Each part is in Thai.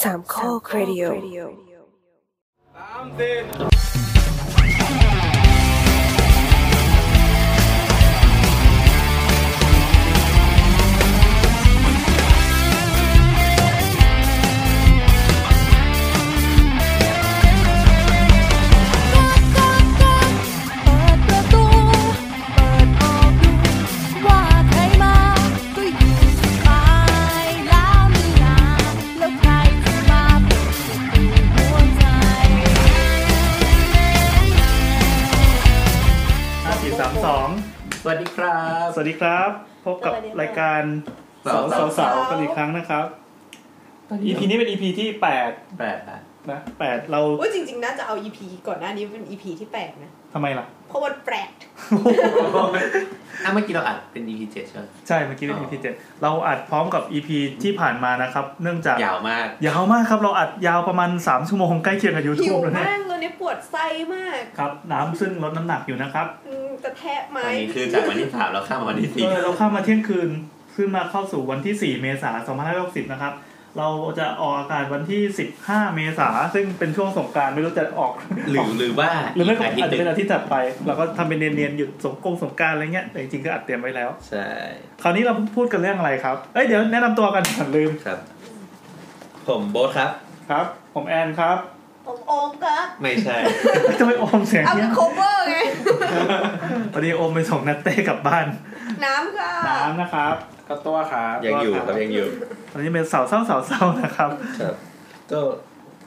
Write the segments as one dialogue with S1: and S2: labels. S1: สามข้อครดิโอ
S2: เปิดประตู เปิดออกดูว่าใครมา ก็อยู่สบายแล้วไม่นานแล้วใครจะมาเปิดประตูหัวใจ
S3: ห้าสี่สามสอง
S4: สวัสดีครับ
S3: สวัสดีครับ พบกับรายการ
S4: สา
S3: สาว ว
S4: สา
S3: สาว วสาวกันอีกครั้งนะครับ EP นี้เป็น EP ที่แปด
S4: แปดนะ
S3: นะแปดเรา
S5: ว่าจริงๆ น่าจะเอา EP ก่อนหน้านี้เป็น EP ที่แปดนะ
S3: ทำไมล่ะ
S5: เพราะมันแปลก
S4: อ่ะเมื่อกี้เราอัดเป็น EP เจ็ดใช่ไหม
S3: ใช่เมื่อกี้เป็น
S4: อ๋อ
S3: EP เจ็ดเราอัดพร้อมกับ EP ที่ผ่านมานะครับ เนื่องจาก
S4: ยาวมาก
S3: ยาวมากครับเราอัดยาวประมาณ 3 ชั่วโมงใกล้เคียงกับ
S5: หิ
S3: YouTube
S5: ว
S3: แล้วเนี่ย
S5: มากเลยเนี่ยปวดไส้มาก
S3: ครับน้ำซึ่งลดน้ำหนักอยู่นะครับ
S5: อืมจะแทะไหม
S4: อันนี้คือจากวันที่สามเราข้ามมาวันที่สี่
S3: เออเราข้ามมาเที่ยงคืนขึ้นมาเข้าสู่วันที่ 4 เมษายน2560 นะครับ เราจะออกอากาศวันที่ 15 เมษายนซึ่งเป็นช่วงสงกรารไม่รู้จะออก
S4: หรือหรือว่า
S3: หรือไม่ก็
S4: อา
S3: อาจ
S4: ทิต
S3: จะ
S4: ย์ห
S3: เป็น
S4: นึ่ง
S3: อาทิตย์ถัดไป เราก็ทำเป็นเนียนๆหยุดสงกรงสงกรารอะไรเงี้ยแต่จริงๆก็อัดเตรียมไว้แล้ว
S4: ใช่
S3: คราวนี้เราพูดกันเรื่องอะไรครับ เอ้ยเดี๋ยวแนะนำตัวกันก่อนลืม
S4: ครับ ผมโบ๊ทครับ
S3: ครับ ผมแอน ครับ
S5: ผมโอมครับ
S4: ไม่ใช่
S3: จะไม่โอมเสียง
S5: เอา
S3: เนี้ย
S5: คือ cover ไง
S3: พอดีโอมไปส่งนัตเต้กลับบ้าน
S5: น้ำก็
S3: น้ำนะครับก็ตัวครับ
S4: ยังอยู่ครับยังอยู่
S3: ตอนนี้เป็นสาวเศร้าสาวเศร้านะครับ
S4: ครับ ก็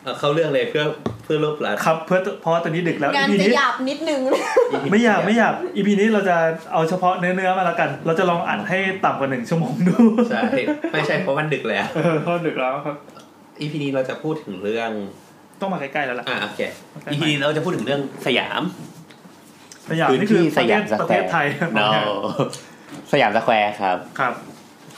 S4: เอาเข้าเรื่องเลยเพื่อเพื่อลบล้าง
S3: ครับเพื่อเพราะว่าตอนนี้ดึกแล้ว
S5: งาน
S3: อีพี
S5: จะห
S3: นี้
S5: ยาบนิดนึง
S3: ไม่อยากไม่อยากอีพีนี้เราจะเอาเฉพาะเนื้อๆมาละกัน เราจะลองอัดให้ต่ำกว่าหนึ่งชั่วโมงดู
S4: ใช่ไม่ใช่เพราะมันดึกแล้ว
S3: เออเพราะดึกแล้วครับ
S4: EP นี้เราจะพูดถึงเรื่อง
S3: ต้องมาใกล้ๆแล้วล่ะ
S4: อ่าโอเค
S3: โอเค
S4: EP นี้เราจะพูดถึงเรื่องสยาม
S3: สยามนี่คือประเทศประเทศไทย
S4: no สยามสแควร์ครับ
S3: ครับ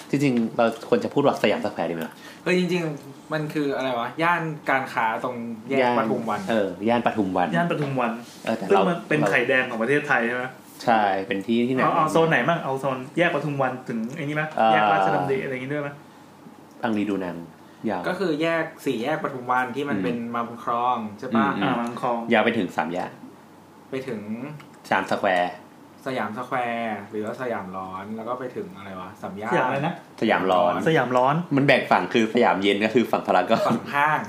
S4: จริงๆ เราควรจะพูดว่าสยามสแควร์ดีไหมล่ะ
S6: เออจริงๆ มันคืออะไรวะ ย่านการค้าตรงแยกปทุมวัน
S4: เออ ย่านปทุมวัน
S3: ย่านปทุมวัน
S4: เออแต่
S3: ซึ่ง
S4: เรา
S3: มันเป็นไข่แดงของประเทศไทยใช่ไหม
S4: ใช่ เป็นที่ที่ไหน
S3: เอาเอาโซนไหนบ้างเอาโซนแยกปทุมวันถึงไอ้นี่ไหม
S4: เอ่อ
S3: แยกราชดำเนินอะไรอย่างงี้ด้วยไหม
S4: อังรีดูนังยาว
S6: ก็คือแยกสี่แยกปทุมวันที่มัน
S4: อืม
S6: เป็นมาบุญครองใช่ปะ
S4: อื
S3: อ่าบางคลอง
S4: ยาวไปถึงสามย่าน
S6: ไปถึง
S4: สามสแควร์
S6: สยามสแควร์หรือว่าสยามร้อนแล้วก็ไปถึงอะไรวะสัมย่า
S3: สยามอะไร
S6: น
S3: นะ
S4: สยามร้อน
S3: สยามร้อน
S4: มันแบ่งฝั่งคือสยามเย็นก็คือฝั่งพารากอน
S6: ฝั่งห้าง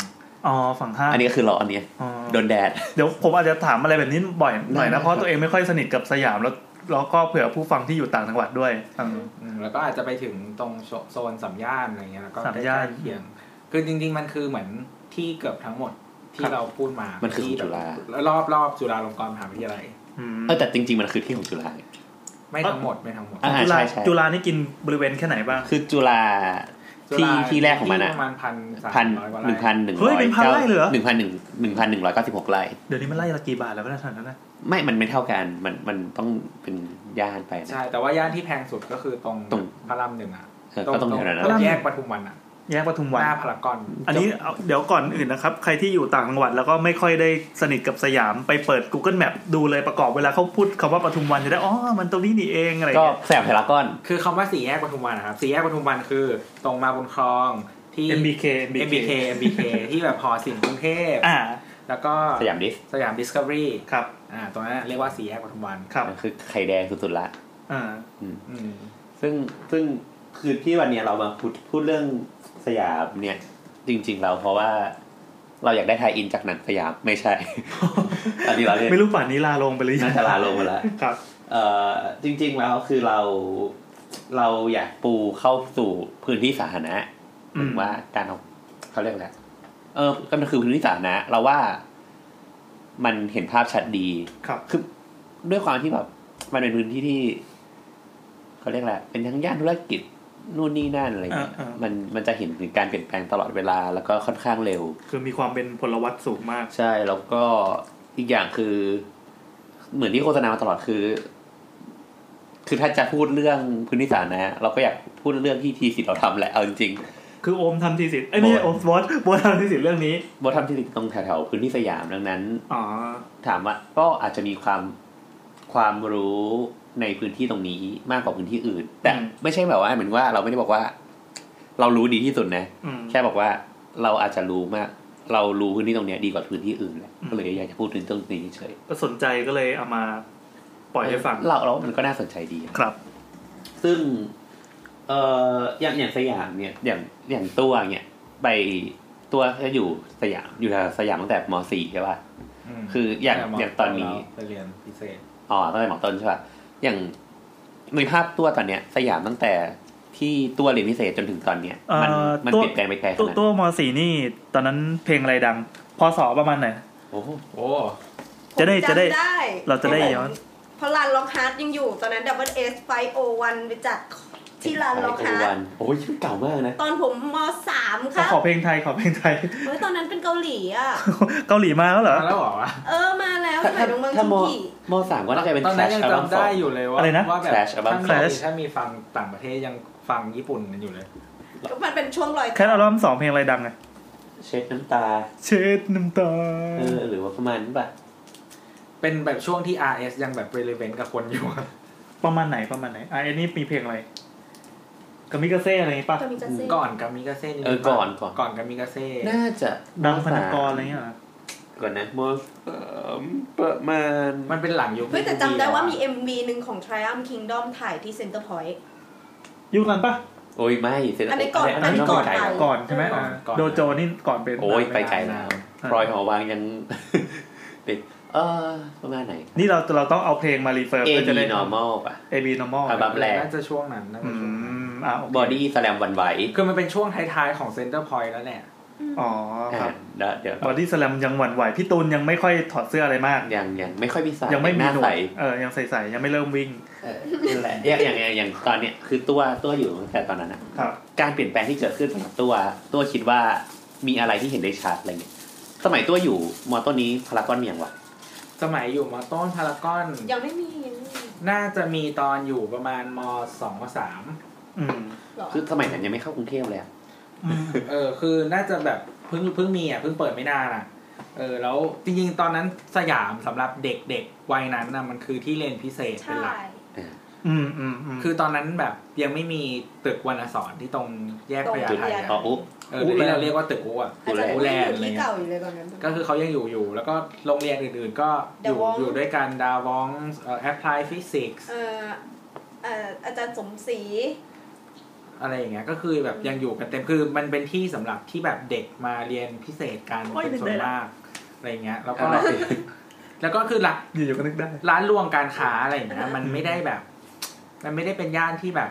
S3: อ๋อฝั่งห้าง
S4: อันนี้ก็คือร้อนเนี่ย
S3: อ๋อ
S4: โดนแดด
S3: เดี๋ยวผมอาจจะถามอะไรแบบนี้บ่อยหน่อย
S4: ได้
S3: นะเพราะตัวเองไม่ค่อยสนิทกับสยามแล้วแล้วก็เผื่อผู้ฟังที่อยู่ต่างจังหวัดด้วยฟัง
S6: อืมแล้วก็อาจจะไปถึงตรงโซโซนสัมย่านอะไรเงี้ยแล้วก็
S3: สัมย่าน
S6: ใกล้ๆเคียง คือจริง ๆ มันคือเหมือนที่เกือบทั้งหมด
S3: ครั
S6: ที่
S3: บ
S6: เราพูดมา
S4: มั
S6: มัน
S4: คือของจุฬา
S6: รอบรอบจุฬาลงกรณ์มหาวิทยาลัย
S3: อืม
S4: เออแต่จริง ๆ มันคือที่ของจุฬาไง
S6: ไม่ทั้งหมดไม่ทั้งหมด
S4: อ่ะ
S3: จุฬา
S4: ใช่ใช่
S3: จุฬานี่กินบริเวณแค่ไหนบ้าง
S4: คือจุฬา
S6: จุ
S4: ที่
S6: ฬา
S4: ที่แรกของมันอะ
S6: ที่ประมาณพัน
S4: พัน
S6: ร้อยกว่า
S4: หนึ่ง
S6: ไร่
S4: พันหนึ่งร้อยหนึ่งพันหนึ่งหนึ่งพันหนึ่งร้อยเก้าสิบหกไร่
S3: เดี๋ยวนี้มันไล่ละกี่บาทแล้วก็ได้ขนาดนั้นนะ
S4: ไม่ มันไม่เท่ากัน มัน มันต้องเป็นย่านไปนะ
S6: ใช่แต่ว่าย่านที่แพงสุดก็คือตรง
S4: ตรง
S6: พระรามหนึ่งอะ
S4: เออก็ต้องแถวนั้น
S6: ตร
S4: นะ
S6: งแยกปทุมวันอะ
S3: แยกปทุมวัน
S6: หน้าพารากอน
S3: อันนี้เอาเดี๋ยวก่อนอื่นนะครับ ใครที่อยู่ต่างจังหวัดแล้วก็ไม่ค่อยได้สนิทกับสยามไปเปิด Google Map ดูเลยประกอบเวลาเขาพูดคำว่าปทุมวันจะได้อ๋อมันตรงนี้นี่เองอะไร
S4: ก็
S3: เงี้ย
S4: แสบพารากอน
S6: คือคำว่าสี่แยกปทุมวันนะครับสี่แยกปทุมวันคือตรงมาบุญครองที่
S3: MBK
S6: MBK MBK ที่แบบพอสินกรุงเทพ
S3: อ่า
S6: แล้วก็
S4: สยามดิส
S6: สยามดิสคัฟเวอรี่
S3: ครับ
S6: อ่าตรงนั้นเรียกว่าสี่แยกปทุมวัน
S3: ครับ
S4: มันคือไข่แดงสุดๆละ
S3: อ่า
S6: อืม
S4: ซึ่งซึ่งคือที่วันเนี้ยเรามาพูดพูดเรื่องสยามเนี่ย จริง ๆ เราเพราะว่า เราอยากได้ไทยอินจากหนังสยามไม่ใช่ อันนี้เราเนี่ย
S3: ไม่รู้ป่านนี้ลาลงไปหรือยั
S4: น่างจะลาลงมาแล้ว
S3: ครับ
S4: เอ่อจริง ๆ แล้วคือเราเราอยากปูเข้าสู่พื้นที่สาธารณะ
S3: อืม
S4: หรือว่าการเอาเขาเรียกอะไรเออก็มันคือพื้นที่สาธารณะเราว่ามันเห็นภาพชัดดี
S3: ครับ
S4: คือด้วยความที่แบบมันเป็นพื้นที่ที่เขาเรียกแหละไรเป็นทั้งย่านธุรกิจนู่นนี่นั่นอะไรเงี้ย
S3: อ่าอ่ามั
S4: มันมันจะเห็นถึงการเปลี่ยนแปลงตลอดเวลา แล้วก็ค่อนข้างเร็ว
S3: คือมีความเป็นพลวัตสูงมาก
S4: ใช่แล้วก็อีกอย่างคือ เหมือนที่โฆษณามาตลอดคือ คือถ้าจะพูดเรื่องพื้นที่สาธารณะเราก็อยากพูดเรื่องที่ทีสิทธิ์เราทำแหละเอาจริง
S3: คือโอมทำทีสิทธิ์ไอ้ยไม่ใช่โอ
S4: โบ
S3: มบอ
S4: น
S3: สบอสทำทีสิทธิ์เรื่องนี้
S4: ๆโบททำทีสิทธิ์ตรงแถวๆพื้นที่สยามดังนั้น
S3: อ๋อ
S4: ถามว่าก็อาจจะมีความความรู้ในพื้นที่ตรงนี้มากกว่าพื้นที่อื่น แต่ไม่ใช่แบบว่าเหมือนว่าเราไม่ได้บอกว่า เรารู้ดีที่สุดนะ
S3: อืม
S4: แค่บอกว่า เราอาจจะรู้มาก เรารู้พื้นที่ตรงเนี้ยดีกว่าพื้นที่อื่นแหละ
S3: อืม
S4: ก็เลยอยากจะพูดถึงตรงนี้เฉย
S3: ก็สนใจก็เลยเอามาปล่อยให้ฟัง
S4: เราเราว่ามันก็น่าสนใจดีอะ
S3: ครับ
S4: ซึ่ง เอ่ออย่างอย่างสยามเนี่ย อย่างอย่างตัวเนี่ย ไปตัวก็อยู่สยามอยู่แถวสยามตั้งแต่ม .4 ใช่ป่ะ
S6: ม
S4: คืออย่าง
S6: แต่ม
S4: อย่างตอนนี้
S6: ไปเรียนพิเศษ
S4: อ๋อตั้งแต่หมอต้นใช่ป่ะ อย่างในภาพตัวตอนเนี้ย สยามตั้งแต่ที่ตัวเรียนพิเศษจนถึงตอนเนี้ย มัน
S3: เอ่อ
S4: มัน
S3: ตัว
S4: เปลี่ยนแปลงไปไกลข
S3: ตัว
S4: นาด
S3: ตัวมสี่นี่ ตอนนั้นเพลงอะไรดังพศประมาณไหน
S4: โอ้โห
S6: โอ้
S3: จะได้
S5: ผม
S3: จะได้เราจะได้
S5: พ
S3: ย้อน
S5: เพราะร้านล็อกฮาร์ดยังอยู่ตอนนั้นดับเบิลเอสไฟโอวันไปจัดที่ร้านล็อกฮาร์
S4: วั
S5: ด
S4: นโอ้ยเก่ามากนะ
S5: ตอนผมมสามค
S3: ขอ
S5: รับ
S3: ขอเพลงไทยขอเพลงไทย
S5: เฮ้ยตอนนั้นเป็นเกาหลีอ่ะ
S3: เกาหลีมาแล้วเหรอ
S6: มาแล้วเหรอวะ
S5: เออมาแล้วส
S4: ถ้า
S5: มั
S4: ถ้าย
S5: น้องเมือง
S4: ถ้า
S5: ชุ
S4: ม
S5: กกี้
S4: มสามก็น่าจะเป็น
S6: ตอนนั้น
S4: Clash
S6: ยัง
S4: Album
S6: จำได้
S4: สง
S6: อยู่เลยว่า
S3: อะไรนะ
S6: ว่าแบบ
S4: Clash
S6: ถ้า
S4: Album
S6: มี
S3: Clash
S6: ถ้ามีฟังต่างประเทศยังฟังญี่ปุ่นกันอยู่เลย
S5: ก็มันเป็นช่วงรอย
S3: แคทอัลบั้มสองเพลงอะไรดังอะ
S4: เช็ดน้ำตา
S3: เช็ดน้ำตา
S4: เออ หรือว่าประมาณนั้นป่ะ
S6: เป็นแบบช่วงที่ RS ยังแบบ relevant กับคนอยู่
S3: ประมาณไหนประมาณไหนอ่ะอันนี้มีเพลงอะไรกามิกาเซ่อะไรอย่างงี้ปะ
S5: กามิกาเซ่
S6: ก่อนกามิกาเซ่นิดนึง
S4: เออก่อนก่อน
S6: ก่อนกามิกาเซ่
S4: น่าจะ
S3: ดังพนากรอะไรเงี้ยเหรอ
S4: ก่อนนะมสามประมาณ
S6: มันเป็นหลังยุค
S5: เฮ้ยแต่จำได้ว่ามี MV หนึ่งของ Triumph Kingdom ถ่ายที่ Center Point
S3: ยุคนั้นปะ
S4: โอ้ยไม่เสร็จ
S5: อันนี้ก่อนอันนี้ก่อน
S4: ไปไกล
S5: ไป
S3: ก่อนใช่ไหมอ่ะโดโจนี่ก่อนเป็น
S4: โอ้ยไปไกลแล้วพลอยหอวัง ยัง ติดเออประมาณไหน
S3: นี่เราเราต้องเอาเพลงมารีเฟิร์ม
S4: A
S3: ก็
S4: B
S3: จะได้
S4: normal ป่ะ
S3: A B normal
S4: อัลบั้มแรก
S6: น่าจะช่วงนั้นน่า
S3: อื
S6: จะช่วงนั้น
S3: มอ่ะโอเค
S4: บอดี้สแลมวันไหว
S6: คือมันเป็นช่วงท้ายๆของ Center Point แล้วแหละ
S3: อ๋อครั
S4: อ่า
S3: บ
S4: แล้วเดี๋ยว
S3: บอดี้สแลมยังหวั่นไหวพี่ตูนยังไม่ค่อยถอดเสื้ออะไรมาก
S4: ยังยังไม่ค่อยมีสาย
S3: ยังไม่
S4: ห
S3: มี
S4: น้า
S3: หนว
S4: ใส
S3: ดเออยังใสๆยังไม่เริ่มวิ่ง
S4: เออนั่นแหละอย่างอย่างอย่างอย่างตอนเนี้ยคือตัวตัวอยู่ตั้งแต่ตอนนั้นอะ
S3: ครับ
S4: การเปลี่ยนแปลงที่เกิดขึ้นสำหรับตัว ตัวคิดว่ามีอะไรที่เห็นได้ชัดอะไรเงี้ยสมัยตัวอยู่มอต้นนี้พารากอนเมียงวะ
S6: สมัยอยู่มอต้นพารากอน
S5: ยังไม่มียังไม่มี
S6: น่าจะมีตอนอยู่ประมาณมสองมสาม
S3: อืม
S5: หรอ
S4: คือสมัยนั้นยังไม่เข้ากรุงเทพเลยอะ
S3: อืม
S6: เออคือน่าจะแบบเพิ่งเพิ่งมีอ่ะเพิ่งเปิดไม่นานอ่ะเออแล้วจริงๆตอนนั้นสยามสำหรับเด็กๆวัยนั้นนะมันคือที่เรียนพิเศษเป็นหลั
S5: ใช่
S6: ก
S3: อืมอืมอืม
S6: คือตอนนั้นแบบยังไม่มีตึกวรรณสอนที่ตรงแยกพญา
S5: ตรง
S6: ไท
S5: พญา
S6: อะ
S5: ไท
S4: อ๋ออุ๊บ
S6: เออหรือที่เราเรียกว่าตึกอ้วก
S5: อาจารย์
S4: ดู
S5: ก็
S4: แล
S5: ยังอยู่
S6: ดูแล
S5: ที่เก่าอยู่เลยตอนนั้น
S6: ก็คือเขายังอยู่อยู่ แล้วก็โรงเรียนอื่นๆก็อยู่
S5: Davong
S6: อยู่ด้วยกันดาวองแอปพลายฟิสิกส์
S5: เอ่อเอ่ออาจารย์สมศรี
S6: อะไรอย่างเงี้ยก็คือแบบยังอยู่กันเต็มคือมันเป็นที่สำหรับที่แบบเด็กมาเรียนพิเศษกันเป็นส่วนมากอะไรอย่างเงี้ยแล้วก็
S4: อะไร
S6: แล้วก็คือร้าน
S3: อยู่ๆก็นึกได้
S6: ร้านรวงการค้าอะไรอย่างเงี้ยมันไม่ได้แบบ มันไม่ได้เป็นย่านที่แบบ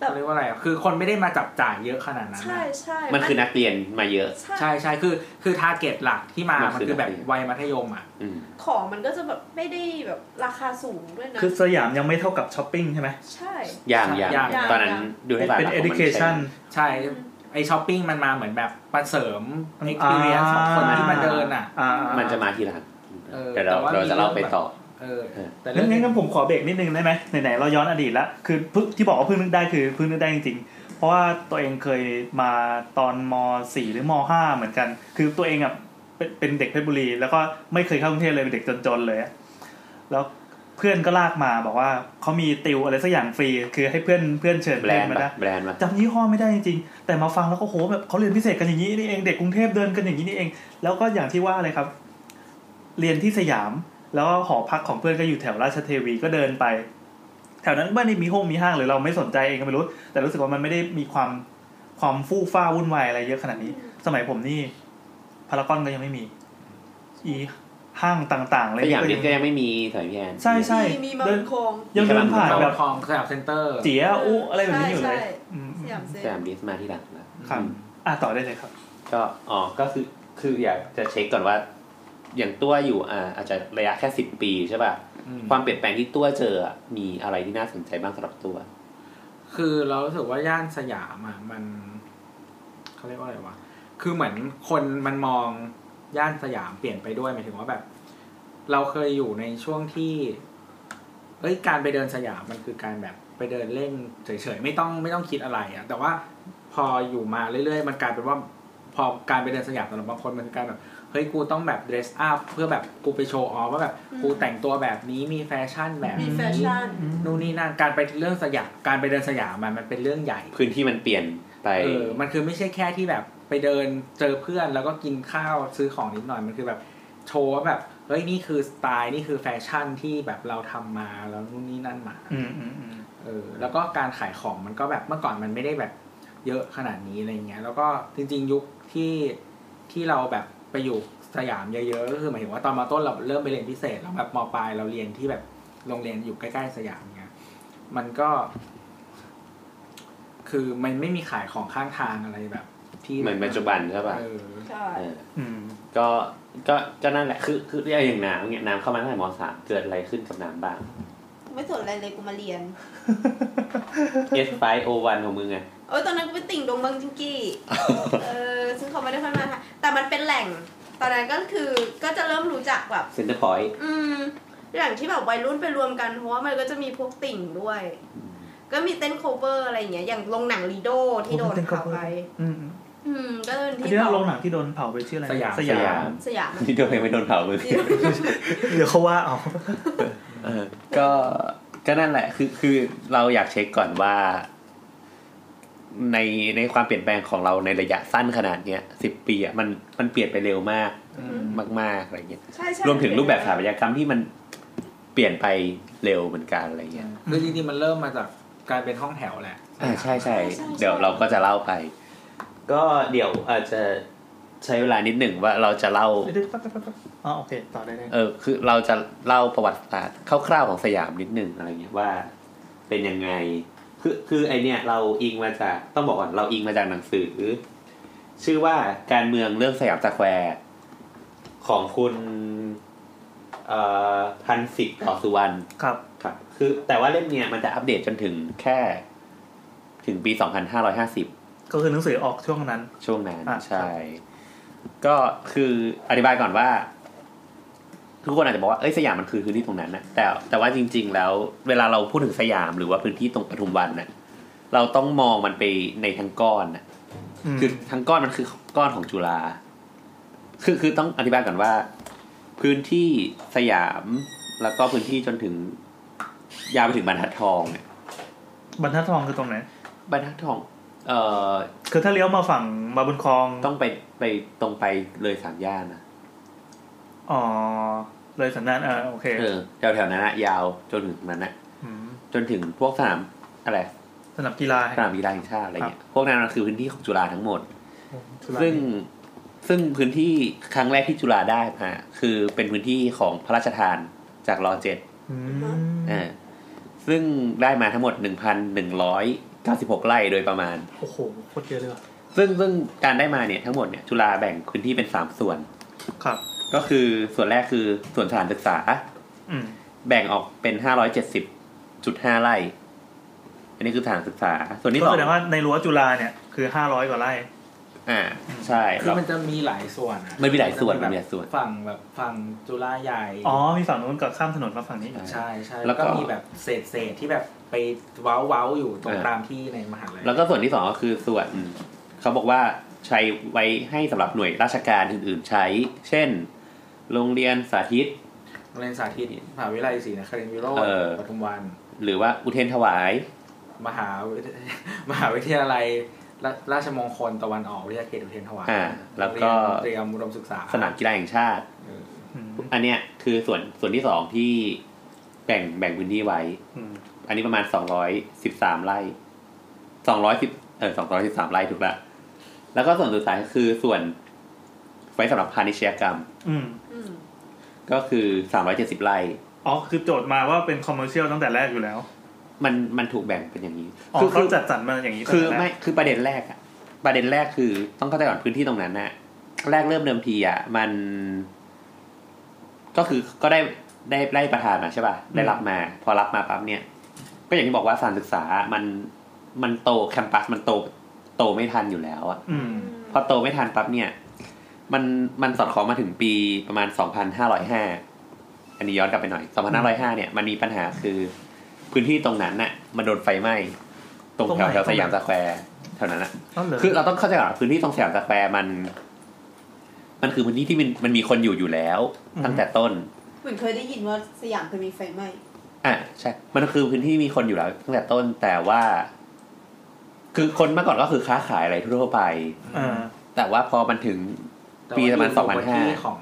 S5: แบบ
S6: เขาเรียกว่าอะไรอะคือคนไม่ได้มาจับจ่ายเยอะขนาดนั้นอะ
S5: ใช่ใช่
S4: มันคือนักเรียนมาเยอะ
S5: ใช่
S6: ใช่ใช่คือคือทาร์เก็ตหลักที่มา
S4: มัน
S6: มัน
S4: คือ
S6: คือแบบ
S4: นักเรียน
S6: วัยมัธยมอ่ะ
S4: อืม
S5: ของมันก็จะแบบไม่ได้แบบราคาสูงด้วยนะ
S3: คือสยามยังไม่เท่ากับช้อปปิ้งใช่ไหม
S5: ใช่
S4: อย่างอย่าง
S6: อย่าง
S4: ตอนนั้นดูให้บา
S3: เป็น education
S6: ใช่ ไอช้อปปิ้งมันมาเหมือนแบบมาเสริม e x p e r i e n c e
S3: อ่า
S6: ของคนที่มาเดินอ่ะ
S3: อ่า
S4: มันจะมาทีหลัง
S6: เออ
S4: เดี๋ยวเรา
S6: แต่ว่า
S4: เราจะเล่าไป
S6: มีเรื่อง
S4: ต่อ
S6: เออ
S4: เออ
S6: แต่เรื่
S3: งั้
S6: อนง
S3: งั้นงั้นผมขอเบรกนิดนึงได้ไหมไหนๆเราย้อนอดีตละคือเพิ่งที่บอกว่าเพิ่งนึกได้คือเพิ่งนึกได้จริงๆ เพราะว่าตัวเองเคยมาตอนม .4 หรือม .5 เหมือนกัน คือตัวเองอ่ะเป็นเป็นเด็กเพชรบุรี แล้วก็ไม่เคยเข้ากรุงเทพเลยเป็นเด็กจนๆเลยอะแล้วเพื่อนก็ลากมาบอกว่าเขามีติวอะไรสักอย่างฟรี คือให้เพื่อนเพื่อนเชิญ
S4: แบ
S3: เพื่
S4: ร
S3: อน
S4: นด์
S3: มา
S4: ปะ
S3: ได้
S4: แบรนด์มา
S3: จำยี่ห้อไม่ได้จริงๆ แต่มาฟังแล้วก็โหแบบเขาเรียนพิเศษกันอย่างนี้นี่เองเด็กกรุงเทพเดินกันอย่างนี้นี่เอง แล้วก็อย่างที่ว่าเลยครับ เรียนที่สยาม แล้วก็หอพักของเพื่อนก็อยู่แถวราชเทวีก็เดินไป แถวนั้นไม่ได้มีห้องมีห้างหรือเราไม่สนใจเองก็ไม่รู้ แต่รู้สึกว่ามันไม่ได้มีความความฟู่ฟ้าวุ่นวายอะไรเยอะขนาดนี้ สมัยผมนี่พารากอนก็ยังไม่มี อีห้างต่างๆอะไร
S4: สยาม
S3: ก็
S4: นิด
S3: ยัง
S4: ก็ยังไม่มีสมัยพี่แอน
S3: ใช่ใช่
S5: มีมีมา
S3: เดิน
S5: บุญคง
S3: ยังเดินผ่าน
S6: เรา
S3: แบ
S6: แบบ
S3: บ
S6: คลองสยามเซ็นเตอร์
S3: เจียอู้อะไรแบบนี้อยู่เลย
S5: ใช่ใช่
S3: อืม
S5: สยามเซ็น
S4: สยามดิสมาที่หลังนะ
S3: ครับอ่ะต่อได้เลยครับ
S4: ก็อ๋อก็คือคืออยากจะเช็คก่อนว่า อย่างตัวอยู่อ่าอาจจะระยะแค่สิบปีใช่ป่ะ
S6: อืม
S4: ความเปลี่ยนแปลงที่ตัวเจออะมีอะไรที่น่าสนใจบ้างสำหรับตัว
S6: คือเรารู้สึกว่าย่านสยามอ่ะมันเขาเรียกว่าอะไรวะ คือเหมือนคนมันมองย่านสยามเปลี่ยนไปด้วยหมายถึงว่าแบบ เราเคยอยู่ในช่วงที่ เอ้ยการไปเดินสยามมันคือการแบบไปเดินเล่นเฉยๆไม่ต้องไม่ต้องคิดอะไรอะแต่ว่าพออยู่มาเรื่อยๆ มันกลายเป็นว่า พอการไปเดินสยามสำหรับบางคนมันคือการแบบ เฮ้ยกูต้องแบบ dress up เพื่อแบบกูไปโชว์ออฟว่าแบบ
S5: อืม
S6: กูแต่งตัวแบบนี้มีแฟชั่นแบบ
S5: มี
S6: นี้
S5: แฟชั่น
S3: อืม
S6: นู่นนี่นั่นการไปเรื่องสยามการไปเดินสยามมันมันเป็นเรื่องใหญ่
S4: พื้นที่มันเปลี่ยนไป
S6: เออ มันคือไม่ใช่แค่ที่แบบไปเดินเจอเพื่อนแล้วก็กินข้าวซื้อของนิดหน่อย มันคือแบบโชว์ว่าแบบ เฮ้ยนี่คือสไตล์นี่คือแฟชั่นที่แบบเราทำมาแล้วนู่นนี่นั่นมา
S3: อืมอืมอืม
S6: เออ แล้วก็การขายของมันก็แบบเมื่อก่อนมันไม่ได้แบบเยอะขนาดนี้อะไรเงี้ย แล้วก็จริงๆยุคที่ที่เราแบบไปอยู่สยามเยอะๆ ก็คือหมายถึงว่าตอนมาต้นเราเริ่มไปเรียนพิเศษแล้วแบบมปลายเราเรียนที่แบบโรงเรียนอยู่ใกล้ๆสยามเงี้ย มันก็ คือมันไม่มีขายของข้างทางอะไรแบบ ที่
S4: เหมือนปัจจุบันใช่ป่ะ
S6: เออ
S5: ใช่
S4: เออ
S3: อืม
S4: ก็ก็ก็นั่นแหละคือคือเรื่องอย่างน้ำเนี่ยน้ำเข้ามาตั้งแต่มสามเกิดอะไรขึ้นกับน้ำบ้าง
S5: กูไม่สนอะไรเลยกูมาเรียน
S4: S 5 O 1ของมึงไง
S5: โอ้ยตอนนั้นกูเป็นติ่งดงบังจิงกี้ เออ ซึ่งเขาไม่ได้พัฒนาค่ะแต่มันเป็นแหล่ง ตอนนั้นก็คือก็จะเริ่มรู้จักแบบ
S4: Center Point
S5: อืมแหล่งที่แบบวัยรุ่นไปรวมกันเพราะว่ามันก็จะมีพวกติ่งด้วย ก็มีเต้นโคเวอร์อะไรอย่างเงี้ย อย่างโรงหนังลีโดที่โดนเผาไป
S3: อืมอืม
S5: อืม ก็เป็น
S3: ที
S5: ที่
S3: นี้
S5: สอ
S3: โรงหนังที่โดนเผาไปชื่ออะไรนะ
S6: สยาม
S3: ส
S4: ส
S3: ยาย
S4: าม ม
S5: สยามอะ
S4: นี่โดนยังไม่โดนเผาเลย
S3: เดี๋ยวเขาว่าเอา
S4: เออก็ก็นั่นแหละ คือคือเราอยากเช็คก่อนว่า ในในความเปลี่ยนแปลงของเราในระยะสั้นขนาดเนี้ยสิบปีอ่ะมันมันเปลี่ยนไปเร็วมาก
S6: อืม
S4: มาก ๆอะไรเงี้ย
S5: ใช่ใช่
S4: รวมถึงรูปแบบสถาปัตยกรรมที่มันเปลี่ยนไปเร็วเหมือนกันอะไรเงี้ย
S6: คือจริงๆมันเริ่มมาจากการเป็นห้องแถวแหละ
S4: อ่าใช่ใช่เดี๋ยวเราก็จะเล่าไป ก็เดี๋ยวอาจจะใช้เวลานิดหนึ่งว่าเราจะเล่า
S3: เดี๋ยวๆแป๊บๆๆอ๋อโอเค ต่อได้เลย
S4: เออคือเราจะเล่าประวัติศาสตร์คร่าวๆของสยามนิดนึงอะไรเงี้ยว่าเป็นยังไง คือคือไอเนี่ยเราอิงมาจากต้องบอกก่อนเราอิงมาจากหนังสือ ชื่อว่าการเมืองเรื่องสยามสแควร์ของคุณเอ่อพันศิษย์ต่อสุวรรณ
S3: ครับ
S4: ครับ คือแต่ว่าเล่มเนี่ยมันจะอัปเดตจนถึงแค่ถึงปี 2550
S3: ก็คือหนังสือออกช่วงนั้น
S4: ช่วงนั้น
S3: อ่ะ
S4: ใช่ ก็คืออธิบายก่อนว่า ทุกคนอาจจะบอกว่าเอ้ยสยามมันคือพื้นที่ตรงนั้นนะแต่แต่ว่าจริง ๆ แล้ว เวลาเราพูดถึงสยามหรือว่าพื้นที่ตรงปทุมวันน่ะ เราต้องมองมันไปในทั้งก้อนน่ะ
S3: ม
S4: คือทั้งก้อนมันคือก้อนของจุฬาคือคือต้องอธิบายก่อนว่า พื้นที่สยามแล้วก็พื้นที่จนถึง ยาวไปถึงบรรทัดทองเนี่ย
S3: บรรทัดทองคือตรงไหน
S4: บรรทัดทอง เอ่อ
S3: คือถ้าเลี้ยวมาฝั่งมาบุญคลอง
S4: ต้องไปไปตรงไปเลยสามย่านนะ
S3: อ๋อเลยสันนานเออโอเค
S4: เออแถวแถวๆนั้นอะยาวจนถึงนั้นอะ
S3: ม
S4: จนถึงพวกสนามอะไร
S3: สนามกีฬา
S4: สนามกีฬาแห่งชาติอะไรเงี้ยพวกนั้นมันคือพื้นที่ของจุฬาทั้งหมด ซึ่งซึ่งพื้นที่ครั้งแรกที่จุฬาได้มาคือเป็นพื้นที่ของพระราชทานจากรอเจ็ด
S3: อืม
S4: เออซึ่งได้มาทั้งหมดหนึ่งพันหนึ่งร้อยเก้าสิบหกไร่โดยประมาณ
S3: โอ้โหโคตรเยอะเลยว่ะ
S4: ซึ่งซึ่งการได้มาเนี่ยทั้งหมดเนี่ยจุฬาแบ่งพื้นที่เป็นสามส่วน
S3: ครับ
S4: ก็คือส่วนแรกคือส่วนสถานศึกษา
S3: อืม
S4: แบ่งออกเป็นห้าร้อยเจ็ดสิบจุดห้าไร่ อันนี้คือฐานศึกษา ส่วนที่
S3: ก็
S4: สอง
S3: แสดงว่าในรั้วจุฬาเนี่ยคือห้าร้อยกว่าไร่
S4: อ่า ใช่
S6: คือ
S4: แล้ว
S6: มันจะมีหลายส่วนอะ
S4: มันมีหลายส่วน
S6: จะ
S4: มันมีหลายส่วน
S6: ฝั่งแบบฝั่งจุฬาใหญ่
S3: อ๋อ มีฝั่งนู้นกับข้ามถนนมาฝั่งนี้
S6: ใช่ใช่
S4: แล้
S6: แล้ว ว
S4: ก็
S6: ก็มีแบบเศษเศษๆที่แบบไปเว้าเว้าๆอยู่ตรง
S4: เออ
S6: ตามที่ในมหาลัย
S4: แล้วก็ส่วนที่สองก็คือส่วนเขาบอกว่าใช้ไว้ให้สำหรับหน่วยราชการอื่น ๆ ใช้ เช่น โรงเรียนสาธิต
S6: โรงเรียนสาธิตมหาวิทยาลัยศรีนครินทรวิโรจ
S4: เออ
S6: น์ปทุมวัน
S4: หรือว่าอุเทนถวาย
S6: มหา วิทย มหาวิทยาลัยราราชมงคลตะวันออกวิทยาเขตอุเทรนถวาย
S4: อ่าแล้วก็
S6: เตรียมอุดมศึกษา
S4: สนามกีฬาแห่งชาติ
S6: เออ
S3: อืม
S4: อันเนี้ยคือส่วนส่วนที่สองที่แบ่งแบ่งพื้นที่ไว้
S3: อืม
S4: อันนี้ประมาณสองร้อยสิบสามไร่สองร้อยสิบเออสองร้อยสิบสามไร่ถูกละ แล้วก็ส่วนสุดท้ายก็คือส่วนไว้สำหรับพาณิชยกรรม
S3: อืม
S5: อืม
S4: ก็คือสามร้อยเจ็ดสิบไร่
S3: อ๋อ คือโจทย์มาว่าเป็นคอมเมอร์เชียลตั้งแต่แรกอยู่แล้ว
S4: มันมันถูกแบ่งเป็นอย่างนี้
S3: อ๋อ
S4: คื
S3: เขาจัดสรรมาอย่างนี้
S4: คือ
S3: ตั้งแต่แรก
S4: ไม่คือประเด็นแรกอะประเด็นแรกคือต้องเข้าใจก่อนพื้นที่ตรงนั้นนะแรกเริ่มเดิมทีอะมัน ก็คือก็ได้ได้ได้ประธานมาใช่ป่ะได้รับมา พอรับมาปั๊บเนี่ย ก็อย่างที่บอกว่าสถารศึกษามันมันโตแคมปัสมันโตโตไม่ทันอยู่แล้วอะ
S3: อืม
S4: พอโตไม่ทันปั๊บเนี่ย มันมันสอดคล้องมาถึงปีประมาณ 2,505 อันนี้ย้อนกลับไปหน่อย 2,505 เนี่ยมันมีปัญหาคือ พื้นที่ตรงนั้นน่ะมันโดนไฟไหม้ ตรง
S3: ตรง
S4: แถ
S3: ไหน
S4: วแถวสยาม
S3: ตรงไหน
S4: สแควร์แถวนั้นน่ะ
S3: นั่นเลย
S4: คือเราต้องเข้าใจก่อนว่าพื้นที่ตรงสยามสแควร์มัน มันคือพื้นที่ที่มันมันมีคนอยู่อยู่แล้ว
S3: อืม
S4: ตั้งแต่ต้น
S1: เหมือนเคยได้ยินว่าสยามเคยมีไฟไหม้
S4: อ่ะใช่ มันคือพื้นที่มีคนอยู่แล้วตั้งแต่ต้นแต่ว่า คือคนเมื่อก่อนก็คือค้าขายอะไรทั่วๆไป
S3: อ่า
S4: แต่ว่าพอมันถึง
S6: แต่
S4: ปี
S6: ว่
S4: ประมาณ
S6: อยู่บนที่
S4: 2005
S6: ของ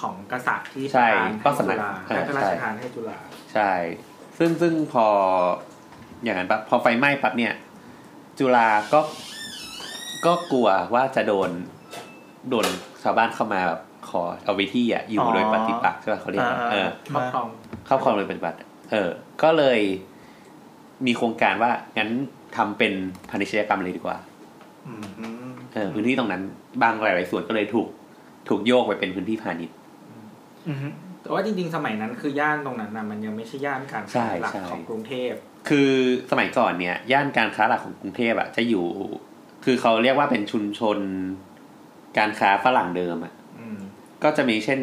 S6: ของกษัตริย์ที่
S4: ใช่ก็
S6: ส
S4: สำนัก
S6: จุฬา
S4: เออ
S6: ได้พระรา
S4: ใช่
S6: ชทานให้จุฬา
S4: ใช่ ซึ่งซึ่งพออย่างนั้นปั๊บพอไฟไหม้ปั๊บเนี่ย จุฬาก็ก็กลัวว่าจะโดน โดนชาวบ้านเข้ามาแบบขอเอาไปที่อ่ะอยู่
S3: อ๋อ
S4: โดยปฏิปักษ์ใช่ป่ะเขาเรียกว่า
S3: อ่า
S4: เออ
S6: ครอบครอง
S4: ครอบครองโดยปฏิบัติ เออ ก็เลยมีโครงการว่างั้นทำเป็นพาณิชยกรรมเลยดีกว่า
S3: อืม
S4: เออพื้นที่ตรงนั้นบางหลาย ๆ ส่วนก็เลยถูก ถูกโยกไปเป็นพื้นที่พาณิชย์
S3: อืม
S6: แต่ว่าจริงๆ สมัยนั้นคือย่านตรงนั้นนะมันยังไม่ใช่ย่านการ
S4: ใช่
S6: ค้าหลัก
S4: ใช่
S6: ของกรุงเทพ
S4: คือสมัยก่อนเนี่ย ย่านการค้าหลักของกรุงเทพอะจะอยู่ คือเขาเรียกว่าเป็นชุมชน การค้าฝรั่งเดิมอะ
S6: อืม
S4: ก็จะมีเช่น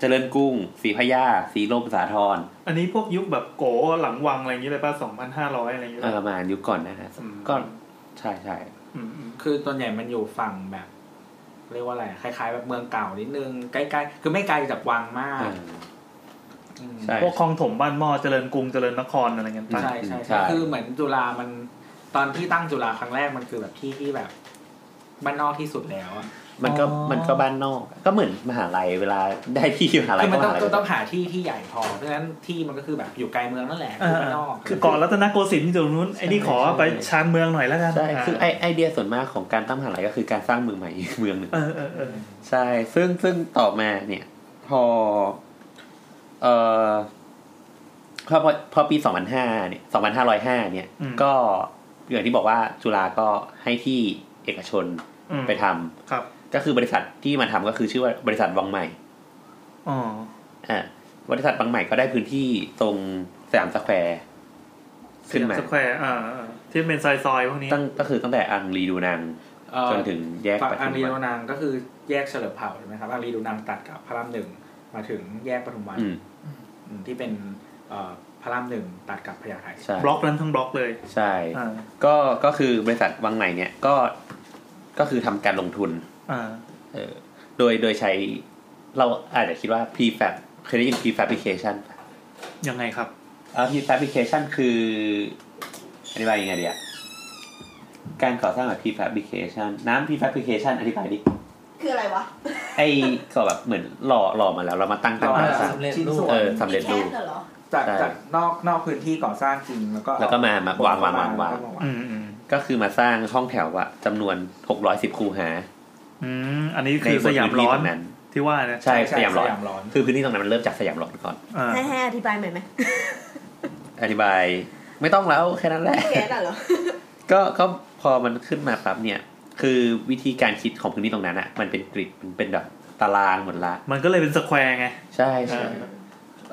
S4: เจริญกรุ้งสีพระยาสีลมสาทร
S3: อันนี้พวกยุคแบบโกหลังวังอะไรอย่างนี้เลยป่ะสองพันห้าร้อยอะไรอย่างนี้
S4: เอ
S3: ป่ะ
S4: อมายุคก่อนนะฮะ
S3: ม
S4: ก็ใช่ใช่
S3: อืมอืม
S6: คือตัวนใหญ่มันอยู่ฝั่งแบบ เรียกว่าอะไรคล้าย ๆ แบบเมืองเก่านิดนึงใกล้ๆคือไม่ไกลจากวังมา
S4: เอก อ
S6: อืม
S4: ใช่
S3: พวกคลองถมบ้านหม้อเจริญกรุงเจริญนครอะไรเงี้ยป่ะ
S6: ใช่ใช่
S4: ใช่
S6: ใช่คือเหมือนจุฬามันตอนที่ตั้งจุฬาครั้งแรกมันคือแบบที่ที่แบบบ้านนอกที่สุดแล้วอะ
S4: มันก็มันก็บ้านนอก ก็เหมือนมหาลัยเวลาได้ที่มหาลัย
S6: คือมั
S4: ก็
S6: น
S4: ม
S6: ต้อง
S4: หาลัย
S6: ต้องหาที่ที่ใหญ่พอเพราะฉะนั้นที่มันก็คือแบบอยู่ไกลเมืองนั่นแหละ
S3: เออ
S6: คือบ้านนอก
S3: คือก่อนรัตนโกสินทร์อยู่ตรงนู้นไอ้นี่ขอ
S6: ใช่
S3: ไปชานเมืองหน่อยแล้วกัน
S4: ใช่คือไอา ไอเดียส่วนมากของการตั้งมหาลัยก็คือการสร้างเมืองใหม่ อีกเมืองหนึ่ง
S3: เออเออเออ
S4: ใช่ ซึ่งซึ่งต่อมาเนี่ย พอ เอ่อพอพอพอปีสองพันห้าเนี่ยสองพันห้าร้อยห้าเนี่ย ก็อย่างที่บอกว่าจุฬาก็ให้ที่เอกชน
S3: อืม
S4: ไปทำ
S3: ครับ
S4: ก็คือบริษัทที่มาทำก็คือชื่อว่าบริษัทวังใหม่
S3: อ๋อ
S4: อ่าบริษัทวังใหม่ก็ได้พื้นที่ตรงสยามสแควร์ขึ้นมา
S3: สแควร์อ่าอ่าที่เป็นซอยซอยๆพวกนี้
S4: ตั้งก็คือตั้งแต่อังรีดูนัง
S6: เอ่อ
S4: จนถึงแยก
S6: ฝั่ง
S4: ปทุ
S6: อั
S4: ม
S6: งรีดู
S4: วัน
S6: นางก็คือแยกเฉลิมเผ่าใช่ไหมครับอังรีดูนางตัดกับพระรามหนึ่งมาถึงแยกปทุมวัน
S4: อืม
S6: อืมที่เป็นเอ่อพระรามหนึ่งตัดกับพญาไท
S4: ใช่
S3: บล็อกนั้นทั้งบล็อกเลย
S4: ใช่
S3: อ่า
S4: ก็ก็คือบริษัทวังใหม่เนี่ยก็ก็คือทำการลงทุน
S3: อ่า
S4: เออโดยโดยใช้เราอาจจะคิดว่า prefab เคยได้ยิน prefabrication ปะ
S3: ยังไงครับ
S4: อ่า prefabrication คืออธิบายยังไงดีอะการก่อสร้างแบบ prefabrication น้ำ prefabrication อธิบายดิ
S1: คืออะไรวะ
S4: ไอ้ก็แบบเหมือนหล่อหล่อมาแล้ว เรามาตั้งตั้งตั้งตั้ง
S7: สำเร็จรูป
S4: เออสำเร็จรูป
S1: มีแคสเหรอ
S6: จาก
S4: ใช่
S6: จากนอกนอกพื้นที่ก่อสร้างจริงแล้วก็เอ
S4: แล้วก็มามาวางวางวางวาง
S6: แล้ก็ม
S3: อืมอืม
S4: ก็คือมาสร้างห้องแถวอะจำนวนหกร้อยสิบคูหา
S3: อืมอันนี้คือสยาม
S4: พื้น
S3: ร้
S4: ที่
S3: อ
S4: ต
S3: น
S4: รงนั้น
S3: ที่ว่านะ
S4: ใช่สยามร้อน
S6: สยามร้อน
S4: คือพื้นที่ตรงนั้นมันเริ่มจากสยามร้อนก่อน
S3: อ่า
S1: ให้ให้อธิบายใหม่ไหม
S4: อธิบายไม่ต้องแล้วแค่นั้นแหละ
S1: แคสอะเหรอ
S4: ก็ก็พอมันขึ้นมาปั๊บเนี่ย คือวิธีการคิดของพื้นที่ตรงนั้นอะมันเป็นกริดมันเป็นแบบตารางหมดละ
S3: มันก็เลยเป็นสแควร์ไง
S4: ใช่ใช่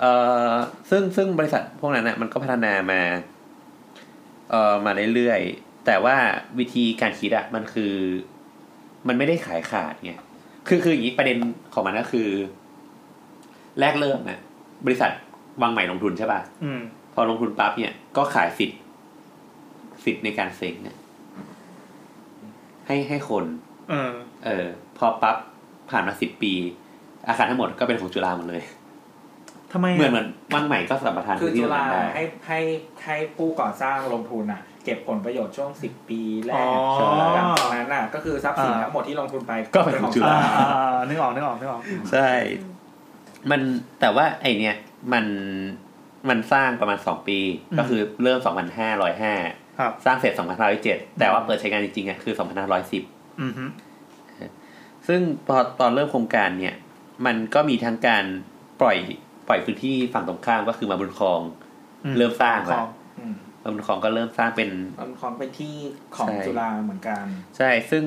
S4: เอ่อซึ่งซึ่งบริษัทพวกนั้นอะมันก็พัฒนามาเอ่อมาเรื่อยๆ แต่ว่าวิธีการคิดอะมันคือ มันไม่ได้ขายขาดไงคือคืออย่างนี้ประเด็นของมันก็คือ แรกเริ่มอะบริษัทวางใหม่ลงทุนใช่ป่ะ
S3: อืม
S4: พอลงทุนปั๊บเนี่ยก็ขายสิทธิ์สิทธิ์ในการเซ็งเนี่ยให้ให้คน
S3: เออ
S4: เออ พอปั๊บผ่านมาสิบปี อาคารทั้งหมดก็เป็นของจุฬาหมดเลย
S3: ทำไมะ
S4: เหมือนเหมือนว่างใหม่ก็สัมปทาน
S6: คือ
S4: พื้นที่
S6: จุ
S4: ตรง
S6: ฬา
S4: นั้นได้
S6: ให้ให้ให้ผู้ก่อสร้างลงทุนอ่ะ เก็บผลประโยชน์ช่วงสิบปีแร
S3: อ๋
S6: ก
S3: อ
S4: ใช่
S6: หลังจากนั้นอ่ะ ก็คือทรัพย์สินทั้งหมดที่ลงทุนไป
S4: ก็เป็นของจุฬ
S3: อ่าอ่าอ่านึกออกนึกออกนึกออก
S4: ใช่ มันแต่ว่าไอเนี่ย มันมันสร้างประมาณสองปี
S3: อืม
S4: ก็คือเริ่มสองพันห้าร้อยห้า
S3: ครับ
S4: สร้างเสร็จสองพันห้าร้อยเจ็ดแต่ว่าเปิดใช้งานจริงๆอ่ะคือสองพันห้าร้อยสิบ
S3: อืมฮึ
S4: ซึ่งพอตอนเริ่มโครงการเนี่ย มันก็มีทั้งการปล่อยปล่อยพื้นที่ฝั่งตรงข้ามก็คือมาบุญคลอง
S3: อื
S4: เริ่มสร้าง
S3: ขอ
S4: แล้ว
S3: ง
S6: อืม
S4: มาบุญคลองก็เริ่มสร้างเป็น
S6: มันของเป็นที่ของ
S4: ใช่
S6: จุฬาเหมือนกัน
S4: ใช่ ซึ่ง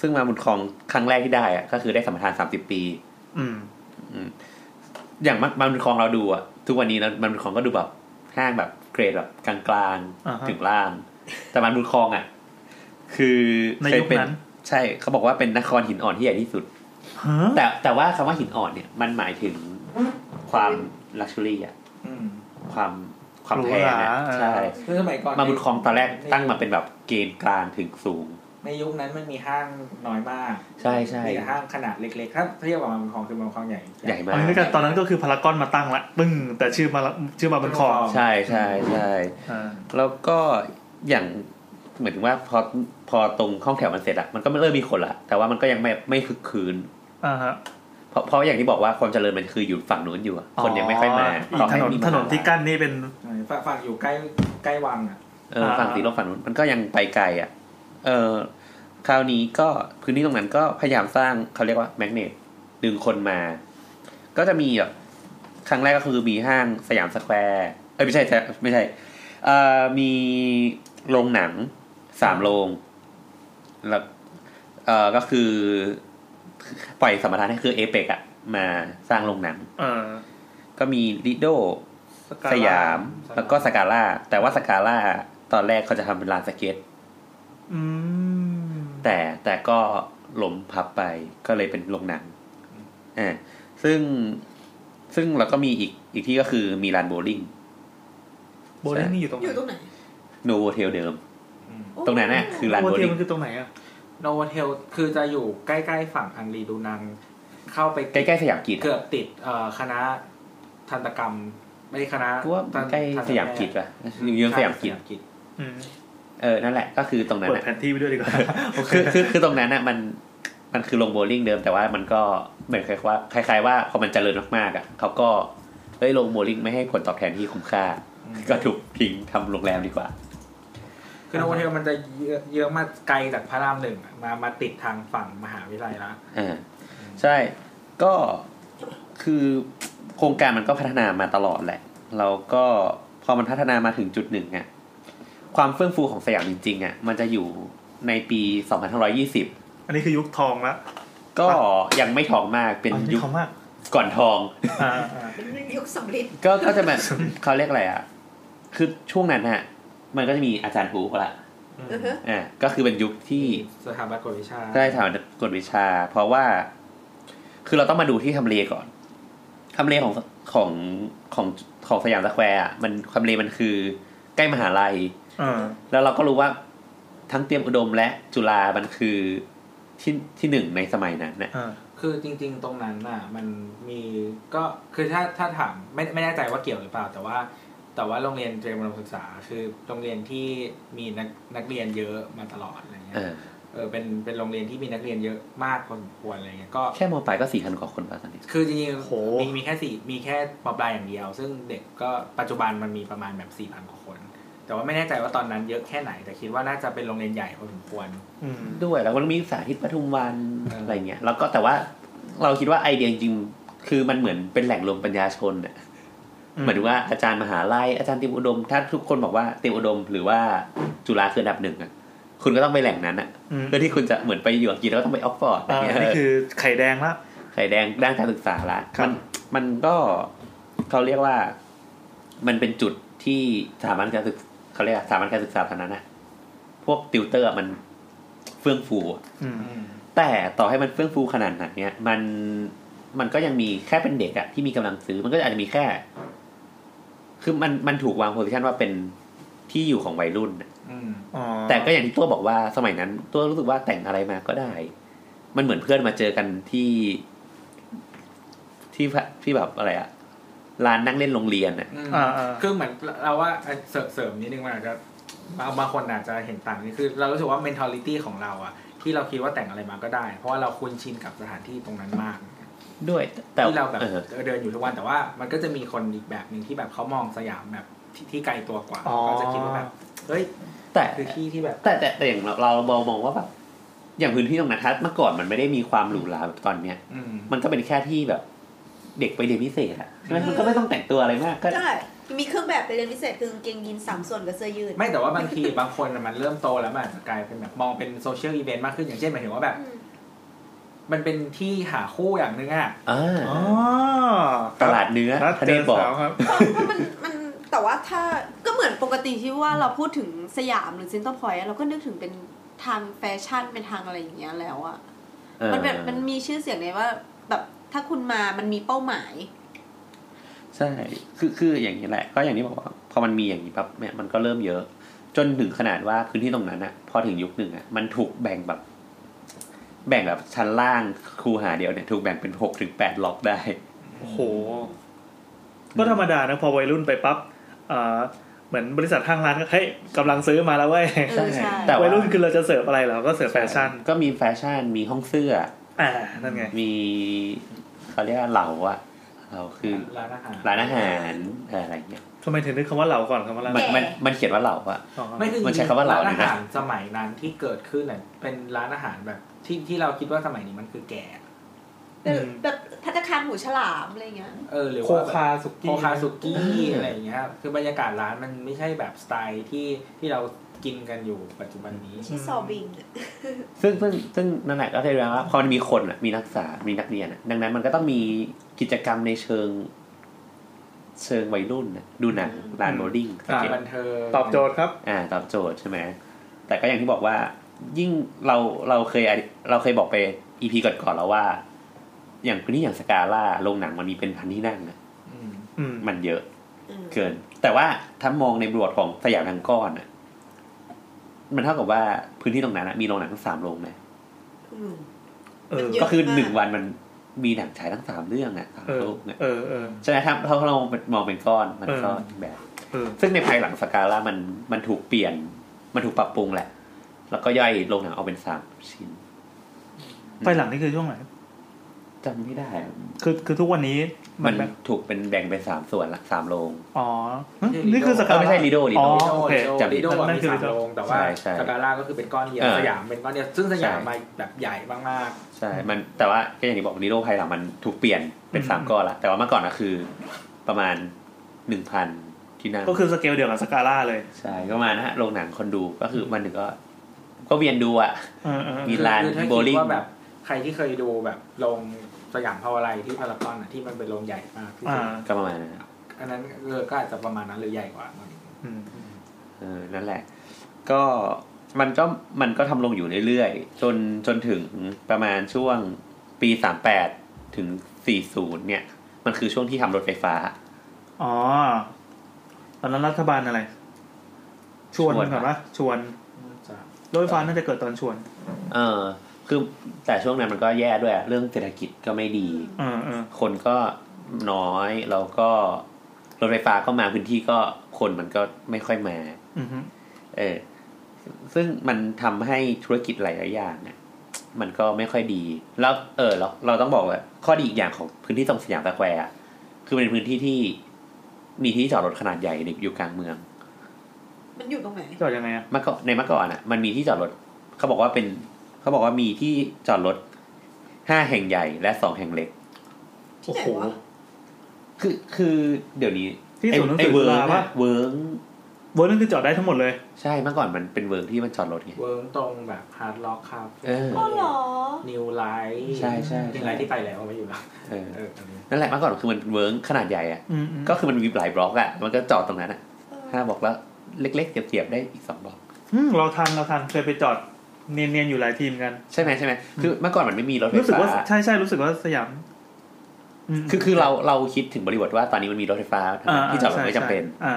S4: ซึ่งมาบุญคลองครั้งแรกที่ได้อะก็คือได้สัมปทานสามสิบปี
S3: อืม
S4: อย่างมามาบุญคลองเราดูอะทุกวันนี้เรามาบุญคลองก็ดูแบบห้างแบบเกรดแบบกลาง
S3: อ่าฮะ
S4: ๆถึงล่าง แต่มาบุญคลองอะคือ
S3: ใน
S4: เค
S3: ยุ
S4: ย
S3: ค
S4: เป็น
S3: นั้น
S4: ใช่เขาบอกว่าเป็นนครหินอ่อนที่ใหญ่ที่สุด
S3: ฮะ
S4: แต่แต่ว่าคำว่าหินอ่อนเนี่ยมันหมายถึงความลักชัวรี่อะ
S6: อืม
S4: ความความแพงนะใช่
S6: คือสมัยก่อน
S4: มาบุญครองตอนแรกตั้งมาเป็นแบบเกณฑ์กลางถึงสูง
S6: ในยุคนั้นมันมีห้างน้อยมาก
S4: ใช่ใช่
S6: มีแต่ห้างขนาดเล็กๆถ้าเทียบกับมันคลองคือมันคลองใหญ่
S4: ใหญ่มา
S3: ตอน
S4: ก
S3: นี้นก็ตอนนั้นก็คือพารากอนมาตั้งละปึ้งแต่ชื่อมาละชื่อมาบนคอ
S4: ใช่ใช่ใช่
S3: อ่า
S4: แล้วก็อย่างเหมือนถึงว่าพอพอตรงห้องแถวมันเสร็จอะมันก็ไม่เริ่มมีคนละ แต่ว่ามันก็ยังไม่ไม่คึกคืน
S3: อ่าฮะ
S4: เพราะเพราะอย่างที่บอกว่าความเจริญมันคืออยู่ฝั่งนู้นอยู่อะคนยังไม่ค่อยมา
S3: อี
S4: ต่อก
S3: ถ
S4: ให้
S3: นน
S4: มี
S3: ถนนที่กั้นนี่เป็น
S6: ใช่ฝั่งฝั่งอยู่ใกล้ใกล้วังอ่ะ
S4: เออฝั่ง
S3: อ่า
S4: สีลมฝั่งนู้นมันก็ยังไปไกลอะเออคราวนี้ก็พื้นที่ตรงนั้นก็พยายามสร้างเขาเรียกว่าแมกเนตดึงคนมา ก็จะมีแบบครั้งแรกก็คือมีห้างสยามสแควร์เอ้ยไม่ใช่ไม่ใช่เอ่อมีโรงหนังสามโรงแล้วเอ่อก็คือปล่อยสัมปทานให้คือเอเปกอะมาสร้างโรงหนัง
S3: เออ
S4: ก็มีลิโด สยามแล้วก็สกาล่าแต่ว่าสกาล่าตอนแรกเขาจะทำเป็นลานสเก็ต
S3: อืม
S4: แต่แต่ก็ล้มพับไปก็เลยเป็นโรงหนังอ่าซึ่งซึ่งเราก็มีอีกอีกที่ก็คือมีลานโบว์ลิ่ง
S3: โบลิ่งนี่อยู่ตรงไห
S1: อน ยู่ตรงไหน
S4: โนโวเทลเดิม ตรงนั้นน่ะคือลาน
S3: โบ
S4: โบว์
S3: เทล
S4: ลิ่ง
S3: มันคือตรงไหนอ่ะ
S6: โนวเทลคือจะอยู่ใกล้ๆฝั่งอังรีดูนัง เข้าไป
S4: ใกล้ๆสยามกีด
S6: เกือบติดเอ่อคณะทันตกรรมไม่คณะ
S4: กูว่า
S6: ทัน
S4: ใกล้สยามกีดป่ะอยู่เยื้องสยามกีด
S6: กิจ
S3: อืม
S4: เออนั่นแหละก็คือตรงนั้น
S3: เปิด
S4: น่ะ
S3: แผนที่ไปด้วยดีกว่า
S4: คือคือคือตรงนั้นน่ะมันมันคือโรงโบว์ลิ่งเดิมแต่ว่ามันก็เหมือนคล้ายๆว่าคล้ายๆว่าพอมันเจริญมากๆอ่ะเขาก็เอ้ยโรงโบว์ลิ่งไม่ให้ผลตอบแทนที่คุ้มค่า ก็ถูกทิ้งทำโรงแรมดีกว่า
S6: คือโนวเทลมันจะเยอะเยอะมากไกลจากพระรามหนึ่งอะมามาติดทางฝั่งมหาวิทยาลัยละ
S4: อ่า ใช่ก็คือโครงการมันก็พัฒนามาตลอดแหละ เราก็พอมันพัฒนามาถึงจุดหนึ่งอะความเฟื่องฟูของสยามจริงๆอะมันจะอยู่ในปี 2520
S3: อันนี้คือยุคทองละ
S4: ก็ยังไม่ทองมากเป็น
S3: อ๋อ
S4: ยุค
S3: ทองมาก
S4: ก่อนทอง
S3: อ่า
S1: ยุคสำลิด
S4: ก็ก็จะแบบเขาเรียกอะไรอะคือช่วงนั้นอะมันก็จะมีอาจารย์ปูละ
S1: อือฮึ
S4: อ่าก็คือเป็นยุคที่
S6: สถาบันกวดวิชา
S4: ได้ถามกฎวิชา เพราะว่า คือเราต้องมาดูที่ทำเลก่อนทำเลของของของของสยามสแควร์อะมันทำเลมันคือใกล้มหาลัย
S3: อ่า
S4: แล้วเราก็รู้ว่าทั้งเตรียมอุดมและจุฬามันคือที่ที่หนึ่งในสมัยนั้นนะ
S3: อ่า
S6: คือจริงๆตรงนั้นน่ะ มันมีก็คือถ้าถ้าถามไม่ไม่แน่ใจว่าเกี่ยวหรือเปล่า แต่ว่า แต่ว่าโรงเรียนเตรียมอุดมศึกษา คือโรงเรียนที่มีนักนักเรียนเยอะมาตลอดอะไรเงี้ย
S4: เออ
S6: เออเป็นเป็นโรงเรียนที่มีนักเรียนเยอะมากพอสมควรอะไรเงี้ยก็
S4: แค่มปลายก็สี่พันกว่าคนป่ะตอนนี้
S6: คือจริงๆมีมีแค่สี่มีแค่ปอปลายอย่างเดียว ซึ่งเด็กก็ปัจจุบันมันมีประมาณแบบสี่พันกว่าคน แต่ว่าไม่แน่ใจว่าตอนนั้นเยอะแค่ไหน แต่คิดว่าน่าจะเป็นโรงเรียนใหญ่พอสมควร
S3: อืม
S4: ด้วยแล้วก็มีสาธิตปทุมวัน
S6: เอออ
S4: อะไรเงี้ยแล้วก็แต่ว่าเราคิดว่าไอเดียจริงๆคือมันเหมือนเป็นแหล่งรวมปัญญาชนน่ะ หมายถึงว่าอาจารย์มหาลัยอาจารย์เตรียมอุดม ถ้าทุกคนบอกว่าเตรียมอุดม หรือว่าจุฬาคืออันดับหนึ่งอะคุณก็ต้องไปแหล่งนั้นอะ
S3: ม
S4: เพื่อที่คุณจะเหมือนไปอยู่อังกฤษแล้วก็ต้องไปออกฟอร์ดอะไร
S3: อ่า
S4: เงี้ย
S3: อันนี้คือไข่แดงละ
S4: ไข่แดงด้านการศึกษาละ
S3: ครับ
S4: มันมันก็เขาเรียกว่า มันเป็นจุดที่สถาบันการศึกเขาเรียกว่าสถาบันการศึกษาตอนนั้นอะพวกติวเตอร์อะมันเฟื่องฟูอะ
S3: อืม
S4: แต่ต่อให้มันเฟื่องฟูขนาดไหนเนี่ยมันมันก็ยังมีแค่เป็นเด็กอะที่มีกำลังซื้อมันก็อาจจะมีแค่ คือมันมันถูกวางโพสิชันว่าเป็นที่อยู่ของวัยรุ่นน่ะ
S6: อืม
S3: อ๋อ
S4: แต่ก็อย่างที่ตัวบอกว่าสมัยนั้น ตัวรู้สึกว่าแต่งอะไรมาก็ได้ มันเหมือนเพื่อนมาเจอกันที่ ที่พะที่แบบอะไรอะร้านนั่งเล่นโรงเรียนอะ
S3: อ่าอ่า
S6: คือเหมือนเราว่าเอ่อเสริมเสริมนิดนึงมันอาจจะบางบางคนอาจจะเห็นต่างนี่คือเรารู้สึกว่า mentality ของเราอะที่เราคิดว่าแต่งอะไรมาก็ได้ เพราะว่าเราคุ้นชินกับสถานที่ตรงนั้นมาก
S4: ด้วย แต่
S6: ที่เราแบบ
S4: เออ
S6: เออเดินอยู่ทุกวันแต่ว่ามันก็จะมีคนอีกแบบหนึ่งที่แบบเขามองสยามแบบที่ที่ไกลตัวกว่า
S3: อ๋อ
S6: ก็จะคิดว่าแบบเฮ้ย
S4: แต่
S6: คือที่ที่แบบ
S4: แต่แต่แต่อย่างเราเราเรามองว่าแบบอย่างพื้นที่ตรงนั้นถ้าเมื่อก่อนมันไม่ได้มีความหรูหราแบบตอนเนี้ย
S6: อืม
S4: มันก็เป็นแค่ที่แบบ เด็กไปเรียนพิเศษอะใช่ไหมมันก็ไม่ต้องแต่งตัวอะไรมากก็
S1: ใช่มีเครื่องแบบไปเรียนพิเศษคือกางเกงยีนสามส่วนกับเสื้อยืด
S6: ไม่แต่ว่าบางที บางคนน่ะมันเริ่มโตแล้วมันอาจจะกลายเป็นแบบมองเป็นโซเชียลอีเวนต์มากขึ้นอย่างเช่นหมายถึงว่าแบบ
S1: อืม
S6: มันเป็นที่หาคู่อย่างหนึงอะ
S4: อ่า
S3: อ๋อ
S4: ตลาดเนื้อ
S3: แล้ว
S4: ทะ
S3: เจ
S4: เล
S3: อ
S4: บอก
S3: สาวครับ
S1: เพราะว่ามันมันแต่ว่าถ้าก็เหมือนปกติที่ว่าเราพูดถึงสยามหรือเซ็นเตอร์พอยต์เราก็นึกถึงเป็นทางแฟชั่นเป็นทางอะไรอย่างเงี้ยแล้วอะมันแบบมันมีชื่อเสียงในว่าแบบถ้าคุณมามันมีเป้าหมาย
S4: ใช่ คือคืออย่างนี้แหละ ก็อย่างที่บอกว่า พอมันมีอย่างนี้ปั๊บเนี่ยมันก็เริ่มเยอะ จ จนถึงขนาดว่าพื้นที่ตรงนั้นอะพอถึงยุคหนึ่งอะมันถูกแบ่งแบบ แบ่งแบบชั้นล่างคูหาเดียวเนี่ย ถูกแบ่งเป็นหกถึงแปดล็อกได้
S3: โอ้โห ก็ธรรมดานะ พอวัยรุ่นไปปั๊บเอ่อเหมือนบริษัทห้างร้านก็เฮ้ยกำลังซื้อมาแล้วเว้ย
S1: เออใช่
S4: แต่ว่า
S3: วัยรุ่นคือเราจะเสิร์ฟอะไรเราก็เสิร์ฟแฟชั่น
S4: ก็มีแฟชั่นมีห้องเสื้อ
S3: อ่า นั่นไง
S4: มีเขาเรียกว่าเหล่าอะเหล่าคือ
S6: ร้านอาหาร
S4: ร้านอาหารเอ่ออะไรเงี้ย
S3: ทำไมถึงนึกคำว่าเหล่าก่อนคำว่าร้าน
S4: มันมันมันเขียนว่าเหล่าอะ
S3: อ๋อ
S6: ไม่คือ
S4: มันใช้คำว่าเหล่า
S6: ร้านอา
S4: เลยนะ
S6: หารสมัยนั้นที่เกิดขึ้นเนี่ยเป็นร้านอาหารแบบที่ที่เราคิดว่าสมัยนี้มันคือแก่
S1: แต่แบบพัตตาคารหูฉลามอะไรอย่างเงี้ย
S6: เออหรือ
S3: โค
S6: ว่าแบบ
S3: คาสุกี้
S6: โคคาสุกี้อะไรอย่างเงี้ยครับคือบรรยากาศร้านมันไม่ใช่แบบสไตล์ที่ที่เรากินกันอยู่ปัจจุบันนี้
S5: ที่ซอบิง
S4: ซึ่งซึ่งซึ่งนั่นแหละก็เลยแปลว่าพอมันมีคนอะมีนักศึกษา มีนักเรียนอะดังนั้นมันก็ต้องมีกิจกรรมในเชิง เชิงวัยรุ่นน่ะดูหนังร้าน
S3: อืม
S4: โบว์ลิ่ง
S3: อ่า
S6: สายบันเทิง
S3: ตอบโจทย์ครับ
S4: อ่าตอบโจทย์ใช่ไหมแต่ก็อย่างที่บอกว่า ยิ่งเราเราเคยเราเคยบอกไปอีพีก่อนๆแล้วว่า อย่างพื้นที่อย่างสกาล่าโรงหนังมันมีเป็นพันที่นั่งนะ
S6: อืม
S3: อืม
S4: มันเยอะ
S5: อืม
S4: เกิน แต่ว่าถ้ามองในบรวดของสยามทางก้อนอะมันเท่ากับว่าพื้นที่ตรงนั้นอะมีโรงหนังทั้งสามโรงนะ
S5: อืม
S3: เออ
S5: มันเยะ
S4: ก็คือ
S5: มาก
S4: หนึ่งวันมันมีหนังฉายทั้งสามเรื่องอะสาม
S3: เออ
S4: โลกเนี่ย
S3: เออ เออ
S4: ใช่ไหมครับถ้าเรามองเป็นก้อนมันก็
S3: เออ
S4: อีกแบบ
S3: เออ
S4: ซึ่งในภายหลังสกาล่ามันมันถูกเปลี่ยน มันถูกปรับปรุงแหละ แล้วก็ย่อยโรงหนังเอาเป็นสามชิ้น
S3: ไปหลังนี่คือช่วงไหน
S4: จำไม่ได้อะ
S3: คือ คือทุกวันนี้มั
S4: มัน น
S3: แบบ
S4: ถูกเป็นแบ่งเป็นสามส่วนละสามโรง
S3: อ๋อหึนี่คือส
S4: เอ
S3: กั
S4: อ
S3: ด
S4: ไม่ใช่ลีโดลี
S3: อ๋
S4: โด
S3: อ
S6: ลิโด
S3: โเค
S6: ลิโด
S4: จำผิด
S6: ลิโด
S3: นั่
S6: มี
S3: นคือ
S6: สามโรงแต่ว่า
S4: ใช่ใช่
S6: สกาล่าก็คือเป็นก้อนเดียว
S4: เออ
S6: สยามเป็นก้อนเดียวซึ่งสยาม
S4: ใช่
S6: มาแบบใหญ่มาก
S4: ใช่ มันแต่ว่าก็อย่างที่บอกลีโดภายหลังมันถูกเปลี่ยนเป็นสาม
S3: อืม
S4: ก้อนละ แต่ว่าเมื่อก่อนก็คือ ประมาณหนึ่งพันที่นั่ง
S3: ก็คือสเกลเดียวกับสกาล่าเลย
S4: ใช่ก็มานะฮะโรงหนังคนดูก็คือวันหนึ่งก็ ก็เวียนดูอ่ะ
S3: เออเออ
S4: มี
S6: ๆ
S4: ร้าน
S6: คือถ้า
S4: โบว์ลิ่
S6: คิ
S4: ง
S6: ดว่าแบบใครที่เคยดูแบบโรงสยามพาวไลที่พารากอนอะที่มันเป็นโรงใหญ่มากที่
S3: อ่า
S6: สุด
S4: ก็ประมาณนั้นนะ
S6: อันนั้นเออก็อาจจะประมาณนั้นหรือใหญ่กว่า
S3: อืม
S4: เออนั่นแหละ ก็มันก็มันก็ทำลงอยู่เรื่อยๆ จนจนถึงประมาณช่วงปีสามแปดถึงสี่ศูนย์เนี่ย มันคือช่วงที่ทำรถไฟฟ้า
S3: อ๋อ ตอนนั้นรัฐบาลอะไร ชวน
S4: ชวน
S3: ก่อนปะชวนรถไฟฟ้าน่าจะเกิดตอนชวน
S4: เออ คือแต่ช่วงนั้นมันก็แย่ด้วยอะเรื่องเศรษฐกิจก็ไม่ดี
S3: เออเออ
S4: คนก็น้อยแล้วก็รถไฟฟ้าก็มาพื้นที่ก็คนมันก็ไม่ค่อยมา
S3: อือฮึ
S4: เออ ซึ่งมันทำให้ธุรกิจหลายๆอย่างเนี่ยมันก็ไม่ค่อยดี แล้ว เออ เราเราต้องบอกว่าข้อดีอีกอย่างของพื้นที่ตรงสยามสแควร์อะคือมันเป็นพื้นที่ที่มีที่จอดรถขนาดใหญ่ในอยู่กลางเมือง
S1: มันอยู่ตรงไหน
S3: จอดยังไงอะ
S4: เมื่อก่อนในเมื่อก่อนอ่ะ มันมีที่จอดรถ เขาบอกว่าเป็น เขาบอกว่ามีที่จอดรถห้าแห่งใหญ่และสองแห่งเล็ก
S3: โอ้โห
S4: คือคือเดี๋ยวนี้
S3: ที่ศูนย์หนังสือ
S4: ไเวิร์
S3: จุฬาปะ
S4: เวิร์
S3: เวอร์นั่นคือจอดได้ทั้งหมดเลย
S4: ใช่เมื่อก่อนมันเป็นเวิร์ที่มันจอดรถไง
S6: เวิร์กตรงแบบฮาร์ดล็อกคาเฟ่
S4: เออ
S1: อ๋อเหรอ
S6: นิวไลท์
S4: ใช่ใช่ใช่
S6: นิวไลท์ที่ไปแล้วไม่อยู่แล้ว
S4: เออ
S6: เอออันนี้
S4: นั่นแหละเมื่อก่อนคือมันเป็นเวิร์ขนาดใหญ่อ่ะ
S3: อืมอืม
S4: ก็คือมันมีหลายบล็อกอะมันก็จอดตรงนั้นอะห้าบล็อกแล้วเล็กๆเจียบๆได้อีกสองบล็อก
S3: อืมเราทันเราทันเคยไปจอดเนียนๆอยู่หลายทีมกัน
S4: ใช่ไหมใช่ไหมคือเมื่อก่อนมันไม่มีรถไฟ
S3: รู้สึกว่า
S4: ฟ้า
S3: ใช่ใช่รู้สึกว่าสยามม
S4: คือคือเราเราคิดถึงบริบทว่าตอนนี้มันมีรถไฟฟ้าที่จอดรถไม่จำเป็น
S3: ใช่ใช่อ่า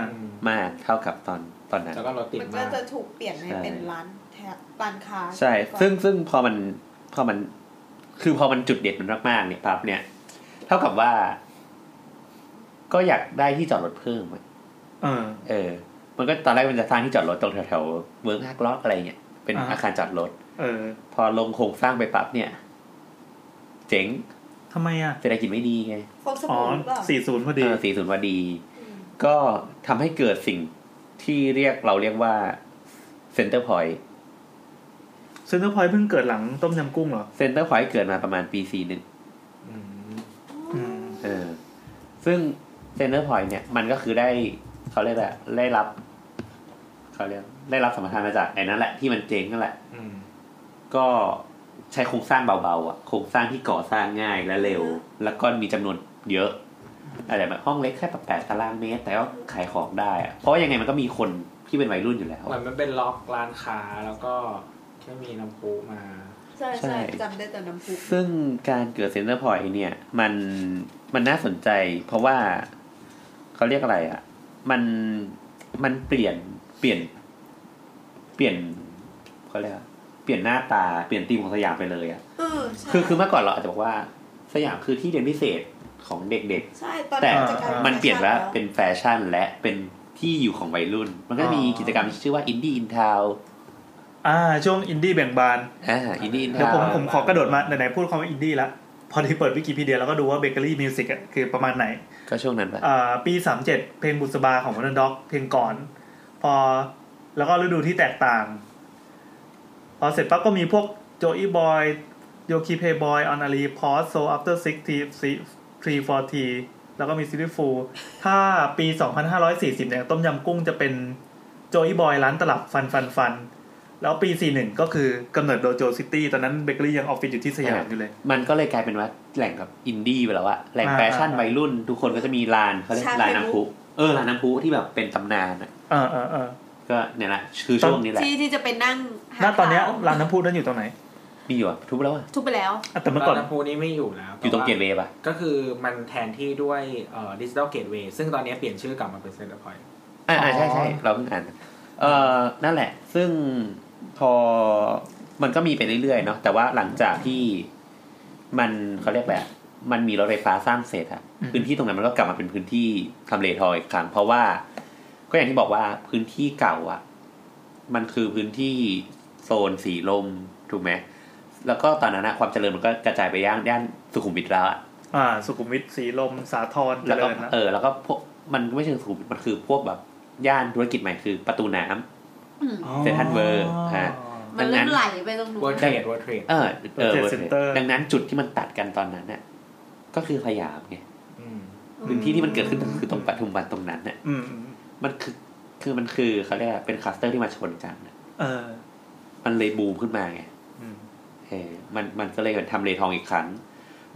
S4: มากเท่ากับตอนตอนนั้น
S6: แล้วก็รถติด
S1: มันก็
S6: มาก
S1: จะถูกเปลี่ยนให้
S4: ใช่
S1: เป็นร้านแทบร้านค้า
S4: ใช่ ซึ่งซึ่งพอมันพอมันคือพอมันจุดเด่นมันมากๆเนี่ยปั๊บเนี่ย เท่ากับว่า ก็อยากได้ที่จอดรถเพิ่มอะ
S3: เออ
S4: เออ มันก็ตอนแรกมันจะสร้างที่จอดรถตรงแถวๆเวิร์กฮักล็อกอะไรเนี่ยเป็น
S3: อ่า
S4: อาคารจอดรถ
S3: เออ
S4: พอลงโครงสร้างไปปั๊บเนี่ย เจ๋ง
S3: ทำไมอ่ะ
S4: เศรษฐกิจไม่ดีไง
S1: โฟกส
S3: อ๋อ
S1: บู่หรือเปล่า
S3: สี่ศูนย์พอดี
S4: เออสี่ศูนย์พอดี ก็ทำให้เกิดสิ่งที่เรียกเราเรียกว่าเซ็นเตอร์พอยต์
S3: เซ็นเตอร์พอยต์เพิ่งเกิดหลังต้มยำกุ้งเหรอ
S4: เซ็นเตอร์พอยต์เกิดมาประมาณปีสี่หนึ่ง
S3: อืม
S4: เออ ซึ่งเซ็นเตอร์พอยต์เนี่ยมันก็คือได้เขาเรียกแหละไรได้รับเขาเรียกได้รับสัมปทานมาจากไอ้นั่นแหละที่มันเจ๊งนั่นแหละ ก็ใช้โครงสร้างเบาๆอ่ะโครงสร้างที่ก่อสร้างง่ายและเร็ว แล้วก็มีจำนวนเยอะอาจจะแบบห้องเล็กแค่แปดตารางเมตร แต่ก็ขายของได้อะเพราะว่ายังไงมันก็มีคนที่เป็นวัยรุ่นอยู่แล้ว
S6: เหมือนมันเป็นล็อกร้านค้าแล้วก็แค่มีน้ำพุมา
S1: ใช่
S4: ใช่
S1: ใช่จำได้แต่น้ำพุ
S4: ซึ่งการเกิดเซ็นเตอร์พอยต์เนี่ยมันมันน่าสนใจ เพราะว่าเขาเรียกอะไรอ่ะ มันมันเปลี่ยนเปลี่ยน ปลี่ยนเขาเรียกว่าเปลี่ยนหน้าตาเปลี่ยนธีมของสยามไปเลยอะ
S5: เออใช่
S4: คือคือเมื่อก่อนเราอาจจะบอกว่าสยามคือที่เรียนพิเศษของเด็ก
S5: ใช่ตอน
S4: แต่
S5: จะกา
S4: ๆ มันเปลี่ยนแล้วเป็นแฟชั่นและเป็นที่อยู่ของวัยรุ่น มันก็จะมีกิจกรรมที่ชื่อว่าอินดี้อินทาว
S3: อ่าช่วงอินดี้แบ่งบาน
S4: อ่าอินดี้อิน
S3: เดี๋ยว
S4: ทา
S3: ผ
S4: ว
S3: มผมขอกระโดดมาไหนๆพูดคำว่าอินดี้ละ พอที่เปิดวิกิพีเดียแล้วก็ดูว่าเบเกอรี่มิวสิกอะคือประมาณไหน
S4: ก็ช่วงนั้นปะ
S3: อ่าปี 37 เพลงบุษบาของวันด็อก เพลงก่อน พอแล้วก็ฤดูที่แตกต่าง พอเสร็จปั๊บก็มีพวกโจอีบอยโยคีเพย์บอยออนาลีพอสโซอัปเตอร์ซิกทีซีทรีฟอร์ทีแล้วก็มีซิลิฟูถ้าปี 2540 เนี่ย ต้มยำกุ้งจะเป็นโจอีบอยร้านตลับฟันฟันฟัน แล้วปี 41 ก็คือกำเนิดโดโจซิตี้ตอนนั้นเบเกอรี่ยังออฟฟิศอยู่ที่สยามอยู่เลย
S4: มันก็เลยกลายเป็นว่าแหล่งกับอินดี้ไปแล้วอะแหล่งแฟชั่นวัยรุ่น ทุกคนก็จะมีลานเขาเรียกลานน้ำพุเออลานน้ำพุที่แบบเป็นตำนานอะ
S3: เออเออเออ
S4: ก็เนี่ยแหละคือช่วงนี้แหละ
S1: ที่ที่จะไปนั่งหา
S3: ณตอนเนี้ย
S1: ข่าว
S3: ร้านน้ำพุนั้นอยู่ตรงไหน
S4: มีอยู่อะทุบแล้วอะ
S1: ทุบไปแล้ว
S3: อ่ะแต่เมื่อ
S6: ต
S3: ก่
S6: อ
S3: อน น
S6: น้ำพูนี้ไม่อยู่แล้ว
S4: อยู่ตรงเกตเวย์ปะ
S6: ก็คือมันแทนที่ด้วยดิจิตอลเกตเวย์ซึ่งตอนนี้เปลี่ยนชื่อกลับมาเป็นเซ็นเตอร์พอย
S4: อ่า
S3: อ๋อ
S4: ใช่ใช่เราเพิ่งอ่านเออนั่นแหละ ซึ่งพอมันก็มีไปเรื่อยๆเนาะแต่ว่าหลังจากที่มันเขาเรียกแบบมันมีรถไฟฟ้าสร้างเสร็จอะพื้นที่ตรงนั้นมันก็กลับมาเป็นพื้นที่ทำเลทอยอีกครั้งเพราะว่า ก็อย่างที่บอกว่าพื้นที่เก่าอะมันคือพื้นที่โซนสีลมถูกไหมแล้วก็ตอนนั้นอะความเจริญมันก็กระจายไปย่านย่านสุขุมวิทแล้วอะ
S3: อ่าสุขุมวิทสีลมสาทรเจ
S4: แล้วก็
S3: ริญนะ
S4: เออแล้วก็พวกมันไม่เชิงสุขุมวิทมันคือพวกแบบย่านธุรกิจใหม่คือประตูน้ำ เซ็นทรัลเวิลด์ฮะ
S1: มันเริ่มไหลไปตรงนู้น
S6: World Trade World Trade
S4: เออเออ
S3: Trade
S4: World Trade
S3: Center
S4: ดังนั้นจุดที่มันตัดกันตอนนั้นเนี่ยก็คือสยามไง
S6: อืม
S4: พื้นที่ที่มันเกิดขึ้นคือตรงปทุมวันตรงนั้นเนี่ย
S3: อืมอืม
S4: มันคือคือมันคือเขาเรียกว่าเป็นคลัสเตอร์ที่มาชนกันน่ะ
S3: เออ
S4: มันเลยบูมขึ้นมาไง
S3: อืม
S4: เออมันมันก็เลยเป็นทำเลทองอีกครั้ง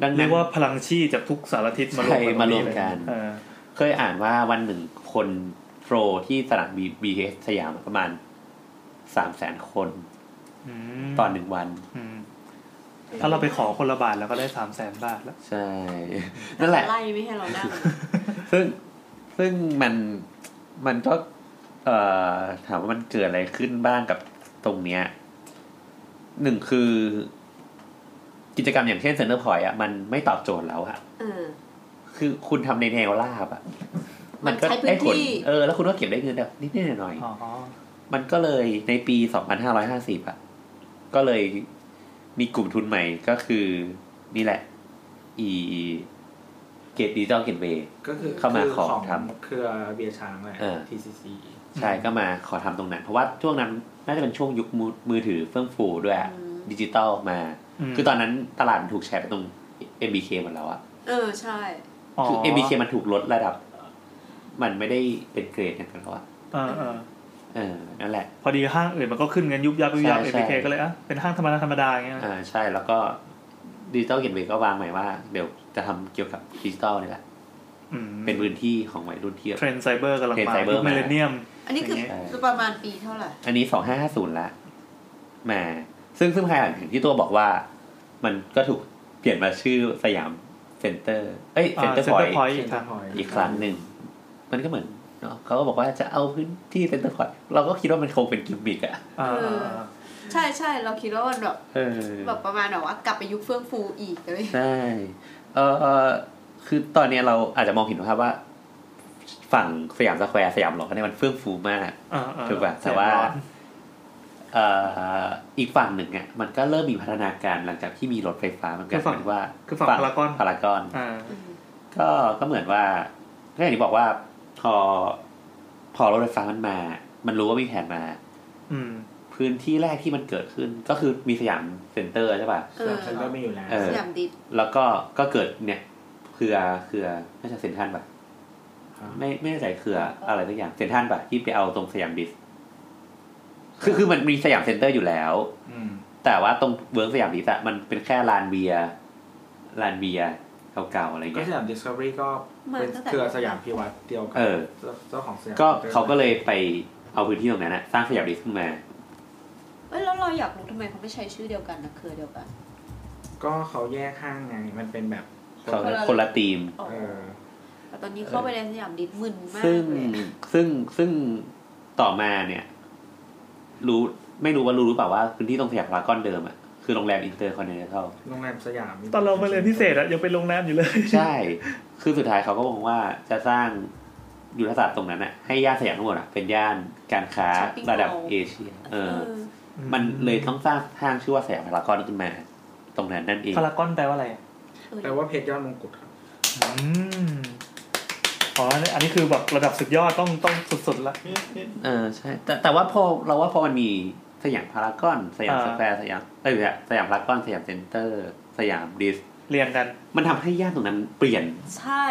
S4: ดัง
S3: เรี
S4: นั้
S3: ย
S4: น
S3: กว่าพลังชี่จากทุกสารทิศมารวม
S4: ใช่
S3: กัน
S4: มารวมกัน
S3: เออ
S4: เคยอ่านว่าวันหนึ่งคนโฟรที่สนามบีบีเอสสยามประมาณสามแสนคน
S3: ม
S4: ต่อหนึ่งวัน
S3: อืมถ้าเราไปขอคนละบาทแล้วก็ได้สามแสนบาทแล้ว
S4: ใช่ นั่นแหละ
S1: ไล่ไม่ให้เรานั่ง
S4: ซึ่งซึ่งมันมันก็เอ่อถามว่ามันเกิดอะไรขึ้นบ้างกับตรงเนี้ยหนึ่งคือ กิจกรรมอย่างเช่นเซ็นเตอร์พอยต์อ่ะมันไม่ตอบโจทย์แล้วอะ
S1: เออ
S4: คือคุณทำในแนวราบอ่ะ
S1: มันใช้พื้นที่
S4: เออแล้วคุณก็เก็บได้เงินแบบนิดๆหน่อยๆ
S3: อ๋อ
S4: มันก็เลยในปี 2550 อ่ะ ก็เลยมีกลุ่มทุนใหม่ก็คือ นี่แหละ อีเกตดิจิตอลเกตเวย์
S6: ก็คือ
S4: เข้ามาขอ
S6: คื
S4: ท
S6: เครือเบียร์ช้างแหละ
S4: เออ
S6: TCC
S4: ใช่
S3: อืม
S4: ก็มาขอทำตรงนั้น เพราะว่าช่วงนั้นน่าจะเป็นช่วงยุคมือมือถือเฟื่องฟูด้วยอะ
S1: อืม
S4: ดิจิตอลมา
S3: ม
S4: คือตอนนั้นตลาดมันถูกแชร์ไปตรง MBK หมดแล้วอะ
S1: เออใช่
S4: คือ MBK มันถูกลดระดับ มันไม่ได้เป็นเกรดอย่างนั้นแล้วอะ
S3: เออเออ
S4: เออนั่นแหละ
S3: พอดีห้างอื่นมันก็ขึ้นเงินยุบยับยุบยับ
S4: ใช่
S3: MBK
S4: ใช่
S3: ก็เลยอ่ะเป็นห้างธรรมดาธรรมดาอย่างเงี้ย
S4: อ่าใช่แล้วก็ดิจิตอลเกตเวย์ก็วางหมายว่า เดี๋ยวจะทำเกี่ยวกับดิจิตอลนี่แหละ
S3: อืม
S4: เป็นพื้นที่ของวัยรุ่นที่
S3: เทรนด์ไซเบอร์กำลัง
S4: เทรนด์
S3: มา
S4: ไซเบอร์
S3: ยุคมิ
S4: มา
S3: เลเนียม
S1: อันนี้คือ
S3: อย่างเงี้
S4: ย
S1: ประมาณปีเท่าไหร่
S4: อันนี้สองห้าห้าศูนย์ละมา ซึ่งซึ่งภายหลังอย่างที่ตัวบอกว่า มันก็ถูกเปลี่ยนมาชื่อสยามเซ็นเตอร์ เอ้ยเซ็นเตอร์พ
S3: เซ็น
S4: อ
S3: เต
S4: ย
S3: อร์พอย
S4: ต์
S3: ต์อีกครั้ง
S6: Point
S4: อีกครั้งหนึ่ง มันก็เหมือนเนาะเขาก็บอกว่าจะเอาพื้นที่เซ็นเตอร์พอยต์เราก็คิดว่ามันคงเป็นกิมมิกอะ
S3: อ่าอ่าอ่า
S1: ใช่ใช่เราคิดว่ามันแบบ
S4: เออ
S1: แบบประมาณแบบว่ากลับไปยุคเฟื่องฟูอีกอะไรอย่างเลย
S4: ใช่เออเออคือตอนเนี้ยเราอาจจะมองเห็นภาพว่า ฝั่งสยามสแควร์สยามหลอกเนี่ยมันเฟื่องฟูมาก
S3: อ่าอ่า
S4: ถูกป่ะแต่ว่า เอ่ออีกฝั่งหนึ่งอ่ะมันก็เริ่มมีพัฒนาการหลังจากที่มีรถไฟฟ้าเหมันก็เหมือนว่า
S3: คือฝั่งพารากอน
S4: พารากอน
S3: อ่า
S1: อืม
S4: ก็ก็เหมือนว่าก็อย่างที่บอกว่าพอพอรถไฟฟ้ามันมา มันรู้ว่ามีแผนมา
S3: อืม
S4: พื้นที่แรกที่มันเกิดขึ้น ก็คือมีสยามเซ็นเตอร์ใช่ป่ะ
S1: เออ
S6: สนับสนุนไม่อยู่แล้ว
S4: เออ
S1: สยามดิส
S4: แล้วก็ก็เกิดเนี่ยเครือเครือน่าจะเซ็นทรันป่ะ
S6: ครับ
S4: ไม่ไม่แน่ใจเครืออะไรสักอย่างเซ็นทรันป่ะที่ไปเอาตรงสยามดิสคือคือมันมีสยามเซ็นเตอร์อยู่แล้ว
S6: อืม
S4: แต่ว่าตรงเวิร์กสยามดิสอะมันเป็นแค่ลานเบียร์ลานเบียร์เก่าๆอะไร
S6: ก็
S4: เงี้ย
S6: สยาม Discovery ก็
S1: มา
S6: เป็น
S1: ตั้งแต่
S6: เครือสยามพิวัตรเดียวกั
S4: เออ
S6: เจ้าของสยาม
S4: ก็
S6: ซ็นตอร์
S4: เขาก็เลยไปเอาพื้นที่ตรงนั้นอะสร้างสยามดิสขึ้นมา
S1: เอ้ยแล้วเราอยากรู้ทำไมเขาไม่ใช้ชื่อเดียวกันนะเครือเดียวกัน
S6: ก็เขาแยกห้างไง มันเป็นแบบ
S4: เขา
S1: คนละ
S4: คนละทีม
S1: อ๋อ
S6: เออ
S1: แต่ตอนนี้เข้าไปในสยามดิสมึนมาก
S4: ซึ่ง
S1: เลย
S4: ซึ่งซึ่งต่อมาเนี่ย รู้ไม่รู้ว่ารู้หรือเปล่าว่าพื้นที่ตรงสยามพารากอนเดิมอะคือโรงแรมอินเตอร์คอนเนเ a ล
S6: โรงแรมสยาม
S3: ตอนเรามาเรียนพิเศษอะยังเป็นโรงแรมอยู่เลย
S4: ใช่ คือสุดท้ายเขาก็มองว่าจะสร้างยุทธศาสตร์ตรงนั้นอะให้ย่านสยามทั้งหมดอะเป็นย่านการค้า
S1: Shopping
S4: ระดับ
S1: mall
S4: เอเชีย เอ
S1: เอ
S4: อ
S1: อ
S4: มันเลยต้องสร้างห้างชื่อว่าสยามพารากอนขึ้นมา ตรงนั้นนั่นเอง
S3: พารากอนแปลว่าอะไร
S6: แปลว่าเพชรยอดมงกุฎครับ
S3: อืมอ๋ออันนี้คือแบบระดับสุดยอดต้องต้องสุดๆละ
S4: เออใช่ แต่แต่ว่าพอเราว่าพอมันมีสยามพารากอนสยาม
S3: อ่า
S4: สแควร์สยามเอ้ยไม่ใช่สยามพารากอนสยามเซ็นเตอร์ สยามดิส
S3: เรียงกัน
S4: มันทำให้ย่านตรงนั้นเปลี่ยน
S1: ใช่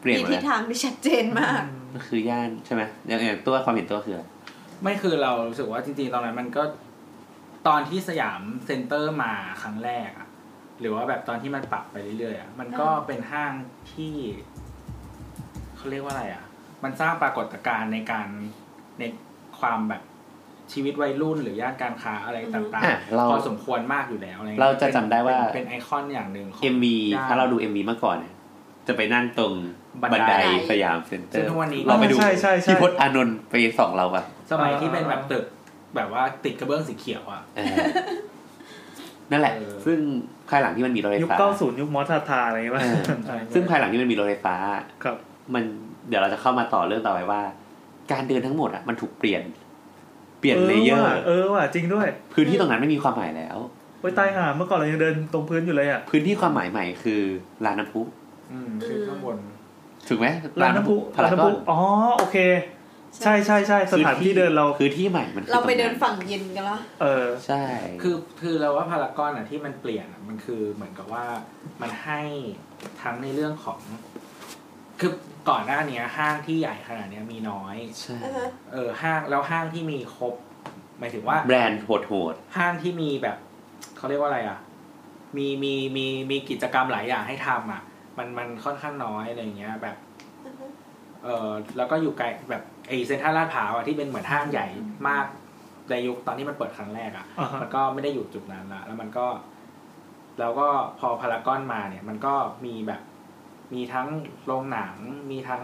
S4: เปลี่ยน
S1: มี
S4: หมด
S1: ทิศ
S4: เลย
S1: ทางที่ชัดเจนมาก
S4: ก็คือย่านใช่ไหมอย่างอย่างตัวความเห็นตัวคืออะไร
S6: ไม่คือเรารู้สึกว่าจริงๆตอนนั้นมันก็ตอนที่สยามเซ็นเตอร์มาครั้งแรกอะหรือว่าแบบตอนที่มันปรับไปเรื่อยๆอะมันก็เป็นห้างที่เขาเรียกว่าอะไรอะมันสร้างปรากฏการณ์ในการในความแบบชีวิตวัยรุ่น หรือย่านการค้าอะไรต่าง
S4: อ่ะเรา
S6: ๆพอสมควรมากอยู่แล้วอไงี้ย
S4: เราจะจำได้ว่า
S6: เป็นเป็นไอคอนอย่างหนึ่งของ
S4: เอ็มวี
S6: ย่าน
S4: ถ้าเราดูเอ็มวีเมื่อก่อนเนี่ยจะไปนั่งตรง
S6: บันได
S4: บันไดสยามเซ็นเตอ
S6: ซึ่ง
S4: ร์
S6: ทุกวันนี้
S4: เราไปดู
S3: ใช่ใช่ใช่
S4: พี่พจน์อานนท์ไปส่องเราปะ
S6: สมัยที่เป็นแบบตึกแบบว่าติดกระเบื้องสีเขียวอะ
S4: เออนั่นแหละ
S6: เออ
S4: ซึ่งภายหลังที่มันมีรถไฟ
S3: ยุค
S4: ฟ้า
S3: เก้าศูนย์ยุคมอสทาทาอะไรอย่างเงี้ยป่ะ
S4: เออ
S6: ใช่
S4: ซึ่งภายหลังที่มันมีรถไฟฟ้า
S3: ครับ
S4: มันเดี๋ยวเราจะเข้ามาต่อเรื่องต่อไปว่า การเดินทั้งหมดอ่ะมันถูกเปลี่ยน เปลี่ยนเลเยอร์
S3: ว่ะเออว่ะจริงด้วย
S4: พื้นที่ตรงนั้นไม่มีความหมายแล้ว
S3: ไว้ยใต้หาเมื่อก่อนเรายังเดินตรงพื้นอยู่เลยอ่ะ
S4: พื้นที่ความหมายใหม่คือลานน้ำพุ
S6: อืมคือข้างบน
S4: ถูกไหม
S3: ร้านน้ำพุร้าร
S4: พาาน ก
S3: น้ำ
S4: อ
S3: พุ
S4: น
S3: อ๋อโอเค ใช่ใช่ใช่สถานที่เดินเรา
S4: พื้นที่ใหม่มันคือ
S1: เราไปเดิน
S4: ตง
S1: ฝั่งเย็นกันละ
S3: เออ
S4: ใช่
S6: คือคือเราว่าพารากอนอ่ะที่มันเปลี่ยนอะมันคือเหมือนกับว่ามันให้ทั้งในเรื่องของ คือก่อนหน้าเนี้ย ห้างที่ใหญ่ขนาดเนี้ยมีน้อย
S4: ใช่
S6: เออห้างแล้วห้างที่มีครบ หมายถึงว่า
S4: แบรนด์โหด
S6: ห้างที่มีแบบเขาเรียกว่าอะไรอ่ะ มีมีมีมีกิจกรรมหลายอย่างให้ทำอ่ะ มันมันค่อนข้างน้อยอะไรอย่างเงี้ย แบบ เออแล้วก็อยู่ไกลแบบไอเซ็นทรัลลาดพร้าวอ่ะที่เป็นเหมือนห้างใหญ่มากในยุคตอนที่มันเปิดครั้งแรกอ่ะ
S3: อ่าฮะ
S6: มันก็ไม่ได้อยู่จุดนั้นละแล้วมันก็ แล้วก็พอพารากอนมาเนี่ย มันก็มีแบบ มีทั้งโรงหนัง มีทั้ง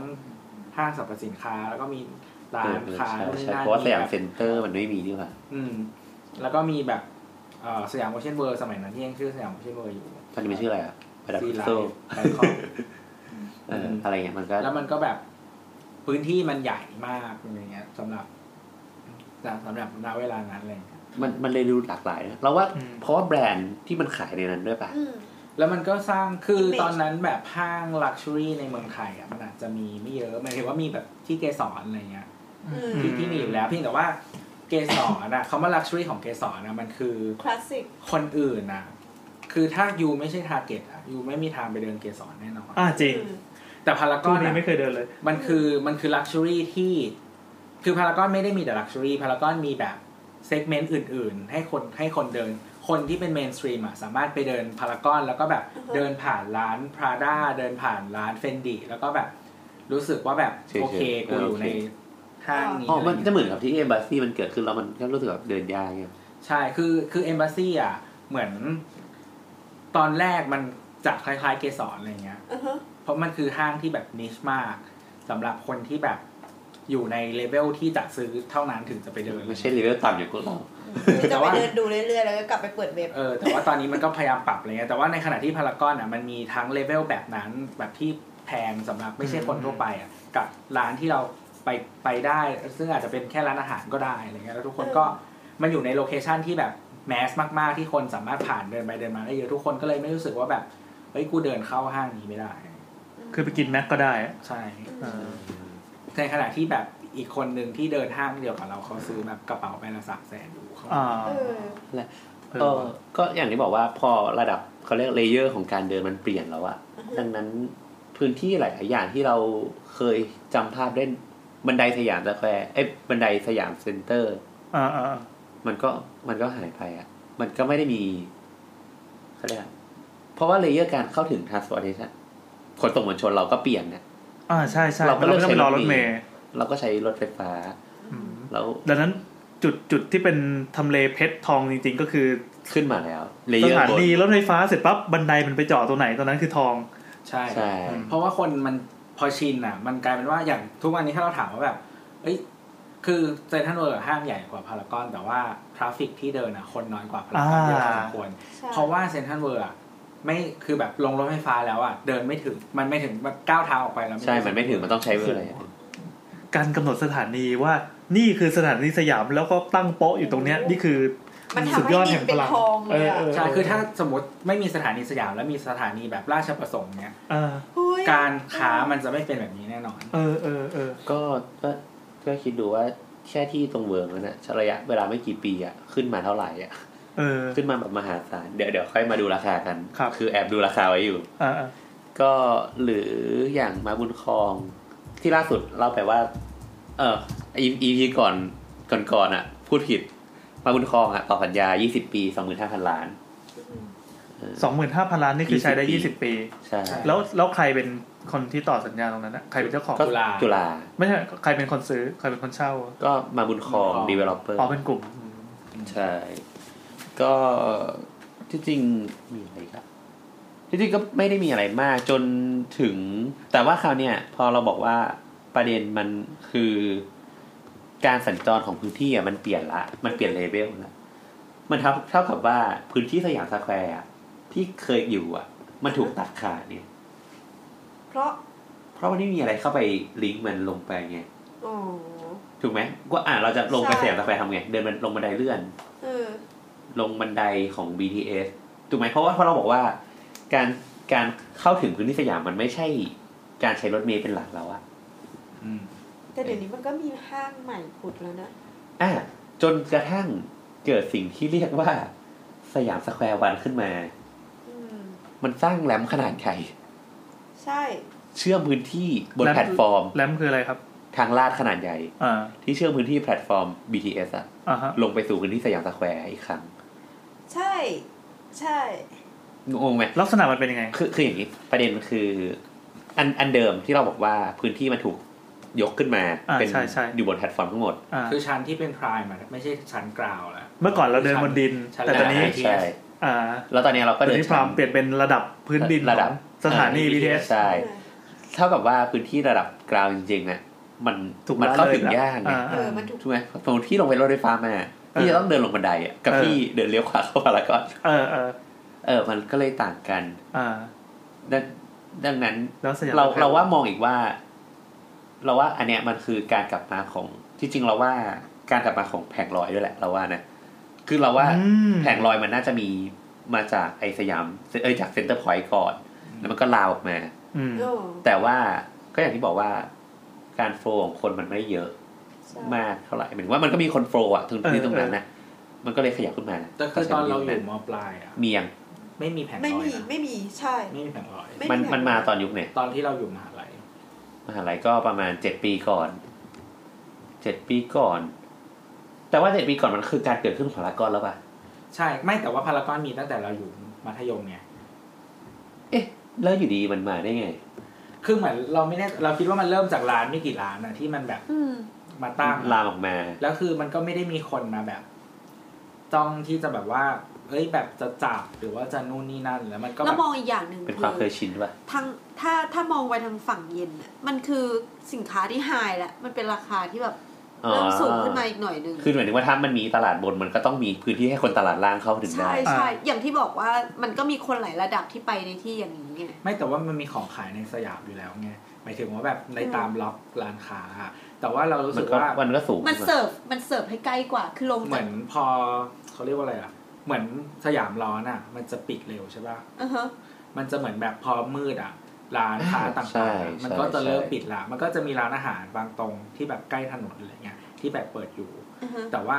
S6: ห้างสรรพสินค้า แล้วก็มี
S4: ๆ
S6: ร้า
S4: เออน เออ
S6: ค้า
S4: ใช่
S6: นู่นนี่
S4: ใช่
S6: นั่น
S4: เพราะว่าสยาม
S6: แบบ
S4: เซ็นเตอร์มันไม่มีนี่หว่า
S6: อืม แล้วก็มีแบบเอ่อสยามโอเชียนเวิร์สมัยนั้นที่ยังชื่อสยามโอเชียนเวิร์อยู่
S4: ตอนนี้มันชื่ออะไรอ่ะประดับ
S6: ซีไล
S4: โซ่
S6: ท์แบง คอก
S4: เอออะไรเงี้ยมันก็
S6: แล้วมันก็แบบพื้นที่มันใหญ่มากอะไรเงี้ยสำหรับสำหรับณเวลานั้นอะไรเงี้ย
S4: มันมันเลยดูหลากหลายนะเราว่า
S3: อืม
S4: เพราะว่าแบรนด์ที่มันขายในนั้นด้วยป่ะ
S5: อืม
S6: แล้วมันก็สร้างคือ
S5: เป็น
S6: ตอนนั้นแบบห้างลักชัวรี่ในเมืองไทยอ่ะมันอาจจะมีไม่เยอะหมายถึงว่ามีแบบที่เกสรอะไรเงี้ย
S5: อืม
S3: อื
S6: ที่ที่มีอยู่แล้วเพียงแต่ว่าเกสรอ่ะคำว่าลักชัวรี่ของเกสรอ่ะมันคือ
S5: คลาสสิก
S6: คนอื่นอ่ะคือถ้ายูไม่ใช่ทาร์เก็ตอ่ะยูไม่มีทางไปเดินเกสรแน่นอน
S3: อ่าจริง
S5: อืม
S6: แต่พาราก
S3: ตู้
S6: อน
S3: นี้
S6: อ่ะ
S3: ไม่เคยเดินเลย
S6: มันคือมันคือลักชัวรี่ที่ คือพารากอนไม่ได้มีแต่ลักชัวรี่พารากอนมีแบบเซกเมนต์อื่น ๆ ให้คนให้คนเดิน คนที่เป็นเมนสตรีมอ่ะสามารถไปเดินพารากอนแล้วก็แบบ
S5: อือฮะ
S6: เดินผ่านร้านพราด้าเดินผ่านร้านเฟนดีแล้วก็แบบรู้สึกว่าแบบ
S4: เฉยๆ
S6: โอเคกูอยู่ใน
S4: เออโอเค
S6: ห้างนี้
S4: อ๋อมันจะเหมือนกับที่เอมบาซีมันเกิดขึ้นแล้วมันก็รู้สึกแบบเดินยากไง
S6: ใช่คือคือเอมบาซี่อ่ะเหมือน ตอนแรกมันจะคล้าย ๆ เกสรอะไรเงี้ย
S5: อือฮะ
S6: เพราะมันคือห้างที่แบบนิชมากสำหรับคนที่แบบอยู่ในเลเวลที่จะซื้อเท่านั้นถึงจะไปเดิน
S4: ไม่ใช่เลเวลต่ำอย่างพวกเรา
S5: คือจะไปเดินดูเรื่อยๆ แล้วก็กลับไปเปิดเว็บ
S6: เออแต่ว่าตอนนี้มันก็พยายามปรับอะไรเงี้ยแต่ว่าในขณะที่พารากอนอ่ะมันมีทั้งเลเวลแบบนั้นแบบที่แพงสำหรับไม่ใช่คนทั่วไปอ่ะกับร้านที่เราไปไปได้ ซึ่งอาจจะเป็นแค่ร้านอาหารก็ได้อะไรเงี้ยแล้วทุกคนก็มันอยู่ในโลเคชันที่แบบแมสมากๆที่คนสามารถผ่านเดินไปเดินมาได้เยอะทุกคนก็เลยไม่รู้สึกว่าแบบเฮ้ยกูเดินเข้าห้างนี้ไม่ได้
S3: คือไปกินแม็กก็ได้อะ
S6: ใช่
S3: เออ
S6: ในขณะที่แบบอีกคนหนึ่งที่เดินห้างเดียวกับเราเขาซื้อแบบกระเป๋าใบละสามแสนอยู่เขา
S3: อ่า
S5: เออ
S4: เออก็อย่างที่บอกว่าพอระดับเขาเรียกเลเยอร์ของการเดินมันเปลี่ยนแล้วอะดังนั้นพื้นที่หลายๆอย่างที่เราเคยจำภาพได้บันไดสยามสแควร์เอ้ยบันไดสยามเซ็นเตอร์
S3: อ่าอ่า
S4: มันก็มันก็หายไปอะมันก็ไม่ได้มีเขาเรียกอะไรเพราะว่าเลเยอร์การเข้าถึง transportation ขนส่งมวลชนเราก็เปลี่ยนเนี่ย
S3: อ่าใช่ใช่
S4: เราก็
S3: เราไม่ต้องไปรอ
S4: เลื
S3: ร
S4: อ
S3: ถ
S4: กใช้รถเม
S3: เม
S4: ล์
S3: ล์
S4: เราก็ใช้รถไฟฟ้า
S3: อืม
S4: แล้ว
S3: ดังนั้นจุดจุดที่เป็นทำเลเพชรทองจริง ๆ ก็คือ
S4: ขึ้นมาแล้วเล
S3: ส
S4: เยอร์
S3: ถา
S4: บน
S3: นีรถไฟฟ้าเสร็จปั๊บบันไดมันไปจอดตรงไหนตรงนั้นคือทอง
S6: ใช่
S4: ใช่
S6: เพราะว่าคนมันพอชินอ่ะ มันกลายเป็นว่าอย่างทุกวันนี้ถ้าเราถามว่าแบบ เอ้ย คือเซนทรัลเวิลด์อะห้างใหญ่กว่าพารากอน แต่ว่าทราฟิกที่เดินอะคนน้อยกว่าพารากอนเยอะพอสมควร
S1: ใช่
S6: เพราะว่าเซนทรัลเวิลด์อะไม่คือแบบลงรถไฟฟ้าแล้วอะเดินไม่ถึงมันไม่ถึงแบบก้าวเท้าออกไปแล้ว
S4: ใช่มันไม่ถึงมันต้องใช้เวลา
S3: การกำหนดสถานีว่านี่คือสถานีสยามแล้วก็ตั้งโป๊ะอยู่ตรงเนี้ยนี่คือ
S1: มันทำให้
S3: สุดยอดแห่งพลัง
S1: ดินเป็นทองเลยอะ
S3: เเ
S6: ใช่คือถ้าสมมติไม่มีสถานีสยามแล้วมีสถานีแบบราชประสงค์เนี้ย
S3: เออ
S1: อุ๊ย
S6: การค้ามันจะไม่เป็นแบบนี้แน่นอน
S3: เออเออเออ
S4: ก็ก็ก็คิดดูว่าแค่ที่ตรงเวิร์กนั้นอะใช้ระยะเวลาไม่กี่ปีอะขึ้นมาเท่าไหร่อะ
S3: เออ
S4: ขึ้นมาแบบมหาศาลเดี๋ยวเดี๋ยวค่อยมาดูราคากัน
S3: ครับ
S4: คือแอบดูราคาไว้อยู่
S3: อ่าอ่า
S4: ก็หรืออย่างมาบุญคลองที่ล่าสุดเล่าไปว่า เอออีพีก่อนก่อนก่อนอะพูดผิด มาบุญคลองอะต่อสัญญา 20 ปี 25,000 ล้าน
S3: สองหมื่นห้าพันล้านนี่คือใช้ได้ยี่สิบปี
S4: ใช่
S3: แล้วแล้วใครเป็นคนที่ต่อสัญญาตรงนั้นอะใครเป็นเจ้าของ
S4: ก็
S6: จุฬา
S4: จุฬา
S3: ไม่ใช่ใครเป็นคนซื้อใครเป็นคนเช่า
S4: ก็มาบุญคลอง
S6: มาบุญครอง
S4: developer
S3: อ๋อเป็นกลุ่ม
S4: ใช่ ก็ที่จริงมีอะไรครับที่จริงก็ไม่ได้มีอะไรมากจนถึง แต่ว่าคราวเนี้ยพอเราบอกว่าประเด็นมันคือ การสัญจรของพื้นที่อ่ะมันเปลี่ยนละ มันเปลี่ยนเลเวลละมันเท่าเท่ากับว่าพื้นที่สยามสแควร์อะที่เคยอยู่อ่ะ มันถูกตัดขาดเนี่ย
S5: เพราะ
S4: เพราะมันไม่มีอะไรเข้าไปลิงก์มันลงไปไง
S5: อ๋อ
S4: ถูกไหมก็อ่าเราจะลงไป
S5: ใช่
S4: สยามสแควร์ทำไงเดินมันลงบันไดเลื่อน
S5: เออ
S4: ลงบันไดของ BTS ถูกไหมเพราะว่าเพราะเราบอกว่าการการเข้าถึงพื้นที่สยามมันไม่ใช่การใช้รถเมล์เป็นหลักแล้วอะ
S6: อืม
S5: แต่เดี๋ยวนี้มันก็มีห้างใหม่ผุดแล้วนะ
S4: อ่ะจนกระทั่งเกิดสิ่งที่เรียกว่า สยามสแควร์วันขึ้นมา
S5: อืม
S4: มันสร้างแรมขนาดใหญ่
S5: ใช่
S4: เชื่อมพื้นที่บน
S3: แรม
S4: แพลตฟอร์ม
S3: แรมคืออะไรครับ
S4: ทางลาดขนาดใหญ่
S3: อ่า
S4: ที่เชื่อมพื้นที่แพลตฟอร์ม BTS อะ
S3: อ่าฮะ
S4: ลงไปสู่พื้นที่สยามสแควร์อีกครั้ง
S5: ใช่ ใช่
S4: งงไหม
S3: ลักษณะมันเป็นยังไง
S4: คือคืออย่างนี้ประเด็นคือ อันอันเดิมที่เราบอกว่าพื้นที่มันถูกยกขึ้นมา
S3: อ่า
S4: เป็น
S3: ใช่ใช่
S4: อยู่บนแพลตฟอร์มทั้งหมด
S3: อ่า
S6: คือชั้นที่เป็นพรายมันไม่ใช่ชั้นกราวแล้ว
S3: เมื่อก่อนเราเดินบนดิน
S6: ชั้น
S3: แต่ตอนนี้
S6: BTS
S4: ใช่
S3: อ่า
S4: แล้วตอนนี้เรา
S3: ต
S4: ก็
S3: อน
S4: เดิน
S3: นี้พราม
S4: ชั้น
S3: เปลี่ยนเป็นระดับพื้นดิน
S4: ระดับ
S3: ของสถานี BTS
S4: ใช่เท่ากับว่าพื้นที่ระดับกราวจริงๆเนี่ยมัน
S3: ถูก
S4: มันเข้าถึง
S3: ละล
S4: ยากไง
S3: อ่า
S5: เออ มันถูก
S4: ถูกไหมสมมติที่ลงไปรถไฟฟ้ามาที่จะต้องเดินลงบันไดอะกับที่เดินเลี้ยวขวาเข้ามาแล้วก็
S3: เออเออ
S4: เออมันก็เลยต่างกัน
S3: อ่า
S4: ดังดังนั้น
S3: แล้วสยาม
S4: เราเราว่ามองอีกว่า เราว่าอันเนี้ยมันคือการกลับมาของที่จริงเราว่าการกลับมาของแผงลอยด้วยแหละ เราว่านะคือเราว่า
S3: อืม
S4: แผงลอยมันน่าจะมีมาจากไอสยามเอยจากเซ็นเตอร์พอยต์ก่อน แล้วมันก็ลาวออกมา
S3: อืม
S5: โอ้
S4: แต่ว่าก็อย่างที่บอกว่าการโฟลว์ของคนมันไม่เยอะ
S5: ใช่
S4: มากเท่าไหร่หมายถึงว่ามันก็มีคนโฟลว์อะถึงที่ตรงนั้นนะมันก็เลยขยับขึ้นมา
S6: แต่คือตอนเราอยู่มปลายอะ
S4: เมียง
S6: ไม่มีแผงล
S5: ไม่
S6: อย
S5: มี
S6: นะ
S5: ไม่มี ใช่
S6: ไม่มีแผงลอย
S5: ไม่
S4: มัน
S5: มี
S4: มันมาตอนยุคเนี่ย
S6: ตอนที่เราอยู่มหาลัย
S4: มหาลัยก็ประมาณเจ็ดปีก่อน เจ็ดปีก่อน แต่ว่าเจ็ดปีก่อนมันคือการเกิดขึ้นของพารากอนแล้วป่ะ
S6: ใช่ ไม่แต่ว่าพารากอนมีตั้งแต่เราอยู่มัธยมไง
S4: เอ๊ะ แล้วอยู่ดีมันมาได้ไง
S6: คือเหมือนเราไม่แน่เราคิดว่ามันเริ่มจากร้านไม่กี่ร้านนะที่มันแบบ
S5: อืม
S6: มาตั้ง
S4: ลามออกมา
S6: แล้วคือมันก็ไม่ได้มีคนมาแบบจ้องที่จะแบบว่าเอ้ยแบบจะจับหรือว่าจะนู่นนี่นั่นแล้วมันก็แบ
S1: แล้ว
S6: บ
S1: มองอีกอย่างหนึ่ง
S4: เป็น
S1: คื
S4: ความเค
S1: อย
S4: ชินป่ะ
S1: ทางถ้าถ้ามองไปทางฝั่งเย็นน่ะมันคือสินค้าที่ไฮแล้วมันเป็นราคาที่แบบ
S4: อ๋อ
S1: เริ่มสูงขึ้นมาอีกหน่อยหนึง
S4: คือหมายถึงว่าถ้ามันมีตลาดบนมันก็ต้องมีพื้นที่ให้คนตลาดล่างเข้าถึงได้
S1: ใช่ใช่อย่างที่บอกว่ามันก็มีคนหลายระดับที่ไปในที่อย่างนี้ไง
S6: ไม่แต่ว่ามันมีของขายในสยามอยู่แล้วไงหมายถึงว่าแบบในตามล็อกร้านค้าอะแต่ว่าเรารู้
S4: มั
S6: สึ
S4: น
S6: ก
S4: ก็
S6: ว่า
S4: มันก็สูง
S1: มัน
S4: ขึ้นมา
S1: เสิร์ฟมันเสิร์ฟให้ใกล้กว่า คือลง
S6: เหมื
S1: จาก
S6: อนพอเขาเรียกว่าอะไรอ่ะ เหมือนสยามร้อนอ่ะ มันจะปิดเร็วใช่ป่ะ
S1: อือฮะ
S6: มันจะเหมือนแบบพอมืดอ่ะ ร้านค้าต่างๆอะมันก็จะเริ่มปิดละ มันก็จะมีร้านอาหารบางตรงที่แบบใกล้ถนนอะไรเงี้ยที่แบบเปิดอยู่
S1: อือฮะ
S6: แต่ว่า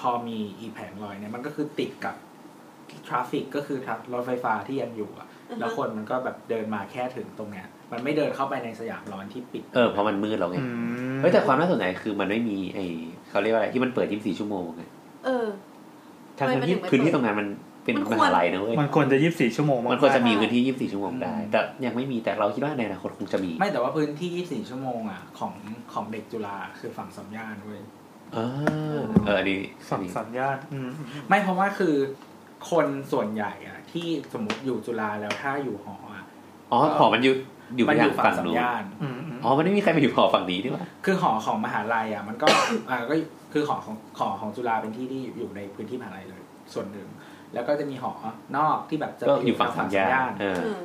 S6: พอมีอีแผงลอยเนี่ยมันก็คือติดกับทราฟิกก็คือรถไฟฟ้าที่ยังอยู่อ่ะ แล้วคนมันก็แบบเดินมาแค่ถึงตรงเนี้ย มันไม่เดินเข้าไปในสยามร้อนที่ปิด
S4: เออเพราะมันมืดแล้วไง
S3: อืม
S4: เฮ้ยแต่ความน่าสนใจคือมันไม่มีไอเขาเรียกว่าอะไรที่มันเปิด 24 ชั่วโมงไง
S1: เออ
S4: ทั้
S1: ทำ
S4: ง
S1: ไมมัน
S4: ที่
S1: ถึงไม่
S4: พื้นที่ตรงนั้นมันเป็น
S1: มันค
S4: ม
S1: วร
S4: หาลัยนะเว้ย
S3: มันควรจะยี่สิบสี่ชั่วโมง
S4: มัน
S3: น
S4: ควรจะมีพื้นที่ 24 ชั่วโมงได้ แต่ยังไม่มีแต่เราคิดว่าในอนาคตคงจะมี
S6: ไม่แต่ว่าพื้นที่ 24 ชั่วโมงอ่ะของของเด็กจุฬาคือฝั่งสามย่านเว้ย
S4: อ่าเอออนนี้อั
S3: ฝั่
S4: น
S3: ง
S4: นี้
S3: สามย่านอืมอืม
S6: ไม่เพราะว่าคือคนส่วนใหญ่อะที่สมมติอยู่จุฬาแล้วถ้าอยู่หออะ
S4: อ๋อหอมันอยู่อยู่
S6: มั
S4: ทาง
S6: อยู่ฝั่
S4: ฝั่
S6: ง
S4: ง
S6: สัม
S4: นู้น
S6: ย่าน
S3: อืมอืม
S4: อ๋อมันไม่มีใครมาอยู่หอฝั่งนี้นี่หว่า
S6: คือหอของมหาลัยอ่ะมันก็ อ่าก็คือหอของหอของจุฬาเป็นที่ที่อยู่ในพื้นที่มหาลัยเลย ส่วนหนึ่ง แล้วก็จะมีหอนอกที่แบบจะ
S4: ก็
S6: ไป
S4: อยู่ฝั่ง
S6: ท
S4: สามย่าน
S6: น
S4: เออ
S1: อืม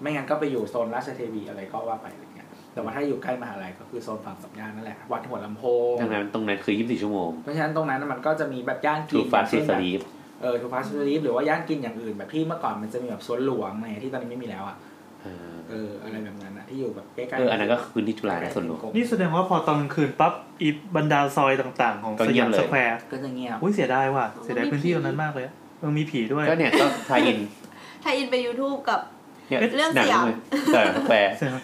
S6: ไม่งั้นก็ไปอยู่โซนราชเทวีอะไรก็ว่าไปอะไรเงี้ยแต่ว่าถ้าอยู่ใกล้มหาลัยก็คือโซนฝั่งสามย่านนั่นแหละวัดหัวลำโพง
S4: ดังนั้นตรงนั้นคือ 24 ชั่วโมง
S6: เพราะฉะนั้นตรงนั้นนะมันก็จะมีแบบย่านกิ
S4: ทู
S6: น
S4: ฟาส
S6: เช่น
S4: ส
S6: แบบ
S4: ลีฟ
S6: เออทูฟาสลีฟหรือว่าย่านกินอย่างอื่นแบบที่เมื่อก่อนมันจะมีแบบสวนหลวงอะไรที่ตอนนี้ไม่มีแล้วอ่ะ
S4: เออ
S6: เอออะไรแบบนั้นอะที่อยู่แบบใกล้ๆ
S4: เอออันนั้นก็คือพื้นที่จุฬานะส่วนหลวง
S3: นี่แสดงว่าพอตอนกลางคืนปั๊บอีบรรดาซอยต่างๆ ของ
S4: ก็
S3: ส
S4: เงีย
S3: ยา
S4: บ
S3: ม
S4: เลย
S3: สแควร์
S6: ก็จะเงียบ
S3: อุ้ยเสียดายว่ะเสียดายพื้นที่ตรงนั้นมากเลยอะเออมีผีด้วย
S4: ก็เนี่ยก็ทายอิน
S1: ไทยอินไป YouTube กับ
S4: เนี่ย
S1: เรื่อง
S4: หนั
S1: สยาม
S4: เลยแต่แปล
S3: ใช่ไหม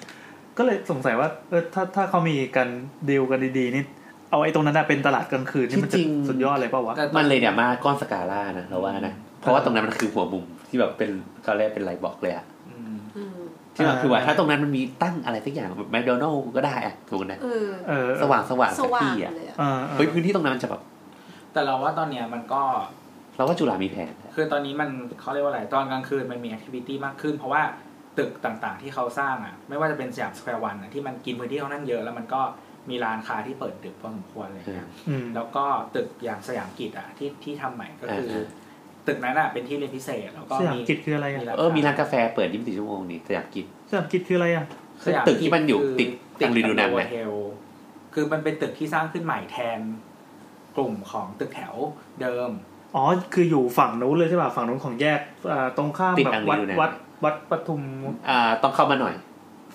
S3: ก็เลยสงสัยว่าเออถ้าถ้าเขามีกันดีลกันดีๆนี่เอาไอ้ตรงนั้นน่ะเป็นตลาดกลางคืนนี่มันจะสุดยอดเลยเปล่าวะ
S6: แต่ตอ
S4: มัน นเลยเนี่ยมาก้อนสกาล่านะเราว่านะ เพราะว่าตรงนั้นมันคือหัวมุมที่แบบเป็นเขาเรียกเป็นไรบอกเลยอะ
S6: อืม
S1: อืม
S4: ที่แบบ
S3: อ่า
S4: คือว่าถ้าตรงนั้นมันมีตั้งอะไรสักอย่างแบบแมคโดนัลล์ก็ได้อะถูกนะ
S1: เออ
S3: เออ
S4: สว่างสว่าง
S1: ส
S4: สัก
S1: ว่าง
S4: ที่อะ
S1: เลยอะ
S3: เออเออ
S4: เฮ้ยพื้นที่ตรงนั้นมันจะแบบ
S6: แต่เราว่าตอนเนี้ยมันก็
S4: เราว่าจุฬามีแผน
S6: คือตอนนี้มันเขาเรียกว่าอะไรตอนกลางคืนมันมีแอคทิวิตี้มากขึ้น เพราะว่าตึกต่างๆที่เขาสร้างอ่ะ ไม่ว่าจะเป็นสยามสแควร์วันอ่ะที่มันกินพื้นที่เขานั่งเยอะแล้วมันก็มีร้านค้าที่เปิดดึกพอสมควรอะไรเลย
S3: อืม
S6: แล้วก็ตึกอย่างสยามกิจอ่ะที่ที่ทำใหม่ก็คืออา ตึกนั้นอ่ะเป็นที่เรียนพิเศษแล้วก็
S3: สยาม
S6: มี
S3: กิจคืออะไรอะ
S6: มีร้าน
S4: เออมี
S6: ค้า
S4: ร้านกาแฟเปิด 24 ชั่วโมงนี่สยามกิจ
S3: สยามกิจคืออะไรอะ
S4: คือตึกที่มันอยู่ติด
S6: ติด
S4: ทางรีดูนันไหม
S6: โเทลคือมันเป็นตึกที่สร้างขึ้นใหม่แทนกลุ่มของตึกแถวเดิม
S3: อ๋อคืออยู่ฝั่งนู้นเลยใช่ป่ะฝั่งนู้นของแยกอ่าตรงข้าม
S4: ติด
S3: แบ
S4: อั
S3: บ
S4: งรี
S3: วัด
S4: อยู่นะ
S3: วัดวัดปทุม
S4: อ่าต้องเข้ามาหน่อย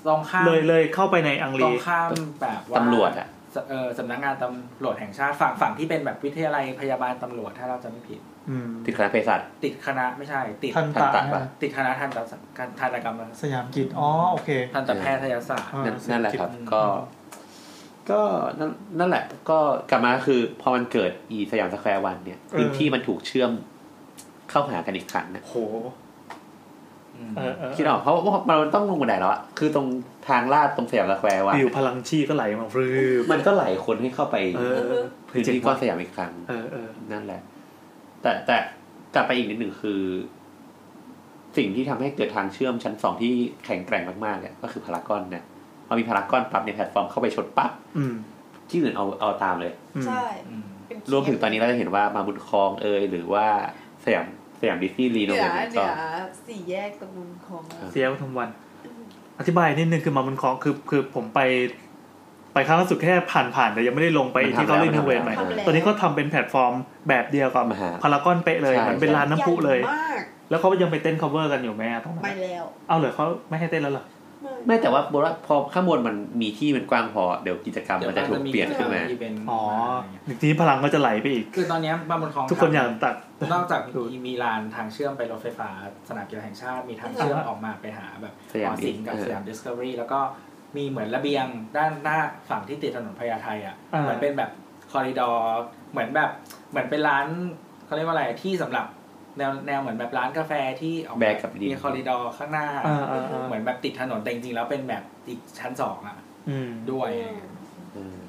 S6: ตรงข้าม
S3: เลยเลยเข้าไปในอัง
S6: ตร
S3: รี
S6: งข้ามแบบว่า
S4: ตำรวจอะ
S6: สเออสำนักงานตำรวจแห่งชาติฝั่งฝั่งที่เป็นแบบวิทยาลัยพยาบาลตำรวจถ้าเราจะไม่ผิด
S3: อืม
S4: ติดคณะเภสัช
S6: ติดคณะไม่ใช่ ติด
S3: ทัน
S4: ทั
S3: ตะ
S4: นตะปะ
S6: ติดคณะทันตศาสตร์ทันตกรรม
S3: สยามกิจอ๋อโอเค
S6: ทันตแพทยศาสตร์
S3: อ่า
S4: นั่น
S3: เศรษฐกิจ
S4: นั่นแหละครับ
S3: อืม
S4: ก็ ก็นั่นนั่นแหละ ก็กลับมาก็คือ พอมันเกิดอีสยามสแควร์วันเนี่ยพื้นที่มันถูกเชื่อมเข้าหากันอีกครั้งนะ
S3: โห
S6: อืม
S3: เออเออ
S4: คิดออกเพราะว่ามันต้องลงบันไดแล้วอะคือตรงทางลาดตรงสยามสแควร์วัน
S3: อยู่พลังชีก็ไหลมาฟรืบ
S4: มันก็ไหลคนให้เข้าไป
S3: เออเออ
S4: พื้นที่กว้างสยามอีกครั้ง
S3: เออเออ
S4: นั่นแหละ แต่แต่กลับไปอีกนิดหนึ่งคือ สิ่งที่ทำให้เกิดทางเชื่อมชั้นสองที่แข็งแกร่งมากๆเนี่ยก็คือพารากอนนะพอมีพารากอนปั๊บเนี่ยแพลตฟอร์มเข้าไปชนปั๊บ
S3: อืม
S4: ที่อื่นเอาเอาตามเลย
S3: อืม
S1: ใช่
S6: อืม
S1: เป็น
S4: รวมถึงตอนนี้เราจะเห็นว่ามาบุญคลองเอยหรือว่าสยามสยามดิสนีย์รีโน
S1: เหนื
S4: เว
S1: อ
S4: ท
S1: เห
S4: ก็
S1: นือสี่แยกตะบุญของ
S3: เสียทั้งวัน อธิบายนิดนึงคือมาบุญคลองคือคือผมไป ไปครั้งล่าสุดแค่ผ่านผ่านๆแต่ยังไม่ได้ลงไป
S4: มันทำ
S3: ที่เขา
S4: แล้ว
S3: เล่นทเวนใหม่
S1: ทำแล้ว
S3: ตอนนี้ก็ทำเป็นแพลตฟอร์มแบบเดียวกับ
S4: มหา
S3: พารากอนเป๊ะเลย
S4: ใช่
S3: เหมือนเป็นลานน้ำพุเลย
S1: ใหญ่มาก
S3: แล้วเขายังไปเต้น cover กันอยู่แม่ตรงนั้
S1: ไป
S3: น
S1: แล้ว
S3: เอาเลยเขาไม่ให้เต้นแล้วเหรอ
S4: ไม่แต่ว่าบอกว่าพอข้างบนมันมีที่มันกว้างพอเดี๋ยวกิจกรรม
S6: ดี๋ยว
S4: มันจะถูกเปลี่ยนขึ้นมา
S6: อีเวนต์
S3: อ๋อ
S6: อะไรเงี้ย
S3: ทีนี้พลังก็จะไหลไปอีก
S6: คือตอนเนี้ยบางบนคลอง
S3: ทุกคนอย่างตัด
S6: นอกจาก
S3: ดู
S6: มีมีลานทางเชื่อมไปรถไฟฟ้าสนามกีฬาแห่งชาติ มีทางเชื่อม
S3: อ่าฮะ
S6: ออกมาไปหาแบบ
S4: สยาม
S6: ออสินกับ
S4: เออ
S6: สยามดิสคัฟเวอรี่แล้วก็มีเหมือนระเบียงด้านหน้าฝั่งที่ติดถนนพญาไทอ่ะ
S3: อ่า
S6: เหมือนเป็นแบบคอริดอร์เหมือนแบบเหมือนเป็นร้านเขาเรียกว่าอะไรที่สำหรับแนวแนวเหมือนแบบร้านกาแฟที่ออก
S4: แบกกับดิน
S6: มีคอริดอร์ข้างหน้า
S3: อ่าอ่าอ่า
S6: เหมือนแบบติดถนนแต่จริงๆแล้วเป็นแบบอีกชั้นสองอ่ะ
S3: อืม
S6: ด้วย
S4: เออ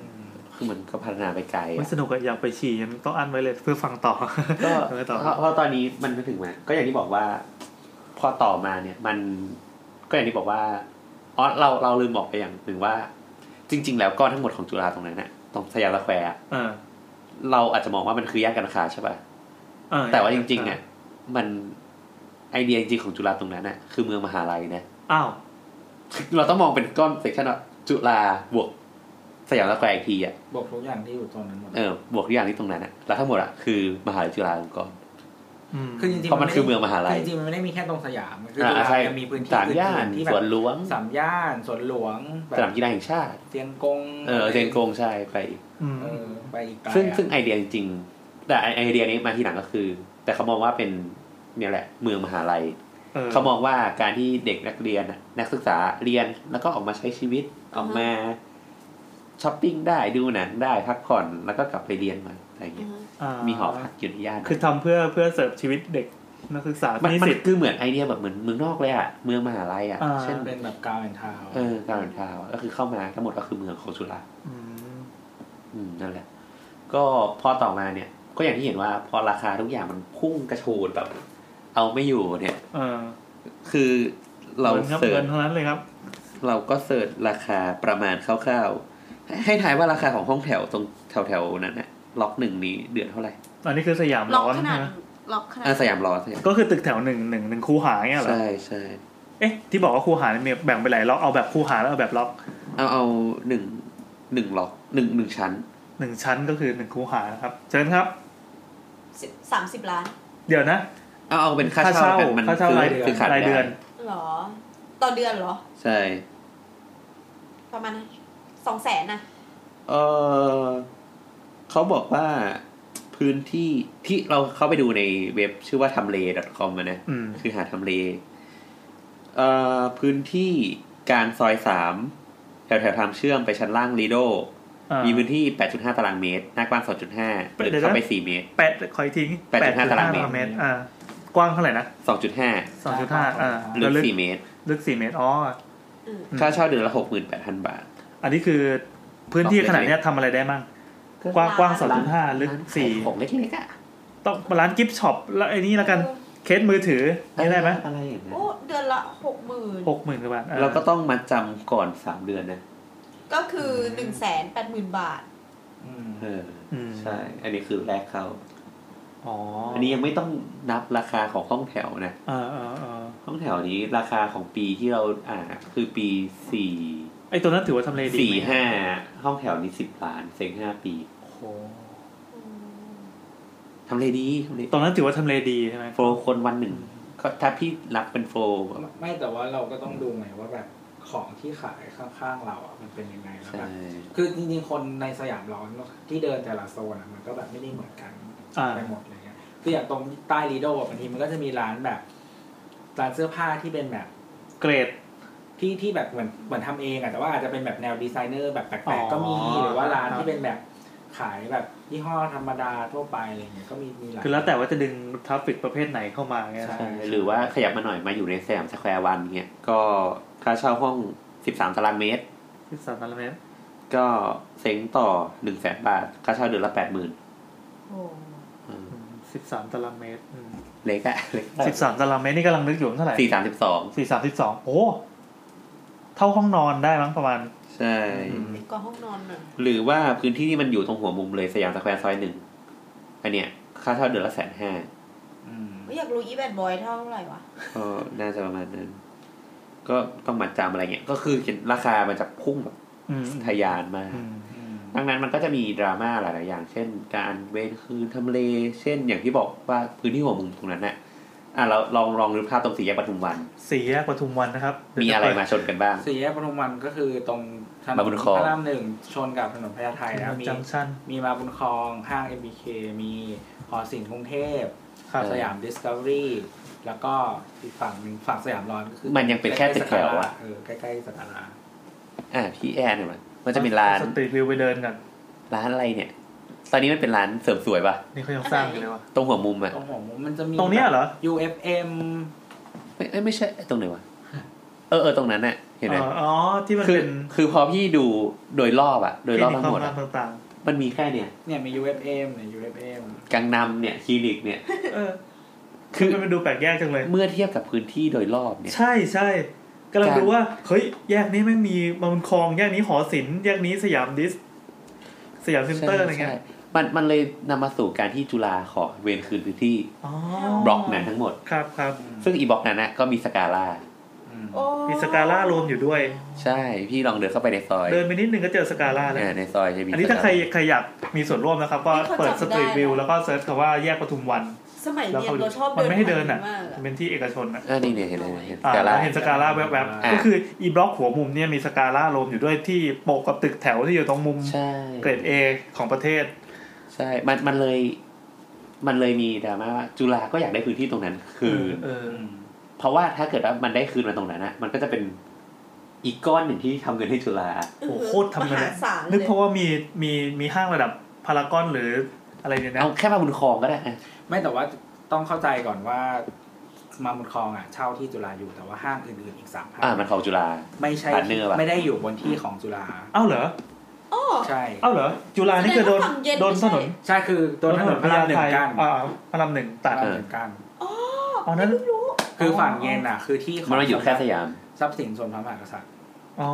S6: อืม
S4: คือมันก็พัฒนาไปไกล
S3: ไม่
S4: อะ
S3: สนุกอะอยากไปฉี่ยังต้องอั้นไว้เลยเพื่อฟังต่อ
S4: ก็
S3: เออต่อ
S4: เพราะเพราะตอนนี้มันไม่ถึงมาก็อย่างที่บอกว่า พอต่อมาเนี่ย มันก็อย่างที่บอกว่าอ๋อเราเราลืมบอกไปอย่างหนึ่งว่า จริง ๆ แล้วก้อนทั้งหมดของจุฬาตรงนั้นน่ะตรงสยามสแควร์อะ
S3: เออ
S4: เราอาจจะมองว่ามันคือแยกกันราคาใช่ป่ะ
S3: เออ
S4: แต่ว่าจริงๆอ่ะมันไอเดียจริงๆของจุฬาตรงนั้นน่ะคือเมืองมหาลัยนะ
S3: อ้าว
S4: เราต้องมองเป็นก้อนเซกชันว่าจุฬาบวกสยามสแควร์อีกทีอ่ะ
S6: บวกทุกอย่างที่อยู่ตรงนั้นหมด
S4: เออบวกทุกอย่างที่ตรงนั้นอ่ะแล้วทั้งหมดอ่ะคือมหาลัยจุฬาลงกรณ์
S3: อืม
S6: คือจริงๆ
S4: เพราะมันคือเมืองมหาลัย
S6: คือจริงๆมันไม่ได้มีแค่ตรงสยามคือจุ
S4: อ่า
S6: ฬา
S4: ใช่
S6: ยังมีพื้นที่
S4: สามย่า
S6: อื่
S4: น
S6: นๆที่แบ
S4: ส
S6: บ
S4: วนหลวง
S6: สามย่านสวนหลวงแบ
S4: สนา
S6: บ
S4: มกีฬาแห่งชาติ
S6: เตียงกง
S4: เออเจนโกงใช่ไปอีก
S3: อืม
S6: เออไปอีกไกล
S4: ซึ่ง
S6: อะ
S4: ซึ่งไอเดียจริงๆ แต่ไอไอเดียนี้มาทีหลังก็คือ แต่เขามองว่าเป็นเนี่ยแหละเมืองมหาลัย
S3: เออ
S4: เขามองว่าการที่เด็กนักเรียนน่ะนักศึกษาเรียนแล้วก็ออกมาใช้ชีวิตออกมาช้อปปิ้งได้ดูหนังได้พักผ่อนแล้วก็กลับไปเรียนใหมาอะไรอย่างเงี้ย
S3: อ่า
S4: มีหอพักอยู่ในย่านนั้น
S3: คือทำเพื่อเพื่อเสิร์ฟชีวิตเด็กนักศึกษา
S4: มัน
S3: นิ
S4: มัน
S3: สิต
S4: คือเหมือนไอเดียแบบเหมือนเมืองนอกเลยอะเมืองมหาลัยอะ
S3: อ่า
S4: เช่น
S6: เป็นแบบกาวแอนทาว
S4: เออการเดินทางก็คือเข้ามาทั้งหมดก็คือเมืองของจุฬา
S3: อืม
S4: อืมนั่นแหละ ก็พอต่อมาเนี่ย ก็อย่างที่เห็นว่าพอราคาทุกอย่างมันพุ่งกระโชนแบบ เอาไม่อยู่เนี่ย
S3: เออ
S4: คือเรา
S3: งินครับ
S4: เสิร์
S3: เงิ
S4: ช
S3: นเท่านั้นเลยครับ
S4: เราก็เสิร์ชราคาประมาณคร่าวๆให้ให้ทายว่าราคาของห้องแถวตรงแถวๆนั้นนะล็อกหนึ่งนี้เดือนเท่าไหร่
S3: อันนี้คือสยาม
S1: ล็อก
S3: ร้อน
S1: ขนาด
S3: นะ
S1: ล็อกขนาด
S4: อ่ะสยามร้อนสยาม
S3: ก็คือตึกแถวหนึ่งหนึ่งหนึ่งคูหาเนี่ยเหรอ
S4: ใช่ใช่
S3: เอ๊ะที่บอกว่าคูหาเนี่ยมีแบ่งไปหลายล็อกเอาแบบคูหาแล้วเอาแบบล็อก
S4: เอาเอาหนึ่งหนึ่งล็อกหนึ่งหนึ่งชั้น
S3: หนึ่งชั้นก็คือหนึ่งคูหานะครับเชิญครับ
S5: สามสิบล้าน
S3: เดี๋ยวนะ
S4: เอาเอาเป็นค่า
S3: ค่า
S4: เช่า
S3: เช่า
S4: กันมัน
S3: ค่าเช่า
S4: คือ
S3: รายเดือน
S4: คือขาด
S3: รายเดือน
S4: ได้
S5: เหรอ ต่อเดือนเหรอ
S4: ใช่
S5: ประมาณสองแสนนะ
S4: เออเขาบอกว่าพื้นที่ที่เราเข้าไปดูในเว็บชื่อว่าทำเล .com อะนะ
S3: อืม
S4: คือหาทำเลเอ่อพื้นที่การซอยสามแถวแถวๆทางเชื่อมไปชั้นล่างลีโด
S3: อ่ามี
S4: มีพื้นที่ 8.5 ตารางเมตร หน้ากว้าง 2.5ลึกเข้าไป 4 เมตร
S3: แปดคอยทิ้ง
S4: แปดจุดห้าตารางเมตร
S3: เมตรอ่ากว้างเท่าไหร่นะ
S4: 2.5
S3: สองจุดห้าอ่า
S4: ลึ
S3: แว
S4: ก4เมตร
S3: ลึกสี่เมตรอ๋ออืม
S4: ค่าเช่าเดือนละ 68,000 บาท
S3: อันนี้คือพื้นที่ขนาดเนี้ยทำอะไรได้มั่งกว้างกว้างสอง
S4: ร้าน
S3: จุดห้าลึกสี่
S4: ของเล็กๆอ่ะ
S3: ต้องร้านกิฟช็อปแล้วไอ้นี่แล้วกันเคสมือถือนี่ได้ไหม
S4: อะไรอย่างเงี้ย
S5: โอ้เดือนละหกหมื่น
S3: หกหมื่นกว่าบาทอ่
S4: เราก็ต้องมาจำก่อน 3 เดือนนะ
S5: ก็คือหนึ่งแสนแปดหมื่นบาท
S4: เออ
S3: อืม
S4: ใช่ อันนี้คือแรกเข้า
S3: อ๋อ
S4: อั
S3: อั
S4: นนี้ยังไม่ต้องนับราคาของห้องแถวนะ
S3: เออเออเออ
S4: ห้องแถวนี้ราคาของปีที่เราอ่านคือปีสี่
S3: ไอตัวนั้นถือว่าทำเลดีไม
S4: สี่ห้าห้องแถวนี้สิบล้านเซ็งห้าปี
S3: โอ้โห
S4: ทำเลดีทำเล
S3: ตรงนั้นถือว่าทำเลดีใช่ไหม
S4: โฟลคนวันหนึ่งก็ถ้าพี่รับเป็นโฟล
S6: ไม่แต่ว่าเราก็ต้องดูไงว่าแบบของที่ขายข้างๆเราอ่ะมันเป็นยังไงแล้ว
S4: ใช่
S6: แบบคือจริงๆคนในสยามร้อนที่เดินแต่ละโซนอ่ะมันก็แบบไม่ได้เหมือนกัน
S3: อ่า
S6: ไปหมดอะไรเงี้ยคืออย่างตรงใต้ลีโดบางทีมันก็จะมีร้านแบบร้านเสื้อผ้าที่เป็นแบบ
S3: เกรด
S6: ที่ที่แบบเหมือนเหมือนทำเองอะแต่ว่าอาจจะเป็นแบบแนวดีไซเนอร์แบบแป
S3: อ๋อ
S6: ล
S3: ก
S6: ๆก็มีหรือว่าร้าน
S3: ครับ
S6: ที่เป็นแบบขายแบบยี่ห้อธรรมดาทั่วไปอะไรเงี้ยก็มีมีหลาย
S3: คือแล้วแต่ว่าจะดึงทราฟฟิกประเภทไหนเข้ามาไง
S6: ใช่
S4: หรือว่าขยับมาหน่อยมาอยู่ในสยามสแควร์วันเงี้ยก็ค่าเช่าห้องสิบสามตารางเมตร
S3: ที่สามตารางเมตร
S4: ก็เซ็งต่อหนึ่งแสนบาท ค่าเช่าเดือนละแปดหมื่น
S3: สิบสามตารางเมตร
S4: เล็กอะเล็ก
S3: สิบสาม13 ตารางเมตรนี่กำลังนึกอยู่ว่าเท่าไหร่
S4: สี่สามสิบสอง
S3: สี่สามสิบสองโอ้เท่าห้องนอนได้มั้งประมาณ
S4: ใช่
S3: อืม
S5: ก็ห้องนอนหน่อย
S4: หรือว่าพื้นที่ที่มันอยู่ตรงหัวมุมเลยสยามสแควร์ซอยหนึ่งอันเนี้ยค่าเช่าเดือนละแสนห้า
S5: อยากรู้อีแบดบอยเท่าไหร่วะ
S4: ก็น่าจะประมาณนั้น ก็ต้องมัดจำอะไรเงี้ย ก็คือราคามันจะพุ่งแบบ
S3: อืม
S4: ทะยานมาก
S3: อืม
S4: ดังนั้นมันก็จะมีดราม่าหลาย ๆ อย่าง เช่น การเว้นคืนทำเล เช่น อย่างที่บอกว่าพื้นที่หัวมุมตรงนั้นน่ะ อ่ะเราลองลองนึกภาพตรงสี่แยกปทุม วัน
S3: สี่แยกปทุมวันนะครับ
S4: มีอะไรมาชนกันบ้าง
S6: สี่แยกปทุมวันก็คือตรงถน
S4: มาน บุญครอง
S6: พระรามหนึ่งชนกับถนนพญาไทแล้วมี
S3: จังชั่น
S6: มีมาบุญครองห้าง MBK มีหอศิลป์กรุงเทพ
S3: ครับ
S6: สยามดิสคัฟเวอรี่แล้วก็อีกฝั่งหนึ่งฝั่งสยามร้อนก็คือ
S4: มันยังเป็นแค่ตึกแถวอะ
S6: เออใกล้ๆสักการะ
S4: อ่ะพี่แอนเนี่ยมันมันจะเป็นร้าน
S3: สตรีทวิวไปเดินกัน
S4: ร้านอะไรเนี่ย ตอนนี้มันเป็นร้านเสริมสวยป่ะ
S3: นี่เขายังสร้างอยู่เลยว่ะ
S4: ตรงหัวมุมอ่ะ
S6: ตรงหัวมุมมันจะมี
S3: ตรงเนี้ยเหรอ
S6: แบบ UFM
S4: เอ้ยเอ้ยไม่ใช่ตรงไหนวะ เออเออตรงนั้นน่ะ เห็นไหม
S3: เอออ๋อที่มัน
S4: คือ
S3: เป็น
S4: คือพอพี่ดูโดยรอบอ่ะ โดยรอบทั้งหมด
S3: คลินิก
S4: อะ
S3: ความงามต่าง
S4: มันมีแค่เนี่ย
S6: เนี่ยมี UFM เนี่ย UFM
S4: กังนำเนี่ยคลินิกเนี่ย
S3: ๆเออ
S4: คือ
S3: มันดูแปลกแยกจังเลย
S4: เมื่อเทียบกับพื้นที่โดยรอบเนี่ย
S3: ใช่ใช่กำลัง
S4: การ
S3: ดูว่าเฮ้ยแยกนี้ไม่งมีมาบุญครองแยกนี้หอศิลป์แยกนี้สยามดิส สยามเซ็นเตอร์อะไรเงี้ย
S4: ใช่มันมันเลยนำมาสู่การที่จุฬาขอเวรคืนพื้นที่
S3: อ๋อบ
S4: ล็อกนั้นทั้งหมด
S3: ครับครับ
S4: ซึ่งอีบล็อกนั้นนะก็มีสกาล่า
S6: อืม
S5: โอ้
S3: มีสกาล่ารวมอยู่ด้วย
S4: ใช่พี่ลองเดินเข้าไปในซอย
S3: เดินไปนิดนึงก็เจอสกาล่าแล้ว
S4: อ่าในซอยจะมี
S3: อันนี้ถ้าใครใครอยากมีส่วนร่วมนะครับ ก็เปิดสตรีทวิวแล้วก็เซิร์ชคำว่าแยกปทุมวัน
S5: สมัย
S3: แล้ว
S5: เรียน
S3: เขา
S5: เราชอบ
S3: มัน
S5: เดิน
S3: ไม่ให้เดินอ่ะ
S5: ผ่ามากอะ
S3: มันเป็นที่เอกชนอ่ะ
S4: อ่านี่เนี่ยเห็นเลยเห็น
S3: อ่า
S4: สกาล่า
S3: แล้วเห็นสกาล่าแวบ
S6: อ่า
S3: ๆก็คืออีบล็อกหัวมุมเนี่ยมีสกาล่ารวมอยู่ด้วยที่โปกกับตึกแถวที่อยู่ตรงมุม
S4: ใช่
S3: เกรด A ของประเทศ
S4: ใช่มันมันเลย มันเลยมีดราม่าว่าจุฬาก็อยากได้พื้นที่ตรงนั้นคืน
S3: เออ
S6: อืม
S4: เพราะว่าถ้าเกิดว่ามันได้คืนมาตรงนั้นนะมันก็จะเป็นอีกก้อนหนึ่งที่ทำเงินให้จุฬา
S3: โอ้โหโคตรทำเล
S5: ม
S3: ย
S5: หาศาลเลย
S3: นึกเพราะว่ามีมีมีห้างระดับพารากอนหรืออะไรเนี่ยนะ
S4: เอาแค่มาบุญครองก็ได้อ่ะ
S6: ไม่แต่ว่าต้องเข้าใจก่อนว่ามามุนคลองอ่ะเช่าที่จุฬาอยู่แต่ว่าห้างอื่นๆอีกสามห้า
S4: อ่าง มันของจุฬา
S6: ไม่ใช่
S4: พาร์ทเนอร์ปะ
S6: ไม่ได้อยู่บนที่ของจุฬา
S3: เอ้าเหรอ
S5: อ้อ
S6: ใช่
S3: เอ้าเหรอจุฬานี่คือโดน
S5: แสดงว่าฝั่งเย็น
S3: โดน
S5: ไม่ใช่
S3: ถนน
S6: ใช่คือตัวถนนพระรามหนึ่งกั้น
S3: อ่าพระรามหนึ่ง
S6: พ
S3: ตั
S6: ระ
S3: ด
S6: รามหนึ่งกั้น
S3: อ๋อนั้น
S6: คือฝั่งเย็นอ่ะ คือที่ขอ
S4: มัน
S6: ง
S4: มาอยู่แค่สยาม
S6: ทรัพย์สินส่วนพระมหากษัตริย์
S3: อ๋อ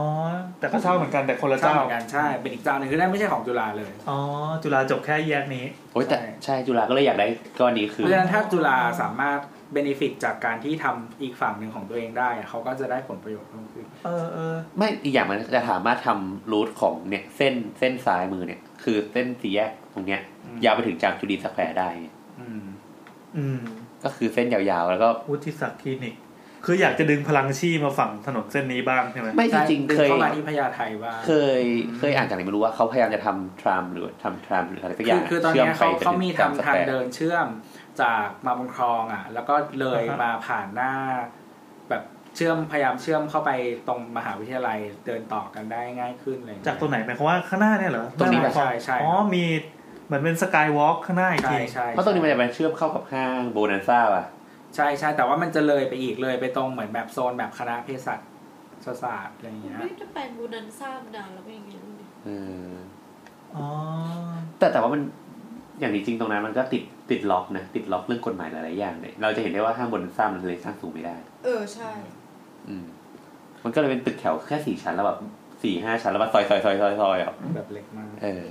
S3: แต่ก็เช่าเหมือนกันแต่คนละ
S6: เจ้า
S3: เจ้า
S6: เหมือนกันใช่ เป็นอีกเจ้าหนึงคือได้ไม่ใช่ของจุฬาเลย
S3: อ๋อ จุฬาจบแค่แยกนี้
S4: โอ้ยแต่
S6: ใช่
S4: ใช่จุฬาก็เลยอยากได้ก้อนนี้คื
S6: เพ
S4: อ
S6: ราะฉะนั้นถ้าจุฬาสามารถเบนฟิตจากการที่ทำอีกฝั่งหนึ่งของตัวเองได้อะเขาก็จะได้ผลประโยชน์เพิ่มขึ้น
S3: เออเออ
S4: ไม่อีกอย่างมันจะสามารถทำรูทของเนี่ยเส้นเส้นซ้ายมือเนี่ย คือเส้นสี่แยกตรงเนี้ย ยาวไปถึงจามจุรีสแควร์ได้
S6: อืม
S3: อืม
S4: ก็คือเส้นยาวๆ แล้วก็
S3: วุฒิศักดิ์คลินิก คืออยากจะดึงพลังชีมาฝั่งถนนเส้นนี้บ้างใช่ไหม
S4: ไม่จริง
S6: ดึ
S4: ๆเคย
S6: เข้ามาที่พญาไทว่า
S4: เคยเคยอ่านจากไหนไม่รู้ว่าเขาพยายามจะทำทรามหรือทำทรามหรืออะไรสักอ
S6: คื
S4: ย่า
S6: องคือตอนเนี้ยเขาเขามีทำ
S4: จก
S6: ทาง
S4: สแควร์
S6: เดินเชื่อมจากมาบนคลองอ่ะ แล้วก็เลยมาผ่านหน้า แบบเชื่อมพยายามเชื่อมเข้าไปตรงมหาวิทยาลัยเดินต่อกันได้ง่ายขึ้นอะไรอย่งเลย
S3: จากตรงไหนหมายความว่าข้างหน้าเนี่ยเหรอ
S6: ตรงนี้
S3: หน้า
S6: ใช่ใช่
S3: อ๋อมีเหมือนเป็นสกายวอล์กข้างหน้าอีก
S6: ใช่
S3: ที
S6: ใช่
S4: เพราะตรงนี้มันจะไปเชื่อมเข้ากับห้างโบนันซ่าป่ะ
S6: ใช่ใช่แต่ว่ามันจะเลยไปอีกเลยไปตรงเหมือนแบบโซนแบบคณะเภสัชศาสตร์อะไรอย่างเงี้ย
S2: จะไปบูนันซ่ามานานแล้วเป็นยังไงรู้ดิ
S4: เออ
S3: อ๋อ
S4: แต่แต่ว่ามันอย่างนี้จริงตรงนั้นมันก็ติดติดล็อกนะติดล็อกเรื่องกฎหมายหลายๆอย่างเลยเราจะเห็นได้ว่าห้างโบนันซ่ามันเลยสร้างสูงไม่ได้
S5: เออใช่
S4: อืม มันก็เลยเป็นตึกแถวแค่สี่ชั้นแล้วแบบสี่ห้าชั้นแล้วมาซอยซอยซอยซอยซอยอ่ะ
S6: แบบเล็กมาก
S4: เออ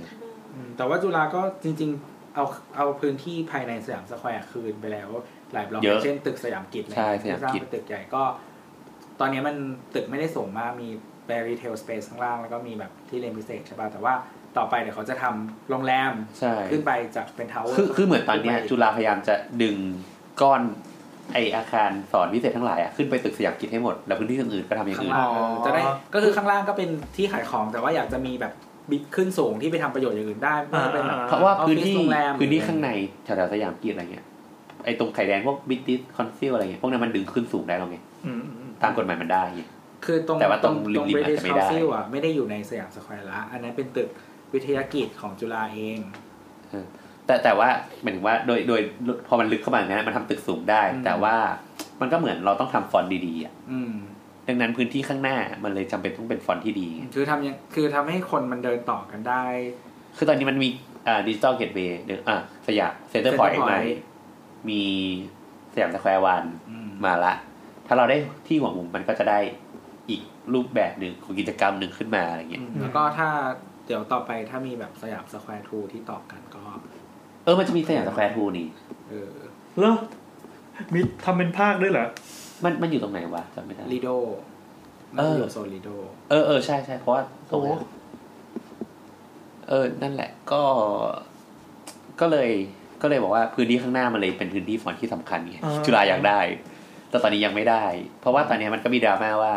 S6: อืมแต่ว่าจุฬาก็จริง ๆ เอาเอาพื้นที่ภายในสยามสแควร์คืนไปแล้ว หลายบล็อก
S4: เยอะ
S6: เช่นตึกสยามกิจเนี่ย
S4: ใช่สยามกิจ
S6: ที่สร้งเป็นตึกใหญ่ก็ ตอนนี้มันตึกไม่ได้สูงมากมีแบรีเทลสเปซข้างล่างแล้วก็มีแบบที่เรียนพิเศษใช่ป่ะแต่ว่าต่อไปเดี๋ยวเขาจะทำโรงแรม
S4: ใช่
S6: ขึ้นไปจากเป็นทาวเวอร์
S4: คือคือเหมือนตอนเนี้ยจุฬาพยายามจะดึงก้อนไออาคารสอนพิเศษทั้งหลายอ่ะขึ้นไปตึกสยามกิจให้หมด แล้วพื้นที่อื่นๆก็ทำอย่าง
S6: ข้าง
S4: อื่น
S6: ล่างเออจะได้ก็คือข้างล่างก็เป็นที่ขายของ แต่ว่าอยากจะมีแบบบิ๊กขึ้นสูงที่ไปทำประโยชน์อย่างอื่นได้ไม่ว่าจะเป็นแบบ
S4: เพราะว่าพื้นที่
S6: ออฟฟิศโรงแรม
S4: พื้นที่ข้างในแถวๆสยามกีดอะไรเงี้ยไอตรงไข่แดงพวกบิตติสคอนซิลอะไรเงี้ยพวกนั้นมันดึงขึ้นสูงได้แล้วไง
S3: อืมอืมอืม
S4: ตามกฎหมายมันได้ไง
S6: คือตรง
S4: แต่ว่าตรงริมๆ
S6: บริ
S4: อาจจะไม่ได้
S6: เฮาซิลอ่ะไม่ได้อยู่ในสยามสแควร์ละ อันนั้นเป็นตึกวิทยากิจของจุฬาเอง
S4: แต่แต่ว่าหมายถึงว่าโดยโดยพอมันลึกเข้ามาอย่างนั้นมันทำตึกสูงได้
S6: อืม
S4: แต่ว่ามันก็เหมือนเราต้องทำฟอนต์ดีๆอ่ะ
S6: อืม
S4: ดังนั้นพื้นที่ข้างหน้ามันเลยจำเป็นต้องเป็นฟอนต์ที่ดีไง
S6: คือทำยังคือทำให้คนมันเดินต่อกันได้
S4: คือตอนนี้มันมีอ่าดิจิตอลเกตเวย์หรืออ่าสยามเซ็นเตอร์
S6: Center
S4: พอยต์
S6: Point
S4: มามีสยามสแควร์วัน
S6: อืม
S4: มาละ ถ้าเราได้ที่หัวมุมมันก็จะได้อีกรูปแบบหนึ่งของกิจกรรมหนึ่งขึ้นมาอะไรเงี้ย
S6: อืมแล้วก็ถ้าเดี๋ยวต่อไปถ้ามีแบบสยามสแควร์ทูที่ต่อกันก็
S4: เออ มันจะมีสยามสแควร์ทูนี่
S6: เออ
S3: เหรอมีทำเป็นภาคด้วยเหรอ
S4: มันมันอยู่ตรงไหนวะจำไม่ได้
S6: ลีโด
S4: เออ
S6: น่าจะอยู่โซนลีโด
S4: เออเออใช่ใช่เพราะว่าตรงนั้น
S3: โอ้
S4: เออ นั่นแหละ ก็ ก็เลย ก็เลยบอกว่าพื้นที่ข้างหน้ามันเลยเป็นพื้นที่ฟอนต์ที่สำคัญไง
S3: อ่า
S4: จุฬาอยากได้ แต่ตอนนี้ยังไม่ได้ เพราะว่าตอนนี้มันก็มีดราม่าว่า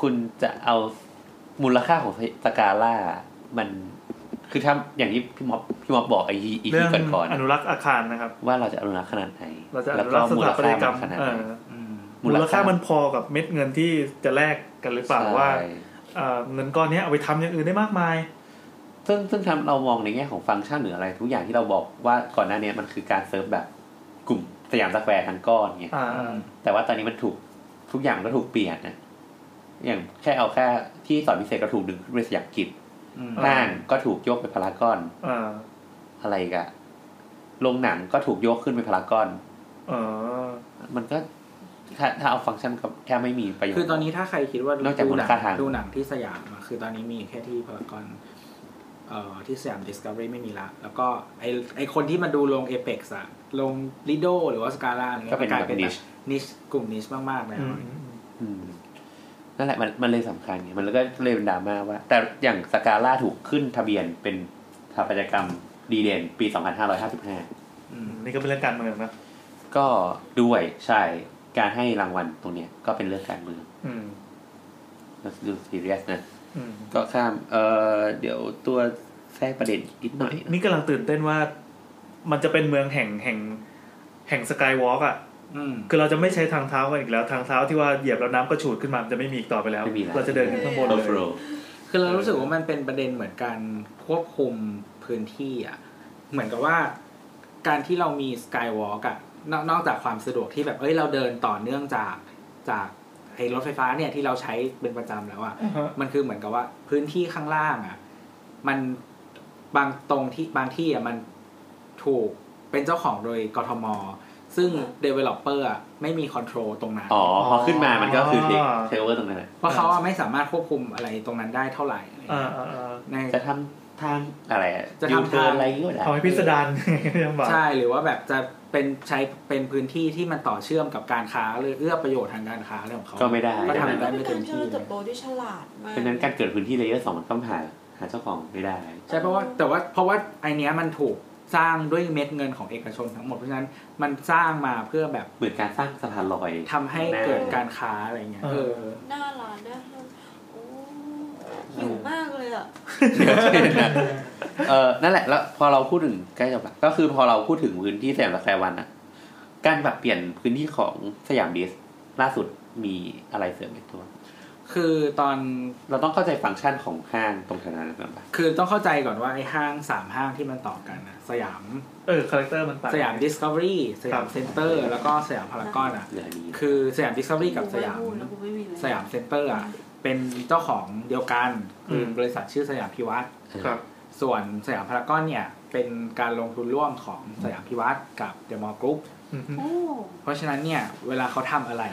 S4: คุณจะเอามูลค่าของสกาล่า มัน คือถ้าอย่างที่พี่ม็อบพี่ม็อบบอกไอ้อีพี
S3: เรื่อง
S4: ก่อน
S3: อนุรักษ์อาคารนะครับ
S4: ๆว่าเราจะอนุรักษ์ขนาดไหน
S3: เราจะอ
S4: แล้ว
S3: นุ
S4: ก็
S3: รักษ์ส
S4: มูล
S3: ถาปัต
S4: ค่าย
S3: กรร
S4: มัน
S3: ม
S4: ขนาด
S3: เอ
S4: ไหน
S3: อ
S6: อืม
S4: มู
S3: มู
S4: ล
S3: ลค่า
S4: ค่ามั
S3: มันพอกับเม็ดเงินที่จะแลกกันหรือเปล่าว่า เอ่อเงินก้อนเนี้ยเอาไปทำอย่างอื่นได้มากมาย
S4: ซึ่งซึ่งทำเรามองในแง่ของฟังก์ชันหรืออะไรทุกอย่างที่เราบอกว่าก่อนหน้าเนี้ยมันคือการเซิร์ฟแบบกลุ่มสยามสแควร์ทั้งก้อนไง
S3: อ่า
S6: อืม
S4: แต่ว่าตอนนี้มันถูกทุกอย่างก็ถูกเปลี่ยนนะอย่างแค่เอาแค่ที่สอนพิเศษก็ถูกดึงขึ้นไปสยามกิจ
S6: อืม
S4: ห้างก็ถูกโยกไปพารากอน
S3: อ่า
S4: อะไรอีกอะโรงหนังก็ถูกโยกขึ้นไปพารากอน
S3: เออ
S4: มันก็ถ้าถ้าเอาฟังก์ชันก็แค่ไม่มีประโยชน์
S6: คือตอนนี้ถ้าใครคิดว่าน
S4: อกจาก
S6: ดูห
S4: มูล
S6: นั
S4: ค่าทาง
S6: ดูหนังที่สยามอะคือตอนนี้มีแค่ที่พารากอน เอ่อที่สยาม Discovery ไม่มีละ แล้วก็ไอไอคนที่มาดูลง Apex อะลง Lido หรือว่า Scala อะไรเงี้ย
S4: ก็เป็น
S6: มัลาย
S4: แบบ niche
S6: นิชกลุ่มนิชมากๆแล้ว
S3: อืม
S4: อืมนั่นแหละมันมันเลยสำคัญไงมันก็เลยเป็นดราม่าว่า แต่อย่างสกาล่าถูกขึ้นทะเบียนเป็นสถาปัตยกรรมดีเด่นปี 2555
S6: อื
S3: อื
S6: ม
S3: มนี่ก็เป็นเรื่องการเมืองนะ
S4: ก็ด้วยใช่การให้รางวัลตรงเนี้ยก็เป็นเรื่องการเมือง
S3: อืม
S4: ก็ดูซีเรียสนะ
S3: อืม
S4: ก็ข้ามเออเดี๋ยวตัวแทรกประเด็นนิดหน่อยนะ
S3: นี่กำลังตื่นเต้นว่า มันจะเป็นเมืองแห่งแห่ง แห่งสกายวอล์กอ่ะ
S6: อืม
S3: คือเราจะไม่ใช้ทางเท้ากันอีกแล้ว ทางเท้าที่ว่าเหยียบแล้วน้ำก็ฉูดขึ้นมามันจะไม่มีอีกต่อไปแล้ว
S4: ไม่มีแล้ว
S3: เราจะเดินขึ้นข้างบน
S4: โอ
S3: เลย
S4: ฟโรด
S6: คือเรารู้สึกว่ามันเป็นประเด็นเหมือนการควบคุมพื้นที่อะเหมือนกับว่า การที่เรามีสกายวอล์กอะนอกนอกจากความสะดวกที่แบบเอ้ยเราเดินต่อเนื่องจากจากไอรถไฟฟ้าเนี่ยที่เราใช้เป็นประจำแล้วอะ มันคือเหมือนกับว่าพื้นที่ข้างล่างอ่ะ มันบางตรงที่บางที่อ่ะมันถูกเป็นเจ้าของโดยกทม ซึ่ง developer อะไม่มี control ตรงนั้น
S4: อ๋อพอขึ้นมามันก็คือเทคเทคโอเวอร์ตรงนั้นแหละ
S6: เพราะเขาอะไม่สามารถควบคุมอะไรตรงนั้นได้เท่าไหร่อะไร
S3: เอ
S6: เงี้ย
S3: อเออเออ
S6: ใน
S4: จะทำทางอะไรอ
S6: จะ
S4: ยู
S6: ทำ
S4: เทิ
S6: ทาง
S4: ร์นอะไรอย่างเงี้ย
S3: เอาให้พิสดาร ยังบอก
S6: ใช่หรือว่าแบบจะเป็นใช้เป็นพื้นที่ที่มันต่อเชื่อมกับการค้าหรือเอื้อประโยชน์ทางการค้าอะไรของเขา
S4: ก็ไม่ได้
S6: ก็
S4: ดัง
S6: ทำ
S4: นั้น
S5: เป็นการเจริญเติบโตที่ฉลาดมาก
S4: ดังนั้นการเกิดพื้นที่เลเยอร์สองมันต้องหาหาเจ้าของไม่ได้
S6: ใช่เพราะว่าแต่ว่าเพราะว่าไอเนี้ยมันถูกสร้างด้วยเม็ดเงินของเอกชนทั้งหมดเพราะฉะนั้นมันสร้างมาเพื่อแบบ
S4: เหมือนการสร้างสะพานลอย
S6: ทำให้เกิดการค้าอะไรเงี้ยเออ
S5: หน้าร้านหน้าห้างโอ้หิวมากเลยอ่ะ
S4: เออนั่นแหละ แล้วพอเราพูดถึงใกล้จบละก็คือพอเราพูดถึงพื้นที่สยามสแควร์วันอะการปรับเปลี่ยนพื้นที่ของสยามดิสล่าสุดมีอะไรเสริมอีกตัว
S6: คือตอน
S4: เราต้องเข้าใจฟังก์ชันของห้างตรงแถวนั้นก่อนปะ
S6: คือต้องเข้าใจก่อนว่าไอห้างสามห้างที่มันต่อกันนะสยาม
S3: เออคาแรคเตอร์มันต่าง
S6: สยามดิสคัฟเวอรี่สยา
S3: ครั
S6: ม
S3: บ
S6: เซ็นเตอร์แล้วก็สยามพารากอนอ่ะ
S4: เหลืออันนี้
S6: คือสยามดิสคัฟเวอรี่กับสยาม
S1: กูไพูดแล้วกูไม่มีเลย
S6: สยามเซ็นเตอร์อ่ะเป็นเจ้าของเดียวกันคือ
S3: ม
S6: บริษัทชื่อสยามพิวัตร
S3: ครับ
S6: ส่วนสยามพารากอนเนี่ย เป็นการลงทุนร่วมของสยามพิวัตรกับเดอะมอลล์กรุ๊ป
S3: อืมฮึ
S1: โอ้
S6: เพราะฉะนั้นเนี่ย เวลาเขาทำอะไร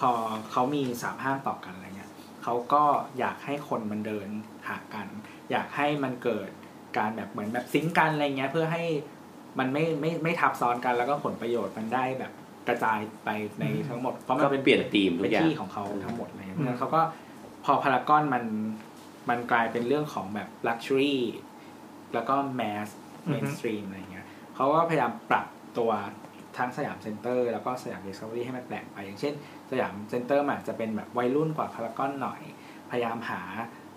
S6: พอเขามีสามห้างต่อกันอะไรเงี้ยเขาก็อยากให้คนมันเดินหากัน อยากให้มันเกิดการแบบเหมือนแบบซิงก์กันอะไรเงี้ยเพื่อให้มันไม่ไม่ไม่ทับซ้อนกันแล้วก็ผลประโยชน์มันได้แบบกระจายไปในทั้งหมดเพราะมัน
S4: ก็
S6: เป็น
S4: เปลี่ยนธีมทุ
S6: เป็
S4: ก
S6: น
S4: อย่าง
S6: ที่ของเขาทั้งหมดเลยเพราะฉะนั้นเขาก็พอพารากอนมันมันกลายเป็นเรื่องของแบบลักชัวรี่แล้วก็แมสเมนสตรีมอะไรเงี้ยเขาก็พยายามปรับตัวทั้งสยามเซ็นเตอร์แล้วก็สยามเดสคัฟเวอรี่ให้มันแปลกไป อย่างเช่น สยามเซ็นเตอร์มันอาจจะเป็นแบบวัยรุ่นกว่าพารากอนหน่อย พยายามหา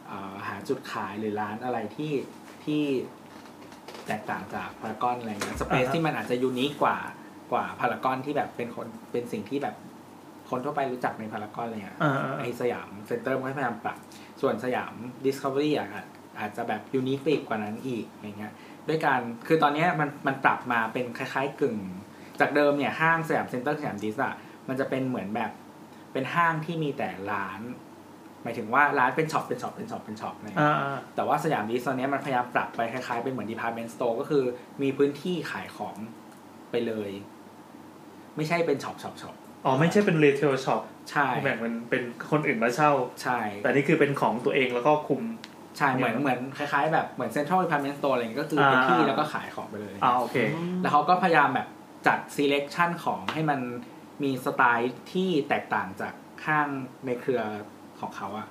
S6: เอ่อหาจุดขายหรือร้านอะไรที่ที่แตกต่างจากพารากอนอะไรเงี้ยสเปซที่มันอาจจะยูนิคกว่ากว่าพารากอนที่แบบเป็นคนเป็นสิ่งที่แบบ คนทั่วไปรู้จักในพารากอนอะไรเงี้ย
S3: อ่าอ่า
S6: ไอสยามเซ็นเตอร์มันก็พยายามปรับ ส่วนสยามดิสคัฟเวอรี่อ่ะอาจอาจจะแบบยูนิคไปอีกกว่านั้นอีกอะไรเงี้ยด้วยการคือตอนเนี้ยมันมันปรับมาเป็นคล้ายๆกึ่ง จากเดิมเนี่ยห้างสยามเซ็นเตอร์สยามดิสอ่ะมันจะเป็นเหมือนแบบเป็นห้างที่มีแต่ร้าน หมายถึงว่าร้านเป็นช็อปเป็นช็อปเป็นช็อปเป็นช็อปอะไรเงี้
S3: อ่า
S6: ย
S3: อ่า
S6: แต่ว่าสยามดิสตอนเนี้ยมันพยายามปรับไปคล้ายๆ เป็นเหมือน department store ก็คือมีพื้นที่ขายของไปเลย ไม่ใช่เป็นช็อปช็อปช็อป
S3: อ๋อ ไม่ใช่เป็นรีเทลช็อป
S6: ใช่
S3: แบ่งมันเป็นคนอื่นมาเช่า
S6: ใช่
S3: แต่นี่คือเป็นของตัวเองแล้วก็คุม
S6: ใช่เหมือนเหมือนคล้าย ๆ แบบเหมือน central department store อะไรเงี้ยก็คือ
S3: อ่า
S6: เป็นที่แล้วก็ขายของไปเลย
S3: อ่าโอเค
S6: แล้วเขาก็พยายามแบบจัด selection ของให้มันมีสไตล์ที่แตกต่างจากห้างในเครือของเขาอะ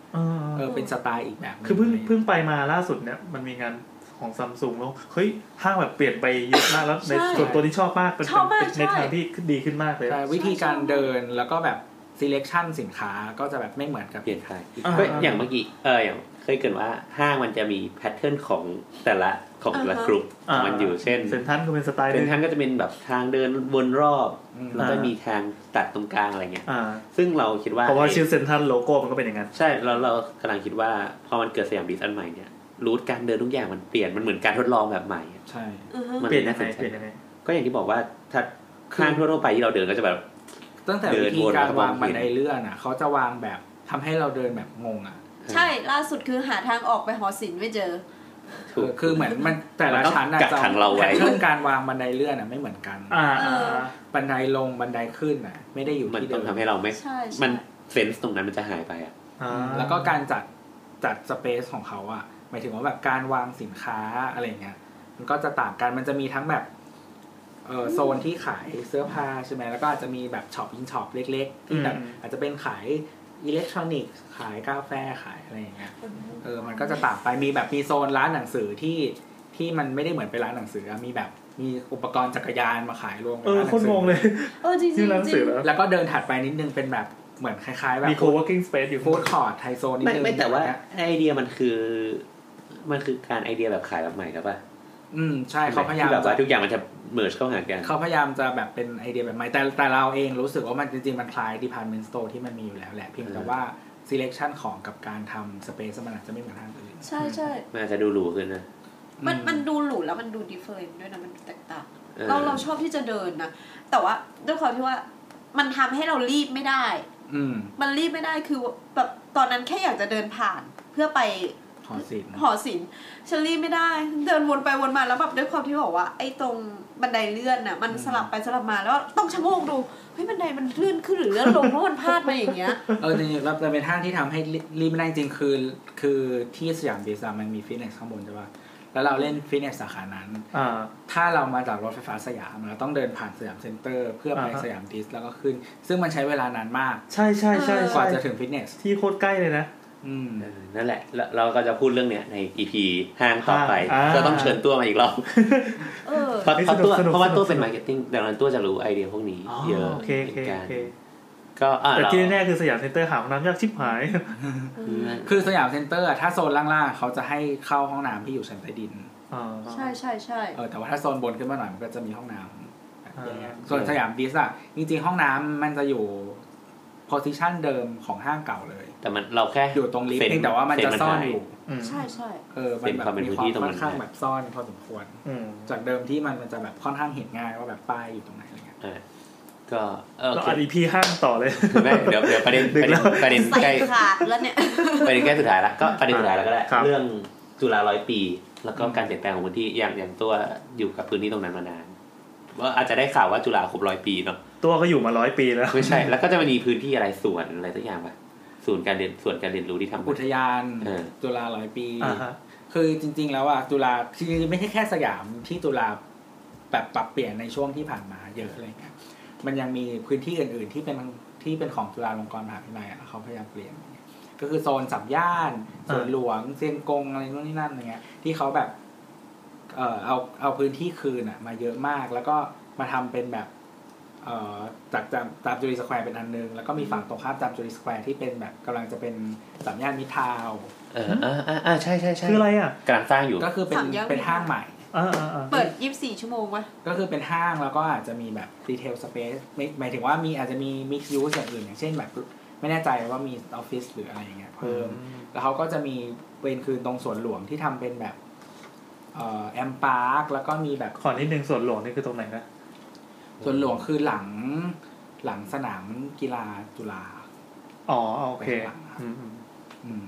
S6: เออเป็นสไตล์อีกแบบหนึ่
S3: คือเพิ่ง
S6: ะไรงี้ย
S3: เพิ่งไปมาล่าสุดเนี่ยมันมีงานของซัมซุงแล้วเฮ้ยห้างแบบเปลี่ยนไปเยอะมากแล้วในส่วนตัวที่ชอบมากเป็น
S1: ชอบมาก
S3: เป็น
S1: ใช่
S3: ในทางที่ดีขึ้นมากเลย
S6: ใช่วิธีการเดินแล้วก็แบบ selection สินค้าก็จะแบบไม่เหมือนกับ
S4: เปลี่ยนค่าย
S3: อ่า
S4: ก็อย่างเมื่อกี้เอออย่างเคยเกรินว่าห้างมันจะมีแพทเทิร์นของแต่ละของแต่ละกลุ่มของมันอยู่เช่น
S3: เซนทรันก็เป็นสไตล์ห
S4: เป็
S3: นึ
S4: น
S3: ง
S4: ทางก็จะเป็นแบบทางเดินวนรอบ
S6: อืม
S4: แล้วก็มีทางตัดตรงกลางอะไรเงี้ย
S3: อ่า
S4: ซึ่งเราคิดว่า
S3: เพราะว่า
S4: ไอ้
S3: ชื่อเซนทรันโลโก้มันก็เป็นอย่างนั้น
S4: ใช่เราเรากำลังคิดว่าพอมันเกิดสยามดิสอันใหม่เนี่ยรูทการเดินทุกอย่างมันเปลี่ยนมันเหมือนการทดลองแบบใหม่อะ
S6: ใช่
S1: อือฮึ
S4: มัน
S3: เปลี่ยนยั
S4: น่าง ส
S3: ไง
S4: นใจ
S3: เปลี่ยนยังไง
S4: ก็อย่างที่บอกว่าถ้าห้างทั่วๆไปที่เราเดินก็จะแบบ
S6: ตั้งแต่
S4: เดิ
S6: วิ
S4: น
S6: ธี
S4: วนแล้
S6: กาว ร
S4: ก็มอง
S6: วาง
S4: เห็น
S6: บันไดเลื่อนอ่ะเขาจะวางแบบทำให้เราเดินแบบงงอ่ะ
S1: ใช่ล่าสุดคือหาทางออกไปหอศิลป์ไม่เจอ
S4: ถูก
S6: เออคือเหมือนมันแต่
S4: มั
S6: ละ
S4: นต้อง
S6: ชั้นอ่ะ
S4: กักขังเราไว้
S6: เรื่องการวางบันไดเลื่อนอ่ะไม่เหมือนกัน
S3: อ่า
S1: เอ
S3: อ
S1: อ
S3: ่า
S6: บันไดลงบันไดขึ้นอ่ะ ไม่ได้อยู่
S4: มัน
S6: ที่
S4: ต้อ
S6: เดิ
S4: ง
S6: ม
S4: ทำให้เราไม่
S1: ใช่
S4: มั
S1: ใช่
S4: นเซนส์ตรงนั้นมันจะหายไปอ่ะ
S3: อ่า
S6: แล้วก็การจัดจัดสเปซของเขาอ่ะหมายถึงว่าแบบการวางสินค้าอะไรเงี้ยมันก็จะต่างกันมันจะมีทั้งแบบเออโซนที่ขายเสื้อผ้าใช่ไหมแล้วก็อาจจะมีแบบช็อปอินช็อปเล็ก ๆ ที่แบบอาจจะเป็นขายอิเล็กทรอนิกส์ขายกาแฟขายอะไรอย่างเงี้ย เออ มันก็จะต่างไป มีแบบมีโซนร้านหนังสือที่ที่มันไม่ได้เหมือนเป็นร้านหนังสืออะมีแบบมีอุปกรณ์จักรยานมาขายรวมกั
S3: เอบ อ
S6: ร้านห
S3: โค
S6: นั
S3: ต
S6: ง
S3: ร
S6: สื
S3: งงเลย
S1: เออจริงจริ
S3: ชื่
S1: ง
S3: อร้านหนังสือ
S1: จริง
S3: แล้ว
S6: แล้วก็เดินถัดไปนิดนึงเป็นแบบเหมือนคล้ายๆ แบบ
S3: มี co-working space อยู่
S6: ฟู้ดคอร์ทไฮโซนิด
S4: ไม่
S6: นึง
S4: ไม่แต่ว่า
S6: อะไรเงี้ย
S4: ไอเดียมันคือ มันคือการไอเดียแบบขายแบบใหม่ครับป่ะ
S6: อืมใช่เขาพยายาม
S4: ที่แบบ
S6: จะ
S4: ว่าทุกอย่างมันจะเมิร์เข้าหากัน
S6: เขาพยายามจะแบบเป็นไอเดียแบบใหม่แต่แต่เราเองรู้สึกว่ามันจริงๆ มันคล้าย department store ที่มันมีอยู่แล้วแหละ เพียงแต่
S4: เออ
S6: ว่า selection ของกับการทำ space มันอาจจะไม่เหมือนห้างอื่น
S1: ใช่ใช่
S4: มันอาจจะดูหรูขึ้นนะ
S1: มัน
S6: อื
S1: มันดูหรูแล้วมันดูดีเฟอร์ด้วยนะมันดูแตกต่าง
S4: ออ
S1: เราเราชอบที่จะเดินนะแต่ว่าด้วยความที่ว่ามันทำให้เรารีบไม่ได้
S6: อืม
S1: มันรีบไม่ได้คือแบบตอนนั้นแค่อยากจะเดินผ่านเพื่อไป
S6: หอศิลป์
S1: หอศิลป์เชลลี่ไม่ได้ เดินวนไปวนมาแล้วแบบด้วยความที่บอกว่า ไอ้ตรงบันไดเลื่อนน่ะ มันสลับไปสลับมาแล้วต้องชะโงกดูเฮ้ยบันไดมันเลื่อนขึ้นหรือเลื่อนลงเพราะมันพลาดมาอย่างเงี้ย
S6: เออจริงๆเราเป็นท่าที่ทำให้รีบไม่ได้จริงๆคือ คือที่สยามบีซามันมีฟิตเนสข้างบนใช่ป่ะแล้วเราเล่นฟิตเนสสาขานั้น
S3: อ่า
S6: ถ้าเรามาจากรถไฟฟ้าสยามเราต้องเดินผ่านสยามเซ็นเตอร์เพื่อไป
S3: อ่าฮะ
S6: สยามดิสแล้วก็ขึ้น ซึ่งมันใช้เวลานานมาก
S3: ใช่ใช่ใช่
S6: ก
S3: ใช่
S6: ว่าจะถึงฟิตเนส
S3: ที่โคตรใกล้เลยนะ
S6: อืม
S4: เออนั่นแหละแล้วเราก็จะพูดเรื่องเนี้ยใน EP ห้างต่อไป
S3: อ่า
S4: ก็ต้องเชิญตัวมาอีกรอบ
S1: เออ
S4: เพราะ
S3: เฮ้ย
S4: เพราะตัว
S3: สนุกสนุก
S4: เพราะว่าตัว
S3: สนุก
S4: เป็นมาร์เก็ตติ้งดังนั้นตัวจะรู้ไอเดียพวกนี้
S3: อ๋อ
S4: เยอะ
S3: โอเคโอเค
S4: หมืนกัน
S3: โอเค
S4: ก็อ่ะ
S3: แต่
S4: เรา
S3: ที่แน่ๆคือสยามเซ็นเตอร์หาห้องน้ำยากชิบหาย
S6: คือสยามเซ็นเตอร์อะถ้าโซนล่างๆ เขาจะให้เข้าห้องน้ำที่อยู่ชั้นใต้ดิน
S3: อ๋อ
S1: ใช่ใช่ใช่
S6: เออแต่ว่าถ้าโซนบนขึ้นมาหน่อยมันก็จะมีห้องน้ำแบบแยก
S3: อ่า
S6: ส่วนสยามดิสอะจริงๆห้องน้ำมันจะอยู่โพซิชันเดิมของห้างเก่าเลย
S4: แต่มันเราแค่
S6: อยู่ตรงลิฟต์
S4: เซ็
S6: เพียงแต่ว่ามัน
S4: เซ็
S6: จะซ่อนอยู่
S3: อืม
S1: ใช่ใช่
S6: เออมันแบบมีความค่อนข้างแบบซ่อนพอสมควร
S3: อืม
S6: จากเดิมที่มันมันจะแบบค่อนข้างเห็นง่ายว่าแบบป้ายอยู่ตรงไหนอะไรเงี้ย
S4: เออก็เออ
S3: เรา
S4: โอเค
S3: อัดอีพีห้างต่อเลย
S4: ไม่เดี๋ยวเดี๋ยวประเด็นประเด็นประเด็น
S1: ใส่
S4: ใกล้
S1: ขาดแล้วเนี่ย
S4: ประเด็นใกล้สุดท้ายละก็ประเด็นสุดท้ายแล้วก็ได้
S3: ครับ
S4: เรื่องจุฬาร้อยปี แล้วก็
S6: อืม
S4: การเปลี่ยนแปลงของพื้นที่อย่างอย่างตัวอยู่กับพื้นที่ตรงนั้นมานานว่าอาจจะได้ข่าวว่าจุฬาครบร้อยปีเนาะ
S3: ตัวก็อยู่มาร้อยปีแล้ว
S4: ไม่ใช่แล้วก็จะมีพื้นที่อะไรสวนอะไรสักอย่างปะศูนย์การเรียนส่วนการเรียนรู้ที่ทำ
S6: อุทยาน
S4: เออ
S6: จุฬาร้อยปี
S3: อ่าฮะ
S6: คือจริง ๆ แล้วอะจุฬาคือไม่ใช่แค่สยามที่จุฬาแบบปรับเปลี่ยนในช่วงที่ผ่านมาเยอะอะไรเงี้ยมันยังมีพื้นที่อื่น ๆ ที่เป็นที่เป็นของจุฬาลงกรณ์มหาวิทยาลัยอะเขาพยายามเปลี่ยน ก็คือโซนสัมย่านสวนหลวงเซียงกงอะไรนู่นนี่นั่นอะไรเงี้ยที่เขาแบบ เอ่อเอาเอาพื้นที่คืนอะมาเยอะมาก แล้วก็มาทำเป็นแบบ เอ่อจากจามจามจุรีสแควร์เป็นอันนึงแล้วก็มีฝั่งตรงข้ามจามจุรีสแควร์ที่เป็นแบบกำลังจะเป็นสามย่านมิตรทาวน์
S4: เอออ่าอ่าอ่าใช่ใช่ใช่
S3: คืออะไรอ่ะ
S4: กำลังสร้างอยู่
S6: ก็คือเป็น
S1: สามย่าน
S6: เป็นห้างใหม่
S3: อ่าอ่าอ่า
S1: เปิดยี่สิบสี่ชั่วโมงวะ
S6: ก็คือเป็นห้างแล้วก็อาจจะมีแบบรีเทลสเปซไม่หมายถึงว่ามีอาจจะมีมิกซ์ยูสอย่างอื่น อย่างเช่นแบบไม่แน่ใจว่ามีออฟฟิศหรืออะไรอย่างเงี้ยเพิ่ม แล้วเขาก็จะมีเป็นคืนตรงสวนหลวงที่ทำเป็นแบบเอ่อแอมพาร์คแล้วก็มีแบบ
S3: ขอนิดนึงส่วนหลวงนี่คือตรงไหนนะ
S6: สวนหลวงคือหลังหลังสนามกีฬาจุฬา
S3: อ๋อโอเค
S6: ไปข้างหลังอะ
S3: อืมอืม
S6: อืม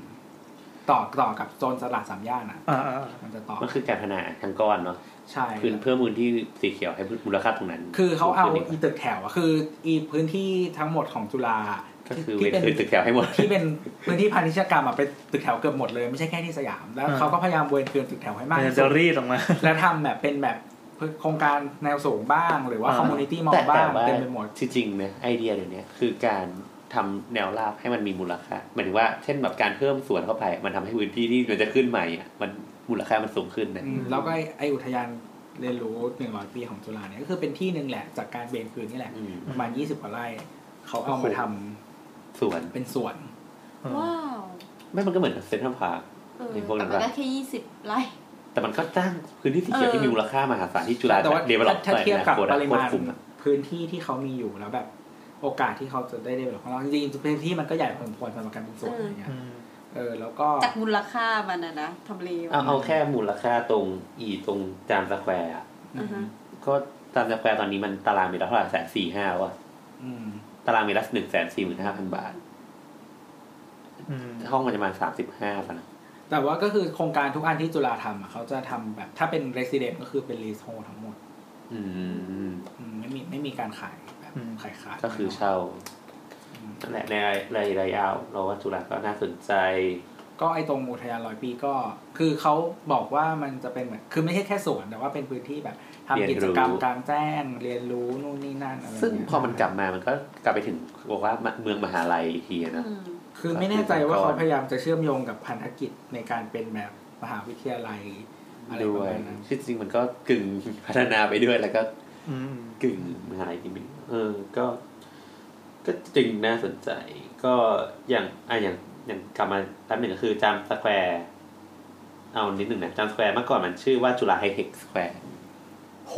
S6: ต่อต่อกับโซนตลาดสามย่านอ่ะ
S3: อ่าอ่าอ่า
S6: มันจะต่อ
S4: มันคือการพนาทางก้อนเนาะ
S6: ใช่
S4: พื้นเพิ่มพื้นที่สีเขียวให้มูลค่าตรงนั้น
S6: คือเขาเอา
S4: สูงขึ้น
S6: อี
S4: กว่
S6: ตึกแถวอะคืออีพื้นที่ทั้งหมดของจุฬา
S4: ก็คือเว
S6: ที่
S4: น
S6: เป็น
S4: คืนตึกแถวให้หมด
S6: ที่เป็นพื้นที่พาณิชยกรรมอ่ะเป็นตึกแถวเกือบหมดเลยไม่ใช่แค่ที่สยาม แล้วเขาก็พยายามเวนคืนตึกแถวให้มาก
S3: มัน
S6: ที่สุ
S3: จะ
S6: ด
S3: รีดออกมา
S6: แล้วทำแบบเป็นแบบโครงการแนวสูงบ้าง หรือว่า
S3: อ่า
S6: คอมมูนิตี้มอล
S4: แต่
S6: บ้า
S4: แต่
S6: ง
S4: ว่า
S6: เต็มไปหมด
S4: ที่จริงนะไอเดียเดี๋ยวนี้คือการทำแนวราบให้มันมีมูลค่าหมายถึงว่าเช่นแบบการเพิ่มสวนเข้าไป มันทำให้พื้นที่ที่มันจะขึ้นใหม่อะมันมูลค่ามันสูงขึ้นนะ
S6: อืมแล้วก็ไอ้ไออุทยานเรียนรู้หนึ่งร้อยปีของจุฬาเนี่ยก็คือเป็นที่หนึ่งแหละจากการเบนคืนนี่แหละ
S4: อืม
S6: ประมาณยี่สิบกว่าไร่เขาเอามาทำ
S4: สวน
S6: เป็นสวน
S1: ว้าว
S4: ไม่มันก็เหมือนเซ็นทรัลพาร์ค
S1: เออ
S4: เห็นพวกนั้
S1: แต่
S4: น
S1: มัน
S4: ปะ
S1: ก็แค่ยี่สิบไร่
S4: แต่มันก็สร้างพื้นที่สีเขียว
S1: เออ
S4: ที่มีมูลค่ามหาศาลที่จุฬา
S6: แต่ว่า
S4: เดเวลลอป
S6: ถ้าเทียบกับปริมาณ
S4: คุ้มอะ
S6: พื้นที่ที่เขามีอยู่แล้วแบบโอกาสที่เขาจะได้เดเวลลอปของเราจริงๆพื้นที่มันก็ใหญ่พอสมควรสำหรับการเป็นสวนอะไรเงี้ย
S3: อืม
S6: เออแล้วก็
S1: จากมูลค่ามันนะนะทำเลมัน
S4: เอาเอาแค่มูลค่าตรงอีตรงจามสแควร์อะ
S1: อือฮะ
S4: ก็จามสแควร์ตอนนี้มันตารางเมตรละเท่าไหร่แสนสี่ห้าว่ะ
S6: อืม
S4: ตารางเมตรละหนึ่งแสนสี่หมื่นห้าพันบาท
S3: อืม
S4: ห้องมันจะมาสามสิบห้าพัน
S6: แต่ว่าก็คือโครงการทุกอันที่จุฬาทำอ่ะเขาจะทำแบบถ้าเป็นเรสซิเดนก็คือเป็นรีโซทั้งหมด
S4: อืม
S6: อืมไม่มีไม่มีการขายแบบขายขาด
S4: ก็คือเช่านั่นแหละในระยะยาวเราว่าจุฬาก็น่าสนใจ
S6: ก็ไอ้ตรงอุทยานร้อยปีก็ คือเขาบอกว่ามันจะเป็นเหมือนคือไม่ใช่แค่สวนแต่ว่าเป็นพื้นที่แบบทำ
S4: เรียนรู้
S6: กิจกรรมกลางแจ้งเรียนรู้นู่นนี่นั่นอะไร
S4: ซึ่ง
S6: เย
S4: พอมันกลับมามันก็กลับไปถึงบอกว่าเมืองมหาลัยอีกทีอะนะ
S1: อืม
S6: คือไม่แน่ใจว่าเขาพยายามจะเชื่อมโยงกับพันธกิจในการเป็นแบบมหาวิทยาลัยอะไรป
S4: ด้
S6: ระ
S4: วย
S6: มาณนั้น
S4: ที่จริงมันก็กึ่งพัฒนาไปด้วยแล้วก็
S3: อืม
S4: กึ่งมหาลัยที่มีเออ ก็ ก็จริงน่าสนใจ ก็อย่างอ่ะอย่างอย่างกลับมาแป๊บหนึ่งก็คือจามสแควร์เอานิดหนึ่งนะจามสแควร์เมื่อก่อนมันชื่อว่าจุฬาไฮเทคสแควร์
S3: โห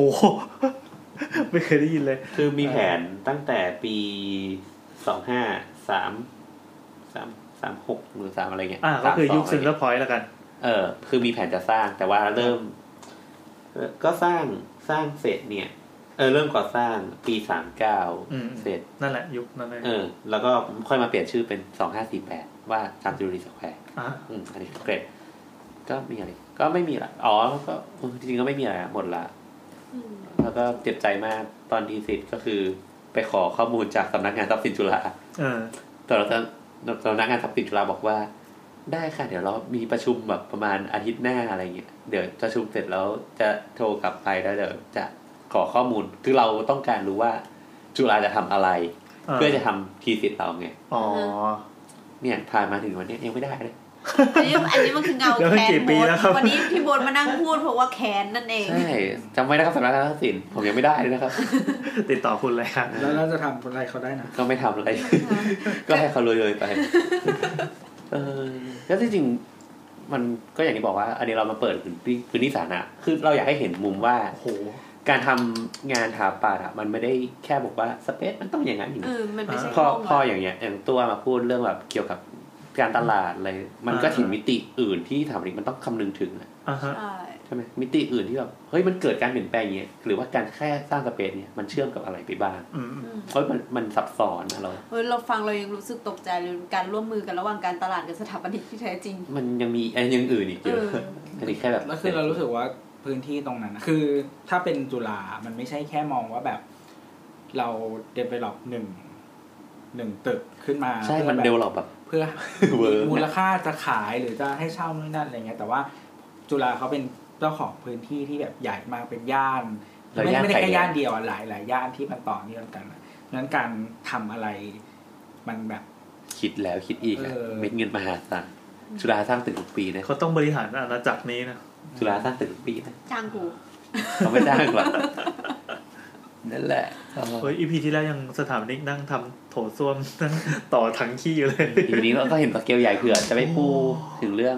S3: ไม่เคยได้ยินเลย
S4: คือมีแผนตั้งแต่ปีสองห้าสามสามสามหกหรือสามอะไรเงี้ย
S3: อ่าก็คือ
S4: 32
S3: ยุคเซ็นเต
S4: ะ
S3: อ
S4: ไรงี้
S3: ร์พอยต์แล้วกัน
S4: เออ คือมีแผนจะสร้างแต่ว่าเริ่มเอ่อก็สร้างสร้างเสร็จเนี่ย เออเริ่มก่อสร้างปีสามเก้า
S3: อืม
S4: เสร็จ
S3: นั่นแหละยุคนั้นเลย
S4: เออ แล้วก็ค่อยมาเปลี่ยนชื่อเป็นสองห้าสี่แปดว่าจามจุรีสแควร์
S3: อ่ะ
S4: อืมอันนี้เกรด ก็มีอะไร ก็ไม่มีละอ๋อก็จริงๆก็ไม่มีอะไรอะหมดละ แล้วก็เจ็บใจมากตอนทีสิทธ์ก็คือไปขอข้อมูลจากสำนักงานทรัพย์สินจุฬา
S3: เออ
S4: แต่เราจะสำนักงานทรัพย์สินจุฬาบอกว่า ได้ค่ะ เดี๋ยวเรามีประชุมแบบประมาณอาทิตย์หน้าอะไรเงี้ยเดี๋ยวประชุมเสร็จแล้วจะโทรกลับไปแล้วเดี๋ยวจะขอข้อมูลคือเราต้องการรู้ว่าจุฬาจะทำอะไร
S3: เออ
S4: เพื่อจะทำทีสิทธ์เราไง
S3: อ๋อ
S4: เนี่ยผ่านมาถึงวันเนี้ยยังไม่ได้เลย
S1: อันนี้อันนี้มันคือเงา
S3: แล้วมัน
S1: แค้น
S3: กี่ปี
S1: โบน
S3: แล้วครับ
S1: วันนี้พี่โบนมานั่งพูดเพราะว่าแค้นนั่นเอง
S4: ใช่จำไว้นะครับสำนักงานทรัพย์สินผมยังไม่ได้เลย นะครับ
S3: ติดต่อคุณเลยครับ
S6: แล้วเราจะทำอะไรเขาได้นะ
S4: ก็ไม่ทำอะไร ก็ให้เขาเลยๆไป เออแล้วที่จริงมันก็อย่างที่บอกว่า อันนี้เรามาเปิดพื้นที่พื้นที่สาธารณะคือเราอยากให้เห็นมุมว่า
S3: โอ้โห
S4: การทำงานถาปัดอะมันไม่ได้แค่บอกว่าสเปซมันต้องอย่างนั้นอย่าง
S1: เอ
S4: นี้
S1: อ มันไม่ใช่
S4: พอ
S1: โลกะ
S4: พออย่างเงี้ยอย่างตัวมาพูดเรื่องแบบเกี่ยวกับการตลาดอะไรมันก็
S3: อ่า
S4: ถึงมิติอื่นที่ถามนี้มันต้องคำนึงถึงอะ
S3: อ่าฮะ
S1: ใช่
S4: ใช่ไหมมิติอื่นที่แบบเฮ้ยมันเกิดการเปลี่ยนแปลงอย่างเงี้ยหรือว่าการแค่สร้างสเปซเนี่ยมันเชื่อมกับอะไรไปบ้าง
S3: อืม
S4: เฮ้ยมันมันซับซ้อนนะเรา
S1: เฮ้ยเราฟังเรายังรู้สึกตกใจเลยการร่วมมือกันระหว่างการตลาดกับสถาปนิกที่แท้จริง
S4: มันยังมีอะไรอย่างอื่นอีกเยอะ
S1: เออ
S4: อันนี้แค่แบบ
S6: แล้วคือเรารู้สึกว่าพื้นที่ตรงนั้นน่ะคือถ้าเป็นจุฬามันไม่ใช่แค่มองว่าแบบเราเดเวล็อปหนึ่งหนึ่งตึกขึ้นมา
S4: ใช่ มันเด
S6: พื่อแบบ
S4: เวลลอปแบบ
S6: เพื่อ
S4: เวอร์
S6: มูลค่าจะขายหรือจะให้เช่านู่นนั่นอะไรเงี้ยแต่ว่าจุฬาเขาเป็นเจ้าของพื้นที่ที่แบบใหญ่มากเป็นย่าน
S4: แล้ว
S6: ไม่
S4: ย่าน
S6: ไม่ได้
S4: ไข่
S6: แค่
S4: แดง
S6: ย่านเดียวอะหลายหลายย่านที่มันต่อเนื่องกันอะนั้นการทำอะไรมันแบบ
S4: คิดแล้วคิดอีกอะ
S6: เออ
S4: เม็ดเงินมหาศาลจุฬาสร้างตึกทุกปีนะ
S3: เขาต้องบริหารอาณาจักรนี้นะ
S4: จุฬาสร้างตึกทุกปีนะ
S1: จ้างกู
S4: เขาไม่สร้างหรอกนั่นแหละเออ
S3: เฮ้ย อีพีที่แล้วยังสถาปนิกนั่งทำโถส้วม นั่งต่อถังขี้อยู่เลย
S4: ทีนี้เราก็เห็นสเกลใหญ่เผื่อจะไปปูถึงเรื่อง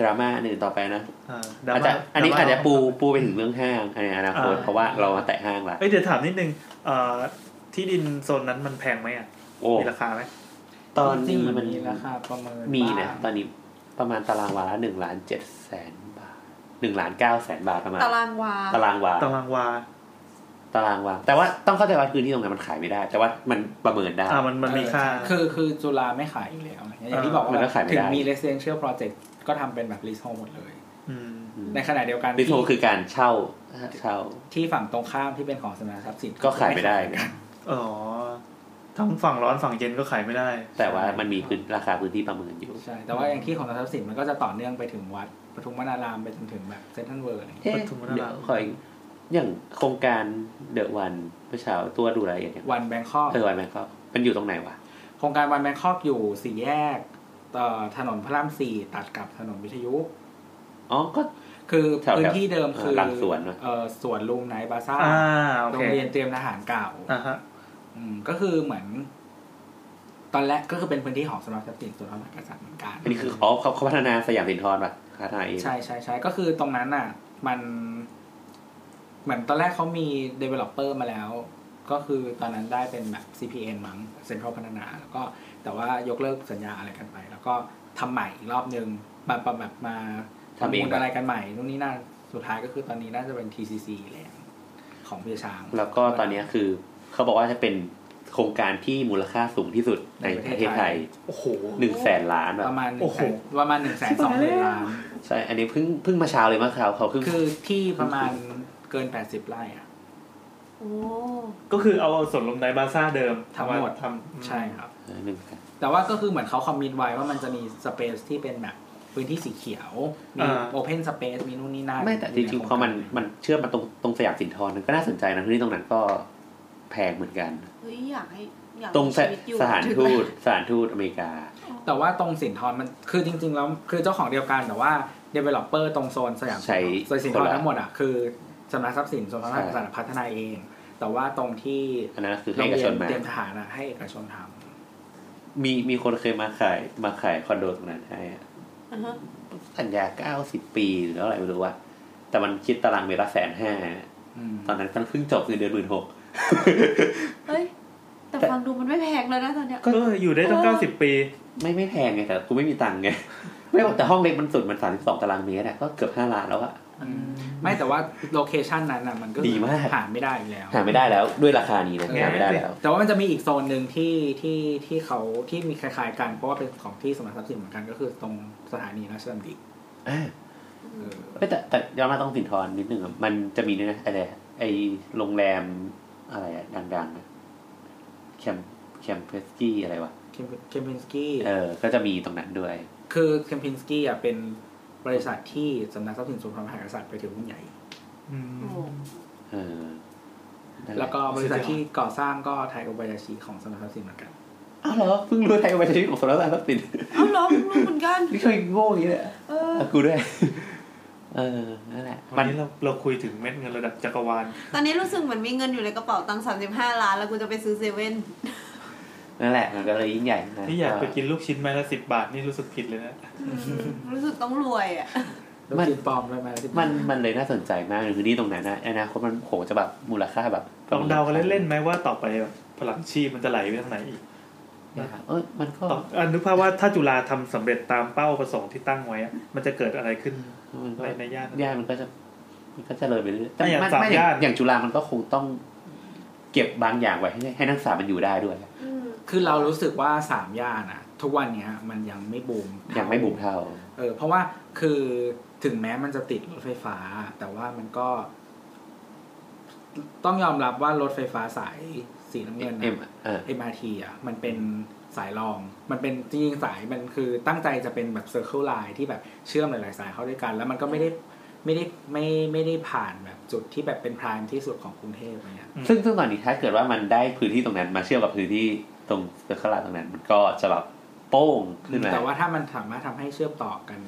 S4: ดราม่าอื่นต่อไปนะ
S3: อ่า
S4: อาจจะอันนี้
S3: ดรม่
S4: อาจจะปูปูไปถึงเรื่องห้างในอนาคต
S3: อ่า
S4: เพราะว่าเรามาแตะห้างละ
S3: เอ้ยเดี๋ยวถามนิดนึงเอ่อที่ดินโซนนั้นมันแพงไหมอ่ะ
S4: โอ้
S3: มีราคาไหม
S4: ตอน
S6: จริ
S4: นี้
S6: งๆ
S4: มัน
S6: มีราคาประเมิน
S4: มีนะต
S6: บ้า
S4: อ
S6: ง
S4: นนี้ประมาณตารางวาละหนึ่งล้านเจ็ดแสนบาทหนึ่งล้านเก้าแสนบาทประมาณ
S1: ตารางวา
S4: ตารางวา
S3: ตารางวา
S4: ตารางวางแต่ว่าต้องเข้าใจว่าพื้นที่ตรงนั้นมันขายไม่ได้ แต่ว่ามันประเมินได้
S3: อ่ามันมันมีค่า
S6: คือคือจุฬาไม่ขายอีกแล้วอะไรเงี้ยอย่างที่บอก
S4: มัน
S6: ว่า
S4: ก็ขายไม่
S6: ถึ
S4: ได้
S6: งมี residential project ก็ทำเป็นแบบ lease home หมดเลย
S3: อืม
S6: ในขณะเดียวกัน
S4: รีโท
S6: ที่
S4: คือการเช่าเช่า
S6: ที่ฝั่งตรงข้ามที่เป็นของสำนักทรัพย์สิน
S4: ก็ขายไม่ได้
S6: กัน
S3: อ๋อ ทั้งฝั่งร้อนฝั่งเย็นก็ขายไม่ได้
S4: แต่ว่ามันมีพื้นราคาพื้นที่ประเมินอยู่
S6: ใช่ แต่ว่าอย่างที่ของทรัพย์สินมันก็จะต่อเนื่องไปถึงวัดปทุมวนารามไปจนถึงแบบเซนทรัลเวิร์อะไรอย่างเงี้ย
S4: เอ๊ะ
S3: ปทุมราช
S4: เดี๋ยวขออีกอย่างโครงการเดอะวันเมื่อเช้าตัวดูรายละเอียดเนี่ย
S6: วันแบงคอก
S4: เออวันแม่ก็มันอยู่ตรงไหนวะ
S6: โครงการวันแบงคอกอยู่สี่แยกเอ่อถนนพระรามสี่ตัดกับถนนวิทยุ
S4: อ๋อก็
S6: คือ
S4: แถวๆ
S6: พื้นที่เดิมคือ
S4: หลังสวนนะ
S6: เอ่อสวนลุมไนท์บาซ่า
S3: อ่า โอ
S6: โร
S3: เค
S6: งเรียนเตรียมทหารเก่า
S3: อ่าฮะ
S6: อืมก็คือเหมือน ตอนแรกก็คือเป็นพื้นที่ของสำนักทรัพย์สินส่วนพระมหากษัตริย์เหมือนกัน
S4: อันนี้คืออ๋อเขาเขาพัฒนาสยามสินทรป่ะพัฒนาเอง
S6: ใช่ใช่ใช่ก็คือตรงนั้นน่ะ มัน เหมือนตอนแรกเขามี developer มาแล้ว ก็คือตอนนั้นได้เป็นแบบ CPN มั้ง Central พัฒนาแล้วก็แต่ว่ายกเลิกสัญญาอะไรกันไป แล้วก็ทำใหม่อีกรอบนึงมาปรับแบบมาประมูลอะไรกันใหม่นู่นนี่นั่นสุดท้ายก็คือตอนนี้น่าจะเป็น TCC แล้วของพี่ช้าง
S4: แล้วก็ตอนเนี้ยคือเขาบอกว่าจะเป็นโครงการที่มูลค่าสูงที่สุดในประเทศไทย
S3: โอ้โห
S4: หนึ่งแสนล้านแบบ
S6: ประมาณห
S3: โอ้
S6: นึ่ง
S3: โห
S6: แสนประมาณหนึ่งแสนสองหมื่นล้าน
S4: ใช่ อันนี้เพิ่งเพิ่งมาเช้าเลยเมื่อเช้าเขาเพิ่ง
S6: คือที่ประมาณเกินแปดสิบไร่อะ
S1: โอ้
S3: ก็คือเอาส่วนลมไนบาซ่าเดิม
S6: ทั้งหมด
S3: ทำ
S6: ใช่ครับ
S4: เออหนึ่ง
S6: แต่ว่าก็คือเหมือนเขาคอมมิตไว้ว่ามันจะมีสเปซที่เป็นแบบพื้นที่สีเขียว มีโอเพนสเปซมีนู่นนี่นั่น
S4: ไม่แต่จริงๆพอมันมันเชื่อมมาตรงตรงสยามสินทรมันก็น่าสนใจนะที่ตรงนั้นก็แพงเหมือนกัน
S1: เฮ้ยอยากให้อยาก
S4: ตรง
S1: มีชีวิอยู่
S4: สถานทูตสถานทูตอเมริกา
S6: แต่ว่าตรงสินทรมันคือจริง ๆ แล้วคือเจ้าของเดียวกันแต่ว่า developer ตรงโซนสยาม
S4: ใช้
S6: โซนสินท
S4: คน
S6: ร
S4: ละ
S6: ทั้งหมดอ่ะคือสำนักทรัพย์สินส่วนพระมหากษัตริย์พัฒนาเอง แต่ว่าตรงที่
S4: อันนั้นคือ
S6: โร
S4: ให้
S6: ง
S4: เอก
S6: เรี
S4: ช
S6: ยน
S4: นมา
S6: เตรียมทหารอะให้เอกชนท
S4: มีมีคนเคยมาขายมาขายคอนโดตรงนั้นให้อะ
S1: อ่าฮะ
S4: สัญญาเก้าสิบปีหรือเท่าไหร่ไม่รู้ว่าแต่มันคิดตารางเมตรละแสนห้า
S6: ำอืม
S4: ตอนนั้นมันเพิ่งจบเงินเดือนหมื่นหก
S1: เฮ้ย แต่ฟังดูมันไม่แพงเลยนะตอนเนี้ย
S3: ก็อยู่ได้ตั้
S1: เอ
S3: ง
S1: อ
S3: เก้าสิบปี
S4: ไม่ไม่แพงไงแต่กูไม่มีตังค์ไง ไม่บอกแต่ห้องเล็กมันสุดมันสามสิบสองตารางเมตรอะก็เกือบห้าล้านแล้วอะ
S6: อืมไม่แต่ว่าโลเคชันนั้นอ่ะมันก็
S4: ดีมาก
S6: หาไม่ได้อยู่แล้ว
S4: หาไม่ได้แล้วด้วยราคานี้นะหาไม่ได้แล้ว
S6: แต่ว่ามันจะมีอีกโซนหนึ่งที่ที่ที่เขาที่มีคล้ายๆกันเพราะว่าเป็นของที่สมรทรัพย์สินเหมือนกันก็คือตรงสถานีราชดำริ เออ
S4: เอ้ยแต่แต่ย้อนมาต้องสินทรนิดนึงอะมันจะมีเนี่ยนะอะไรอะไอโรงแรมอะไรอะดังๆอะแคมแคมเปสกี้อะไรวะ
S6: เคมเคมพินสกี้
S4: เออ ก็จะมีตรงนั้นด้วย
S6: คือเคมพินสกี้อ่ะเป็นบริษัทที่สำนักทรัพย์สินส่วนพระมหากษัตริย์ไปถือหุ้นใหญ่
S3: อืม
S4: เออนั่นหะ
S6: แล้วก็บริษัทที่ก่อสร้างก็ไทยโอบายาชิของสำนักทรัพย์สินเหมือนกัน
S4: อ้าวเหรอเพิ่งรู้ไทยกับประเทศของโซลาร์ทรัพย์สิน
S1: เอ้าเหรอรู้เหมือนกัน
S4: นี่เคยโง่อย่างนี้เลย
S1: เออ
S4: กูด้วย เออนั่นแหละ
S3: วันนี้เราเราคุยถึงเม็ดเงินระดับจักรวาล
S1: ตอนนี้รู้สึกเหมือนมีเงินอยู่ในกระเป๋าตังค์สามสิบห้าล้าน แล้วกูจะไปซื้อเซเว่น
S4: นั่นแหละมันก็เลยยิ่งใหญ่นะ
S3: ที่อยากไปกินลูกชิ้นไม้ละสิบบาทนี่รู้สึกผิดเลยนะ
S1: รู้สึกต้องรวยอ่ะ
S6: แล้วกินปลอมได้ไหมที่
S4: มันมันเลยน่าสนใจมากในพื้นที่ตรงนั้นนะอนาคตมันโหจะแบบมูลค่าแบบ
S3: ลองเดากันเล่นๆไหมว่าต่อไปแบบพลังชีพมันจะไหลไปทางไหนอีก
S4: นะครับเออมันก็
S3: ต่ออันนึกภาพว่าถ้าจุฬาทำสำเร็จตามเป้าประสงค์ที่ตั้งไว้อะมันจะเกิดอะไรขึ้น
S4: มันก็
S3: ไปในย่านนั้น
S4: ย่านมันก็จะมันก็จะเลยไปเรื่อย
S3: แต่อย่าง
S4: มัน
S3: สาม
S4: ไม่อย่า
S3: ย่าง น
S4: อย่างจุฬามันก็คงต้องเก็บบางอย่างไว้ให้ให้นักศึกษามันอยู่ได้ด้วย
S6: คือเรารู้สึกว่าสามย่านอ่ะ ทุกวันเนี้ยมันยังไม่บูม
S4: อย่างไม่บุกเท่า
S6: เออเพราะว่าคือถึงแม้มันจะติดรถไฟฟ้า แต่ว่ามันก็ ต้องยอมรับว่ารถไฟฟ้าสายสีน้ำเงิน
S4: เอ็ม
S6: นะ
S4: เออ
S6: MRT อ่ะมันเป็นสายรอง มันเป็นจริงๆสายมันคือตั้งใจจะเป็นแบบเซอร์เคิลไลน์ที่แบบเชื่อมหลายๆสายเข้าด้วยกัน แล้วมันก็ไม่ได้ไม่ได้ไม่ไม่ได้ผ่านแบบจุดที่แบบเป็นพรายที่สุดของกรุงเทพอะไรเงี้ย
S3: อืม
S4: ซึ่งซึ่งตอนนี้ถ้าเกิดว่ามันได้พื้นที่ตรงนั้นมาเชื่อมกับพื้นที่ตรงเซอร์เคิลไลน์ตรงนั้น มันก็จะแบบโป้งขึ้นมา
S6: แต่ว่าถ้ามันสามารถทำให้เชื่อมต่อกัน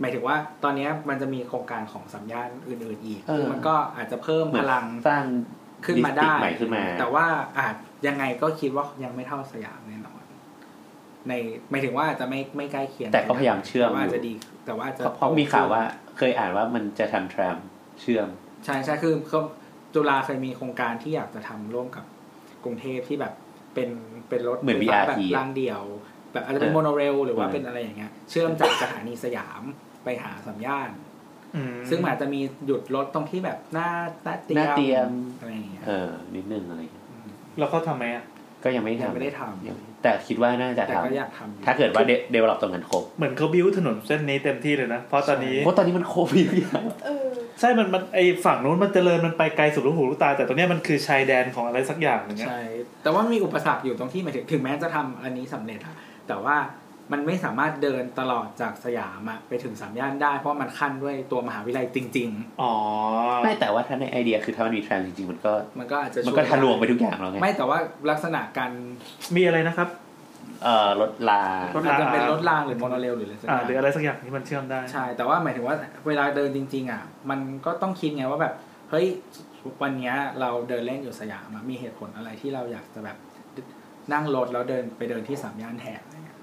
S6: หมายถึงว่าตอนเนี้ยมันจะมีโครงการของสัญญาณอื่น ๆ อีกซึ่งมันก็อาจจะเพิ่ม
S4: เหมื
S6: พ
S4: อน
S6: ลัง
S4: สร้าง
S6: ขึ้นมา
S4: ดิส
S6: ได้
S4: ริกใหม่ขึ้นมา
S6: แต่ว่าอาจยังไงก็คิดว่ายังไม่เท่าสยามแน่นอน ในหมายถึงว่าอาจจะไม่ไม่ใกล้เคียง
S4: แต่ก็พยายามเชื่อม
S6: แต่ว่า
S4: อ
S6: อา
S4: ยู่
S6: จจะดี แต่ว่าอาจจะ
S4: เพราะมีข่าวว่าเคยอ่านว่ามันจะทำแทรมเชื่อม
S6: ใช่ใช่คือเขาจุฬาเคยมีโครงการที่อยากจะทำร่วมกับกรุงเทพที่แบบเป็นเป็นรถ
S4: เหมือน
S6: ไฟฟ้า
S4: BRT
S6: แบบรางเดี่ยว แบบอาจจะเป็น
S4: เออ
S6: โมโนเรลหรือว่า
S4: เออ
S6: เป็นอะไรอย่างเงี้ยเชื่อมจากสถานีสยามไปหาสัมย่าน
S3: อืม
S6: ซึ่งมันอาจจะมีหยุดรถตรงที่แบบหน้าหน้าเตี
S4: ห
S6: ยง
S4: น้าเตียง
S6: อะไรอย่างเงี้ย
S4: เออนิดนึงอะไรอย่างเงี้ย
S3: แล้วเขาทำไหมอะ
S4: ก็ยังไม่
S6: ยัง
S4: ทำ
S6: ไม่ได้ทำ
S4: ยังไม่แต่คิดว่าน่าจะ
S6: แต่
S4: ทำ
S6: ก็อยากทำอยู่
S4: ถ้าเกิดว่าเดเวลลอปตรงนั้นครบ
S3: เหมือนเขาบิ้วถนนเส้นนี้เต็มที่เลยนะ เพราะตอนนี้
S4: เพราะตอนนี้มันโควิดอย่าง
S5: เออ
S3: ใช่มันมันไอฝั่งนู้นมันเจริญมันไปไกลสุดลูกหูลูกตา แต่ตรงเนี้ยมันคือชายแดนของอะไรสักอย่างอย่างเงี้ย
S6: ใช่แต่ว่ามีอุปสรรคอยู่ตรงที่หมายถึงถึงแม้จะทำอันนี้สำเร็จอะแต่ว่ามันไม่สามารถเดินตลอดจากสยามอะไปถึงสามย่านได้เพราะมันขั้นด้วยตัวมหาวิทยาลัยจริง ๆ
S3: อ๋อ
S4: ไม่แต่ว่าถ้าในไอเดียคือถ้ามันมีแทรมจริงๆ มันก็
S6: มันก็อาจจะ
S4: มันก็
S6: ช่วย
S4: ทะลวงไปทุกอย่างแล้วไง
S6: ไม่แต่ว่าลักษณะการ
S3: มีอะไรนะครับ
S4: เอ่อรถลาร
S3: ถ
S6: อาจ
S3: ราง
S6: จะเป็นรถรางหรือโมโนเรลหรืออะไรสักอ
S3: อ่า
S6: ย่าง
S3: หรืออะไรสักอย่างที่มันเชื่อมได้
S6: ใช่ แต่ว่าหมายถึงว่าเวลาเดินจริง ๆ อ่ะ มันก็ต้องคิดไงว่าแบบ เฮ้ยวันเนี้ยเราเดินเล่นอยู่สยามอะมีเหตุผลอะไรที่เราอยากจะแบบนั่งรถแล้วเดินไปเดินที่สามย่านแทนอะไรเงี้ย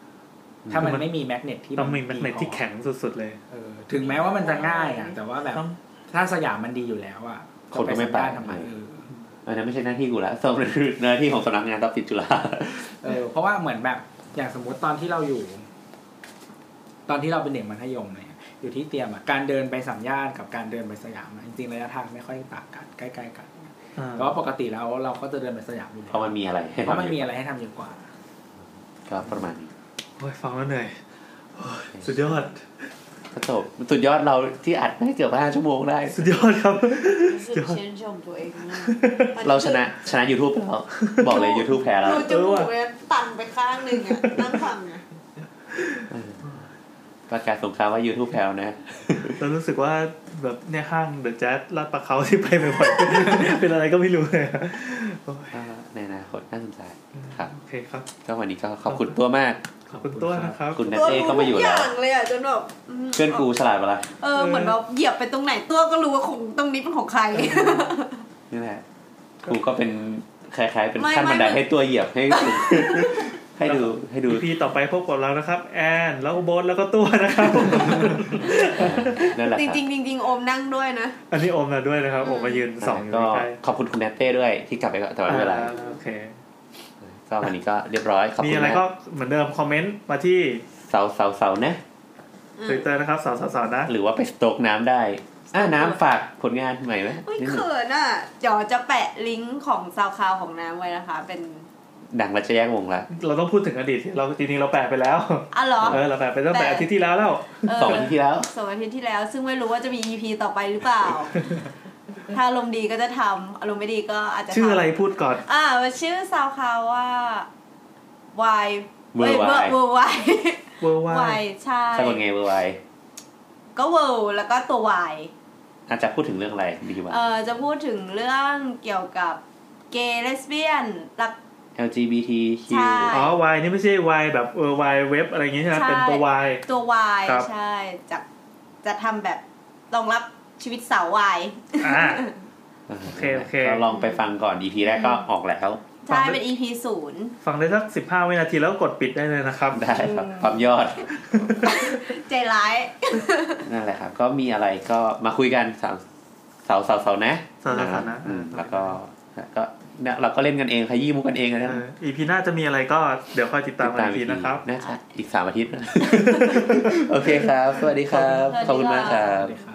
S6: ถ้ามันไม่มีแมกเนตที่
S3: ต้องมีแมกเนต
S6: พอ
S3: ที่แข็งสุดๆเลย
S6: เออถึงแม้ว่ามันจะง่ายอ่ะ แต่ว่าแบบ
S3: ต้อง
S6: ถ้าสยามมันดีอยู่แล้วอ่ะจะ
S4: คนก็ไม่ไป
S6: สามย่านทำไมเออ
S4: อันนั้นไม่ใช่หน้าที่กูละ สมคือหน้าที่ของสำนักงานทรัพย์สินจุฬา
S6: เออเพราะว่าเหมือนแบบอย่างสมมุติตอนที่เราอยู่ ตอนที่เราเป็นเด็กมัธยมอะไรเนี่ยอยู่ที่เตรียมอ่ะการเดินไปสามย่านกับการเดินไปสยามอะจริงๆระยะทางไม่ค่อยต่างกันใกล้ๆกัน
S3: อ่า
S6: แต่ว่าปกติแล้วเราก็จะเดินไปสยามอยู่
S4: เพ
S6: แล้ว
S4: ราะมันมีอะไรให้
S6: เพราะมัน
S4: ทำ
S6: มีอะไรให้ทำเยอะกว่า
S4: ก็ประมาณนี้
S3: โอ้ยฟังแล้วเหนื่อยโอ้ยสุดยอด
S4: ก็จบสุดยอดเราที่อัดได้เกือบห้าชั่วโมงได้
S3: สุดยอดครับ
S1: รู้สึกชื่นชมตัวเองมาก
S4: เราชนะชนะ YouTube ไปแล้วบอกเลย YouTube แพ้แล้ว
S1: ดูจมูกเนี่ยตันไปข้างหนึ่งอะนั่งฟังอะ
S4: ประกาศสงครามว่า YouTube แพ้แล้วนะ
S3: เรารู้สึกว่าแบบเนี่ยห้างเดอะแจ๊สลาดประเขาที่ไปบ่อย ๆ เป็นอะไรก็ไม่รู้เลยอะโอ้ย
S4: ก็ในอนาคตน่าสนใจครับ
S3: โอเคครับ
S4: ก็วันนี้ก็ขอบคุณตัวมาก
S3: ขอบคุณตัวนะครับ
S4: คุณนัท
S1: ตัว
S4: เต้
S1: รู้
S4: ก็มาอ
S1: ทุ
S4: ยู่
S1: กอ
S4: แล้ว
S1: ย่างเลยอะจนแบบอืม
S4: เพื่อนกูฉลาดปะล่ะ
S1: เออเหมือนแบบเหยียบไปตรงไหนตัวก็รู้ว่าของตรงนี้เป็นของใคร
S4: นี่แหละครูก็เป็นคล้ายๆ เป็น
S1: ไม่
S4: ขั้นบันได
S1: ไม่
S4: ให้ตัวเหยียบให้ดู ให้ดูให้ดู
S3: EP ต่อไปพบกับเรานะครับ แอนแล้วก็โบทแล้วก็ตัวนะครับ
S4: นั่นแหละ
S1: จ
S4: คบ
S1: ริงๆจริงๆโอมนั่งด้วยนะ
S3: อันนี้โอมมาด้วยนะครับโอมมายืนสองอยู่
S4: ก็
S3: ใกล้
S4: ขอบคุณคุณแนตเต้ด้วยที่กลับไปก่อนแต่ว่า
S3: อ่า
S4: เวลา
S3: โอเค
S4: ก็วันนี้ก็เรียบร้อยขอบ
S3: มี
S4: คุณ
S3: อะไร
S4: นะ
S3: ก็เหมือนเดิมคอมเมนต์มาที่
S4: เสาเสาเสานะ
S3: ทวิตเตอร์นะครับสาวสาวๆนะ
S4: หรือว่าไปสโตรกน้ำได้อ่าน้ำฝากผลงานใหม่ไหม
S1: อุ้ย
S4: นิดหนึ่ง
S1: เขินอ่ะเดี๋ยวจะแปะลิงก์ของซาวคลาวของน้ำไว้นะคะ เป็น
S4: ดังและจะแยกวงละ
S3: เราต้องพูดถึงอดีตเราจริงๆเราแปลไปแล้ว
S1: อ่ะเหรอ
S3: เออเราแปลไปตั้งแต่
S1: แปล
S3: อาทิตย์ที่แล้วแล้ว
S1: เ
S4: สองอาทิตย์ที่แล้ว
S1: สองอาทิตย์ที่แล้ว ซึ่งไม่รู้ว่าจะมี EP ต่อไปหรือเป ล่า ถ้าอารมณ์ดีก็จะทำอารมณ์ไม่ดีก็อาจจะทำ
S3: ชื่ออะไรพูดก่อน
S1: อ่ามันชื่อซาวคาวว่าวายเว้ย
S4: Worldwide
S1: เวอร์วาย
S3: เวอร์ว่า
S1: วายใช่
S4: สะกดไงเบอร์ไว
S1: ก็เวอร์แล้วก็ตัววาย
S4: อาจจะพูดถึงเรื่องอะไรดีกว่า
S1: เออจะพูดถึงเรื่องเกี่ยวกับเกย์เลสเบี้ยนรัก
S4: LGBTQ
S1: ใช่
S3: อ๋อวายนี่ไม่ใช่วายแบบเออวายเว็บอะไรอย่างงี้ใช่ไหม
S1: ใช่
S3: เป็นตัววาย
S1: ตัววาย
S3: ครับ
S1: ใช่จะจะทำแบบรองรับชีวิตสาววาย
S3: อ่า โอเคโอเค
S4: ก็ลองไปฟังก่อน EP แรกก็ออกแล้ว
S1: ใช่เป็น EP ศูนย์
S3: ฟังได้สักสิบห้าวินาทีแล้วกดปิดได้เลยนะครับ
S4: ได้ครับความยอด
S1: ใจร้าย
S4: นั่นแหละครับ ก็มีอะไรก็มาคุยกันสาวสาวสาวสาวนะ
S3: สาวสาวสาวนะ
S4: อืมแล้วก็ก็เนี่ยเราก็เล่นกันเองขยี้มุกกันเองนะ
S3: อีพีหน้าจะมีอะไรก็เดี๋ยวคอยติดตามกันอีกที
S4: อีก
S3: นะครับ
S4: น่าจะอีกสามอาทิตย์ โอเคครับ สวัสดีครับ ข
S1: ข
S4: อ
S1: อ
S4: บ
S1: คุ
S4: บคุณมาม
S1: ณาก ก
S4: ค
S1: ครั
S4: รับ บ
S6: ดีครับ